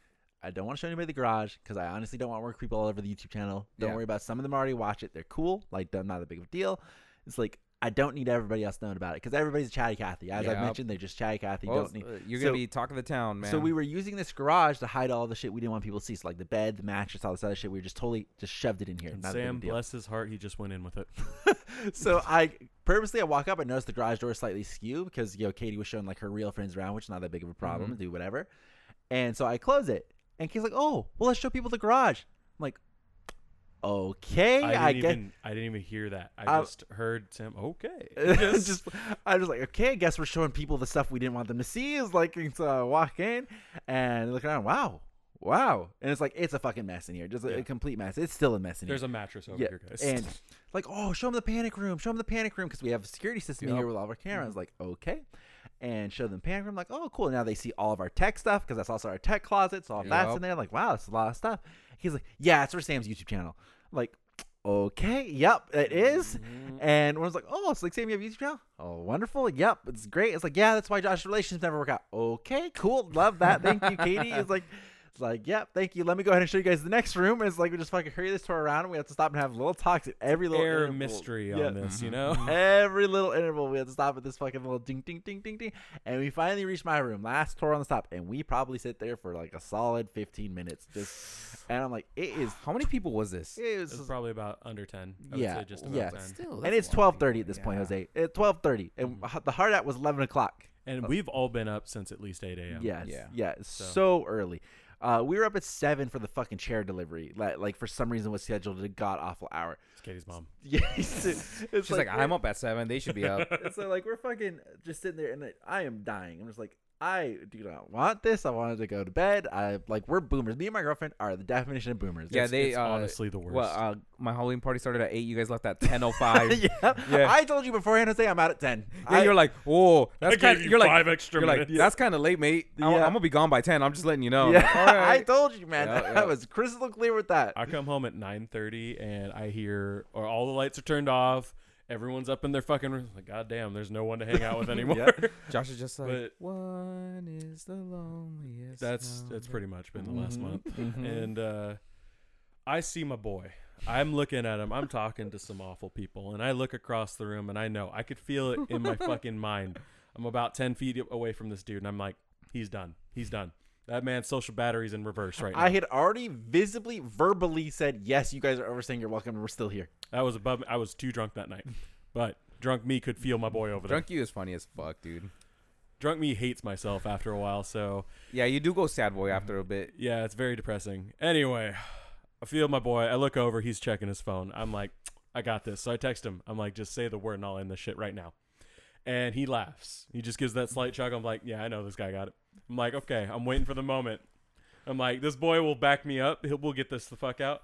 Speaker 1: I don't want to show anybody the garage because I honestly don't want more creep all over the YouTube channel. Don't
Speaker 3: Yeah.
Speaker 1: worry about it. some of them already watch it; they're cool. Like, they're not that big of a deal. It's like I don't need everybody else knowing about it because everybody's chatty Cathy. As I
Speaker 3: Yeah.
Speaker 1: mentioned, they're just chatty Cathy.
Speaker 3: Well,
Speaker 1: don't need.
Speaker 3: uh, you're gonna
Speaker 1: so-
Speaker 3: be talking the town, man.
Speaker 1: So we were using this garage to hide all the shit we didn't want people to see. So like the bed, the mattress, all this other shit. We just totally just shoved it in here.
Speaker 2: And
Speaker 1: not a big of
Speaker 2: Sam,
Speaker 1: a deal.
Speaker 2: bless his heart, he just went in with it.
Speaker 1: so I purposely I walk up. I notice the garage door is slightly skew because you know Katie was showing like her real friends around, which is not that big of a problem.
Speaker 2: Mm-hmm.
Speaker 1: Do whatever, and so I close it. And Katie's like, "Oh, well, let's show people the garage." I'm like, "Okay,
Speaker 2: I didn't
Speaker 1: I, guess."
Speaker 2: even. I didn't even hear that. I
Speaker 1: I-
Speaker 2: just heard Sam. Okay.
Speaker 1: Just,
Speaker 2: Just-
Speaker 1: I was like, "Okay, I guess we're showing people the stuff we didn't want them to see." Is like, and so I walk in and they look around. Wow, wow, and it's like it's a fucking mess in here, just a, a
Speaker 2: Yeah.
Speaker 1: complete mess. It's still a mess in here.
Speaker 2: there's a mattress over here, guys.
Speaker 1: And like, oh, show them the panic room. Show them the panic room because we have a security system in
Speaker 3: Yep.
Speaker 1: here with all of our cameras.
Speaker 2: Mm-hmm.
Speaker 1: Like, okay. And show them the panic room. Like, oh, cool. Now they see all of our tech stuff because that's also our tech closet. So all that's
Speaker 3: Yep.
Speaker 1: in there. Like, wow, that's a lot of stuff. He's like, yeah, it's for Sam's YouTube channel. I'm like, okay, yep, it is.
Speaker 2: Mm-hmm.
Speaker 1: And I was like, oh, it's like Sam, you have a YouTube channel? Oh, wonderful. Yep, it's great. It's like, yeah, that's why Josh's relationships never work out. Okay, cool. Love that. Thank you, Katie. It's like, it's like, yep, thank you. Let me go ahead and show you guys the next room. And it's like we just fucking hurry this tour around. And we have to stop and have little talks at every little
Speaker 2: air
Speaker 1: interval.
Speaker 2: mystery
Speaker 1: Yeah. Mm-hmm.
Speaker 2: on this, you know.
Speaker 1: Every little interval, we had to stop at this fucking little ding, ding, ding, ding, ding, and we finally reached my room. Last tour on the stop, and we probably sit there for like a solid fifteen minutes. Just, and I'm like, it is,
Speaker 3: How many people was this?
Speaker 1: it is
Speaker 2: It's probably about under ten. I would
Speaker 1: Yeah,
Speaker 2: say just about
Speaker 1: yeah.
Speaker 2: ten.
Speaker 3: Still,
Speaker 1: and it's
Speaker 3: that's a lot of
Speaker 1: twelve thirty at
Speaker 3: people,
Speaker 1: this point,
Speaker 3: yeah. Mm-hmm.
Speaker 1: Jose. It's twelve thirty, and h- the hard out was eleven o'clock.
Speaker 2: And we've all been up since at least eight a.m.
Speaker 1: Yes, yeah,
Speaker 3: Yeah.
Speaker 1: so, early. Uh, we were up at seven for the fucking chair delivery. Like, like for some reason was scheduled at a god awful hour.
Speaker 2: It's Katie's mom.
Speaker 1: Yes, it's
Speaker 3: She's like, I'm up at seven. They should be up.
Speaker 1: And so like we're fucking just sitting there, and like, I am dying. I'm just like, I do not want this. I wanted to go to bed. I like we're boomers. Me and my girlfriend are the definition of boomers.
Speaker 3: yeah,
Speaker 2: It's-
Speaker 3: they
Speaker 2: it's
Speaker 3: uh,
Speaker 2: honestly the worst.
Speaker 3: Well, uh, my Halloween party started at eight. You guys left at ten o five. Yeah,
Speaker 1: yeah.
Speaker 3: Yeah.
Speaker 1: I told you beforehand, Jose. I'm out at ten. I-
Speaker 3: you're like, oh, that's
Speaker 2: gave
Speaker 3: kind.
Speaker 2: you
Speaker 3: You're like,
Speaker 2: five extra
Speaker 3: you're like,
Speaker 2: minutes.
Speaker 3: that's kind of late, mate. I'm,
Speaker 1: Yeah.
Speaker 3: I'm gonna be gone by ten. I'm just letting you know. I'm
Speaker 1: yeah.
Speaker 3: like, "Oh, all right.
Speaker 1: I told you, man.
Speaker 3: Yeah,
Speaker 1: I
Speaker 3: yeah.
Speaker 1: was crystal clear with that.
Speaker 2: I come home at nine thirty and I hear, or all the lights are turned off. Everyone's up in their fucking room. Like, God damn, there's no one to hang out with anymore.
Speaker 3: Josh is just like,
Speaker 2: But-
Speaker 3: one is the loneliest.
Speaker 2: that's that's
Speaker 3: number."
Speaker 2: pretty much been the last
Speaker 1: Mhm,
Speaker 2: month.
Speaker 1: mhm.
Speaker 2: And uh, I see my boy. I'm looking at him. I'm talking to some awful people, and I look across the room, and I know I could feel it in my fucking mind. I'm about ten feet away from this dude, and I'm like, he's done. He's done. That man's social battery's in reverse right now.
Speaker 1: I had already visibly, verbally said, "Yes, you guys are overstaying. You're welcome. and We're still here."
Speaker 2: that was above. I was too drunk that night, but drunk me could feel my boy over there.
Speaker 3: Drunk you is funny as fuck, dude.
Speaker 2: Drunk Me hates myself after a while, so
Speaker 3: Yeah, you do go sad boy after a bit.
Speaker 2: yeah, it's very depressing. Anyway, I feel my boy. I look over, he's checking his phone. I'm like, I got this. So I text him. I'm like, just say the word and I'll end this shit right now. And he laughs. He just gives that slight chuckle. I'm like, yeah, I know this guy got it. I'm like, okay, I'm waiting for the moment. I'm like, this boy will back me up. He'll, we'll get this the fuck out.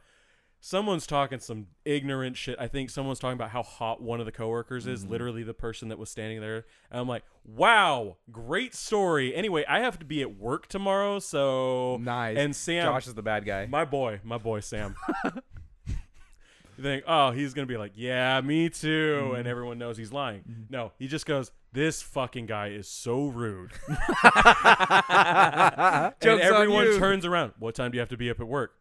Speaker 2: Someone's talking some ignorant shit. I think someone's talking about how hot one of the coworkers
Speaker 3: Mm-hmm.
Speaker 2: is, literally the person that was standing there. And I'm like, wow, great story. Anyway, I have to be at work tomorrow, so
Speaker 3: Nice.
Speaker 2: And Sam,
Speaker 3: Josh is the bad guy.
Speaker 2: my boy, my boy Sam. you think, oh, he's gonna be like, yeah, me too,
Speaker 3: Mm-hmm.
Speaker 2: and everyone knows he's lying. No, he just goes, this fucking guy is so rude. and
Speaker 3: Joke's on
Speaker 2: everyone
Speaker 3: you.
Speaker 2: turns around. What time do you have to be up at work?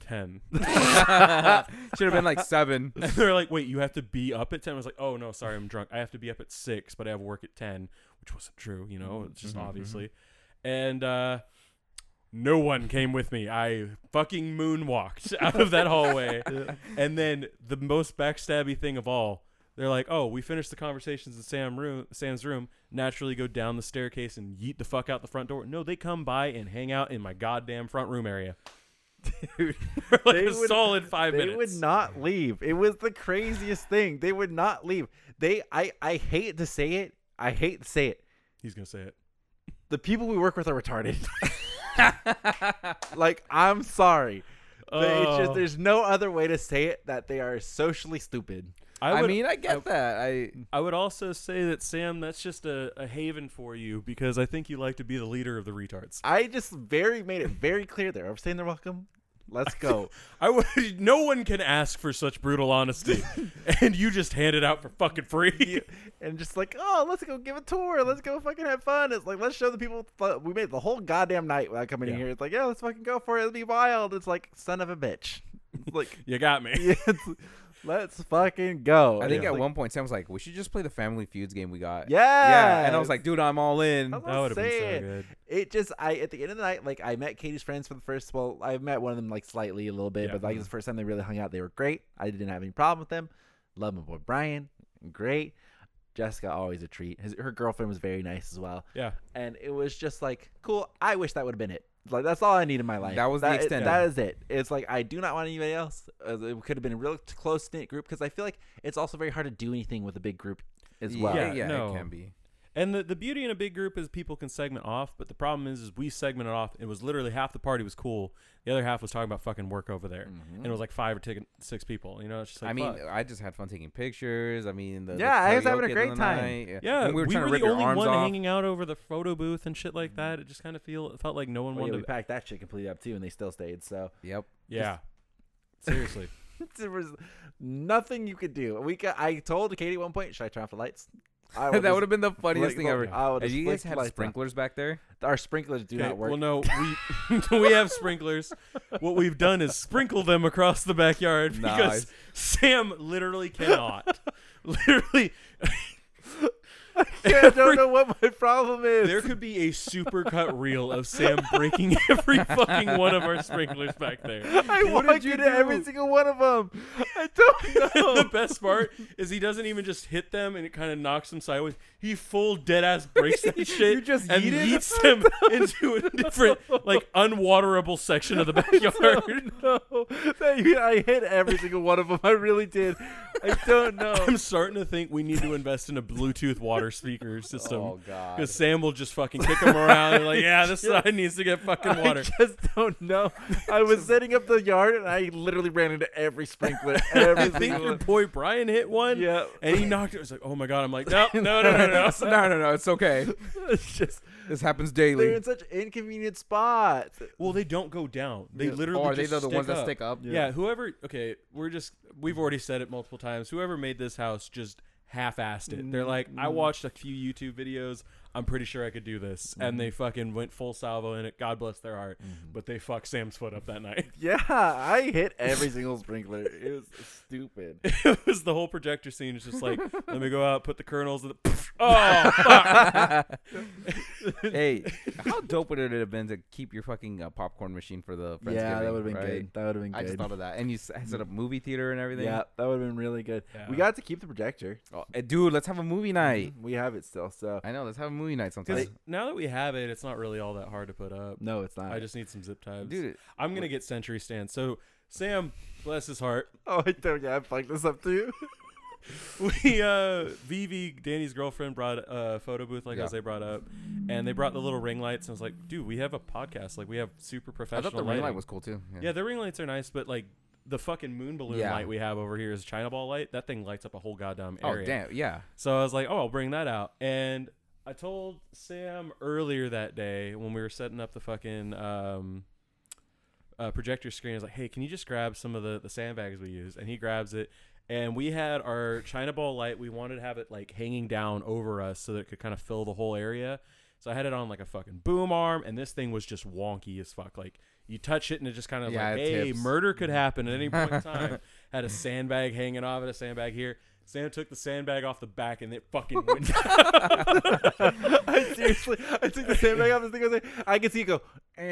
Speaker 2: Ten.
Speaker 3: Should have been like seven.
Speaker 2: and they're like, wait, you have to be up at ten. I was like, oh no, sorry, I'm drunk. I have to be up at six, but I have work at ten, which wasn't true. You know, it's
Speaker 1: Mm-hmm,
Speaker 2: just obviously. And uh, no one came with me. I fucking moonwalked out of that hallway. and then the most backstabby thing of all, they're like, "Oh, we finished the conversations in Sam room, Sam's room. Naturally, go down the staircase and yeet the fuck out the front door." No, they come by and hang out in my goddamn front room area.
Speaker 1: Dude,
Speaker 2: For like
Speaker 1: They
Speaker 2: a
Speaker 1: would-
Speaker 2: solid five
Speaker 1: they
Speaker 2: minutes.
Speaker 1: would not leave. It was the craziest thing. They would not leave. They, I, I hate to say it. I hate to say it.
Speaker 2: He's gonna say it.
Speaker 1: The people we work with are retarded. like, I'm sorry. They- It's just
Speaker 2: Oh.
Speaker 1: there's no other way to say it that they are socially stupid.
Speaker 2: I
Speaker 3: I,
Speaker 2: would
Speaker 3: mean, I get that. I
Speaker 2: I would also say that Sam, that's just a, a haven for you because I think you like to be the leader of the retards.
Speaker 1: I just very made it very clear there. I'm saying they're welcome. Let's go.
Speaker 2: I would. No one can ask for such brutal honesty, and you just hand it out for fucking free.
Speaker 1: and just like, oh, let's go give a tour. Let's go fucking have fun. It's like, let's show the people fu- we made the whole goddamn night without coming in
Speaker 2: Yeah.
Speaker 1: here. It's like, yeah, let's fucking go for it. It'll be wild. It's like, son of a bitch. like,
Speaker 2: You got me.
Speaker 1: yeah, it's, let's fucking go.
Speaker 3: I think
Speaker 1: yeah.
Speaker 3: at one point Sam was like, "We should just play the Family Feuds game we got."
Speaker 1: yeah.
Speaker 3: yeah. And I was like, "Dude, I'm all in."
Speaker 1: That's what
Speaker 2: That
Speaker 1: I'm
Speaker 2: would have been so
Speaker 1: saying.
Speaker 2: good.
Speaker 1: it just I at the end of the night, like I met Katie's friends for the first well, I met one of them like slightly a little bit,
Speaker 2: Yeah.
Speaker 1: but
Speaker 3: Mm-hmm.
Speaker 1: like it's the first time they really hung out, they were great. I didn't have any problem with them. Love my boy Brian, great. Jessica always a treat. His, her girlfriend was very nice as well,
Speaker 2: Yeah.
Speaker 1: and it was just like cool. I wish that would have been it. Like that's all I need in my life.
Speaker 3: That was the
Speaker 1: that,
Speaker 3: extent of
Speaker 1: That
Speaker 3: it.
Speaker 1: is it. It's like I do not want anybody else. Uh, It could have been a real close knit group because I feel like it's also very hard to do anything with a big group as well.
Speaker 2: Yeah,
Speaker 3: Yeah,
Speaker 2: no.
Speaker 3: it can be.
Speaker 2: And the, the beauty in a big group is people can segment off, but the problem is, is we segmented off. It was literally half the party was cool, the other half was talking about fucking work over there, and it was like five or t- six people. You know, it's just like
Speaker 3: I mean,
Speaker 2: fuck.
Speaker 3: I just had fun taking pictures. I mean, the the
Speaker 1: Yeah, I was having a
Speaker 3: karaoke at the
Speaker 1: great
Speaker 3: end of the
Speaker 1: time.
Speaker 3: night.
Speaker 2: yeah,
Speaker 3: And
Speaker 2: we were,
Speaker 3: trying to rip
Speaker 2: the
Speaker 3: your
Speaker 2: only
Speaker 3: arms
Speaker 2: one
Speaker 3: off.
Speaker 2: hanging out over the photo booth and shit like that. It just kind of feel it felt like no
Speaker 3: Oh,
Speaker 2: one
Speaker 1: Well, yeah,
Speaker 2: wanted
Speaker 1: we
Speaker 2: to.
Speaker 1: packed that shit completely up too, and they still stayed. So
Speaker 3: Yep.
Speaker 2: yeah, seriously.
Speaker 1: there was nothing you could do. We got, I told Katie at one point, should I turn off the lights? I will
Speaker 3: that
Speaker 1: just
Speaker 3: would have been the funniest
Speaker 1: flick
Speaker 3: thing
Speaker 1: the-
Speaker 3: ever.
Speaker 1: I will
Speaker 3: And
Speaker 1: just
Speaker 3: you
Speaker 1: flick
Speaker 3: guys
Speaker 1: the
Speaker 3: had
Speaker 1: lights down.
Speaker 3: sprinklers back there.
Speaker 1: Our sprinklers do
Speaker 2: Okay,
Speaker 1: not work.
Speaker 2: Well, no, we we have sprinklers. What we've done is sprinkle them across the backyard because
Speaker 3: Nice.
Speaker 2: Sam literally cannot. literally,
Speaker 1: Yeah, I don't know what my problem is.
Speaker 2: there could be a super cut reel of Sam breaking every fucking one of our sprinklers back there.
Speaker 1: I
Speaker 3: What did
Speaker 1: walked
Speaker 3: you
Speaker 1: into every
Speaker 3: do?
Speaker 1: single one of them. I don't know.
Speaker 3: Oh.
Speaker 2: the best part is he doesn't even just hit them and it kind of knocks them sideways. He full dead ass breaks that shit
Speaker 3: just
Speaker 2: and
Speaker 3: yeeted?
Speaker 2: yeets them into a different, like, unwaterable section of the backyard.
Speaker 1: no, That- I hit every single one of them. I really did. I don't know.
Speaker 2: I'm starting to think we need to invest in a Bluetooth water speaker
Speaker 3: Oh
Speaker 2: system.
Speaker 3: god.
Speaker 2: Because Sam will just fucking kick him around and like, yeah, this side needs to get fucking
Speaker 1: I
Speaker 2: water.
Speaker 1: just don't know. I was setting up the yard and I literally ran into every sprinkler. Every
Speaker 2: I think
Speaker 1: single
Speaker 2: your
Speaker 1: one.
Speaker 2: boy Brian hit one,
Speaker 1: Yeah.
Speaker 2: and he knocked it. It was like, oh my god. I'm like, nope, no, no, no, no, no.
Speaker 3: no, no, no. It's okay.
Speaker 1: It's just
Speaker 3: This happens
Speaker 1: they're
Speaker 3: daily.
Speaker 1: in such inconvenient spots.
Speaker 2: Well, they don't go down. They literally
Speaker 3: Or Oh, are they
Speaker 2: just
Speaker 3: the ones
Speaker 2: stick
Speaker 3: that
Speaker 2: up.
Speaker 3: stick up?
Speaker 2: Yeah. whoever. Okay, we're just we've already said it multiple times. Whoever made this house just half-assed it. They're like, I watched a few YouTube videos. I'm pretty sure I could do this, and they fucking went full salvo in it. God bless their heart, but they fucked Sam's foot up that night.
Speaker 1: Yeah, I hit every single sprinkler. It was stupid.
Speaker 2: it was the whole projector scene. It's just like, let me go out, put the kernels in the. oh fuck!
Speaker 3: hey, how dope would it have been to keep your fucking uh, popcorn machine for the Friendsgiving?
Speaker 1: yeah, that would have been
Speaker 3: right?
Speaker 1: good. That would have been good.
Speaker 3: I just thought of that, and you s- set up movie theater and everything.
Speaker 1: yeah, that would have been really good.
Speaker 2: Yeah.
Speaker 1: We got to keep the projector.
Speaker 3: Oh, eh, dude, let's have a movie night.
Speaker 1: We have it still, so
Speaker 3: I know, let's have a movie night sometime.
Speaker 2: Because now that we have it, it's not really all that hard to put up.
Speaker 1: no, it's not.
Speaker 2: I just need some zip ties.
Speaker 3: Dude,
Speaker 2: I'm gonna get Century Stand. So Sam, bless his heart,
Speaker 1: oh, I don't. Yeah, I fucked this up too.
Speaker 2: we uh Vivi, Danny's girlfriend, brought a photo booth like
Speaker 3: Yeah.
Speaker 2: Jose brought up, and they brought the little ring lights. And I was like, dude, we have a podcast. Like we have super
Speaker 3: I
Speaker 2: professional.
Speaker 3: thought the ring light
Speaker 2: lighting.
Speaker 3: was cool too.
Speaker 2: Yeah, the ring lights are nice, but like the fucking moon balloon
Speaker 3: Yeah.
Speaker 2: light we have over here is China ball light. That thing lights up a whole goddamn
Speaker 3: Oh
Speaker 2: area.
Speaker 3: damn, yeah.
Speaker 2: So I was like, oh, I'll bring that out. And I told Sam earlier that day when we were setting up the fucking um, uh, projector screen, I was like, hey, can you just grab some of the, the sandbags we use? And he grabs it. And we had our China ball light. We wanted to have it like hanging down over us so that it could kind of fill the whole area. So I had it on like a fucking boom arm, and this thing was just wonky as fuck. Like you touch it, and it just kind of
Speaker 3: Yeah,
Speaker 2: like,
Speaker 3: it
Speaker 2: hey,
Speaker 3: tips. Mm-hmm.
Speaker 2: murder could happen at any point in time. Had a sandbag hanging off it, a sandbag here. Sam took the sandbag off the back, and it fucking went.
Speaker 1: I seriously, I took the sandbag off. This thing was like, I could see it go, eh,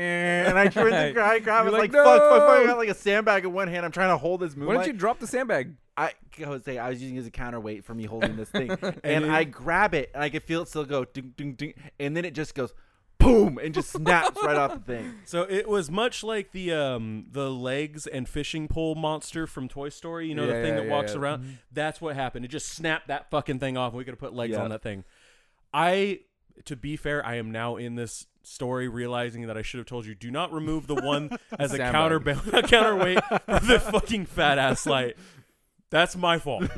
Speaker 1: and I threw it in the ground. I grabbed it,
Speaker 3: You're
Speaker 1: like,
Speaker 3: like,
Speaker 1: fuck, fuck, fuck. I
Speaker 3: "No!"
Speaker 1: got like a sandbag in one hand. I'm trying to hold this
Speaker 3: Why
Speaker 1: moonlight.
Speaker 3: don't you drop the sandbag?
Speaker 1: I Jose, I was using it as a counterweight for me holding this thing, and,
Speaker 2: it-
Speaker 1: I grab it, and I could feel it still go ding ding ding, and then it just goes, boom, and just snaps right off the thing.
Speaker 2: so it was much like the um the legs and fishing pole monster from Toy Story. You know the
Speaker 3: Yeah,
Speaker 2: thing
Speaker 3: yeah,
Speaker 2: that
Speaker 3: yeah,
Speaker 2: walks
Speaker 3: yeah.
Speaker 2: around. That's what happened. It just snapped that fucking thing off. and We could have put legs
Speaker 1: Yeah.
Speaker 2: on that thing. I, to be fair, I am now in this story realizing that I should have told you do not remove the one as a
Speaker 3: Sandbag.
Speaker 2: counter a counterweight for the fucking fat ass light. That's my fault.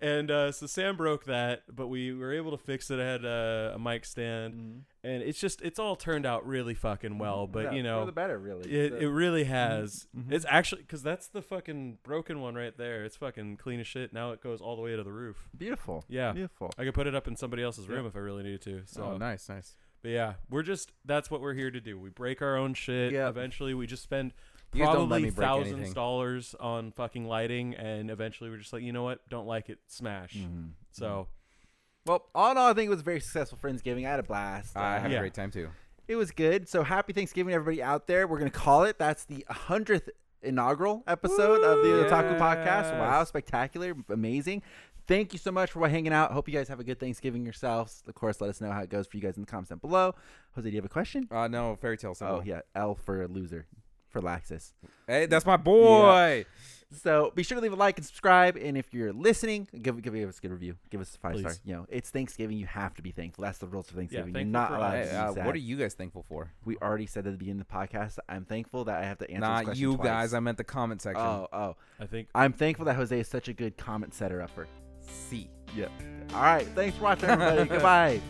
Speaker 2: And uh, so Sam broke that, but we were able to fix it. I had uh, a mic stand, and it's just it's all turned out really
Speaker 3: Mm-hmm.
Speaker 2: fucking well. Oh, But
Speaker 1: Yeah,
Speaker 2: you
Speaker 1: for
Speaker 2: know,
Speaker 1: the better, really. uh,
Speaker 2: it,
Speaker 1: So-
Speaker 2: it really has.
Speaker 3: Mm-hmm.
Speaker 2: It's actually because that's the fucking broken one right there. It's fucking clean as shit. Now it goes all the way to the roof.
Speaker 1: beautiful.
Speaker 2: Yeah.
Speaker 1: beautiful.
Speaker 2: I could put it up in somebody else's room if I really needed to. So,
Speaker 3: oh, nice, nice.
Speaker 2: but yeah, we're just that's what we're here to do. We break our own shit.
Speaker 1: Yeah.
Speaker 2: Eventually, we just spend
Speaker 3: You guys don't let
Speaker 2: probably
Speaker 3: me break
Speaker 2: thousands
Speaker 3: anything.
Speaker 2: of dollars on fucking lighting, and eventually we're just like, you know what? Don't like it, smash.
Speaker 3: Mm-hmm.
Speaker 2: So
Speaker 1: Well, all in all, I think it was a very successful Friendsgiving. I had a blast.
Speaker 3: I
Speaker 1: Uh,
Speaker 3: had
Speaker 2: Yeah.
Speaker 3: a great time too.
Speaker 1: It was good. So happy Thanksgiving, everybody out there. We're gonna call it. That's the hundredth inaugural episode of the
Speaker 2: Woo!
Speaker 1: Otaku Podcast.
Speaker 2: Yes.
Speaker 1: Wow, spectacular, amazing. Thank you so much for hanging out. Hope you guys have a good Thanksgiving yourselves. Of course, let us know how it goes for you guys in the comments down below. Jose, do you have a question?
Speaker 3: Uh, no, fairy tale.
Speaker 1: Oh
Speaker 3: Symbol.
Speaker 1: yeah, L for loser, for laxus.
Speaker 3: Hey, that's my boy.
Speaker 1: So be sure to leave a like and subscribe. And if you're listening, give give, give us a good review. Give us a five star.
Speaker 2: Please.
Speaker 1: You know, it's Thanksgiving. You have to be thankful. That's the rules for Thanksgiving. you're
Speaker 2: thankful
Speaker 1: not
Speaker 2: for
Speaker 1: allowed
Speaker 2: all.
Speaker 1: to
Speaker 3: Hey,
Speaker 1: be
Speaker 3: uh,
Speaker 1: sad.
Speaker 3: what are you guys thankful for?
Speaker 1: We already said at the beginning of the podcast. I'm thankful that I have to answer. this
Speaker 3: Not
Speaker 1: question
Speaker 3: you
Speaker 1: twice.
Speaker 3: guys. I meant the comment section.
Speaker 1: Oh, oh.
Speaker 2: I think
Speaker 1: I'm thankful that Jose is such a good comment setter upper.
Speaker 3: See.
Speaker 1: Yep. All right. Thanks for watching, everybody. Goodbye.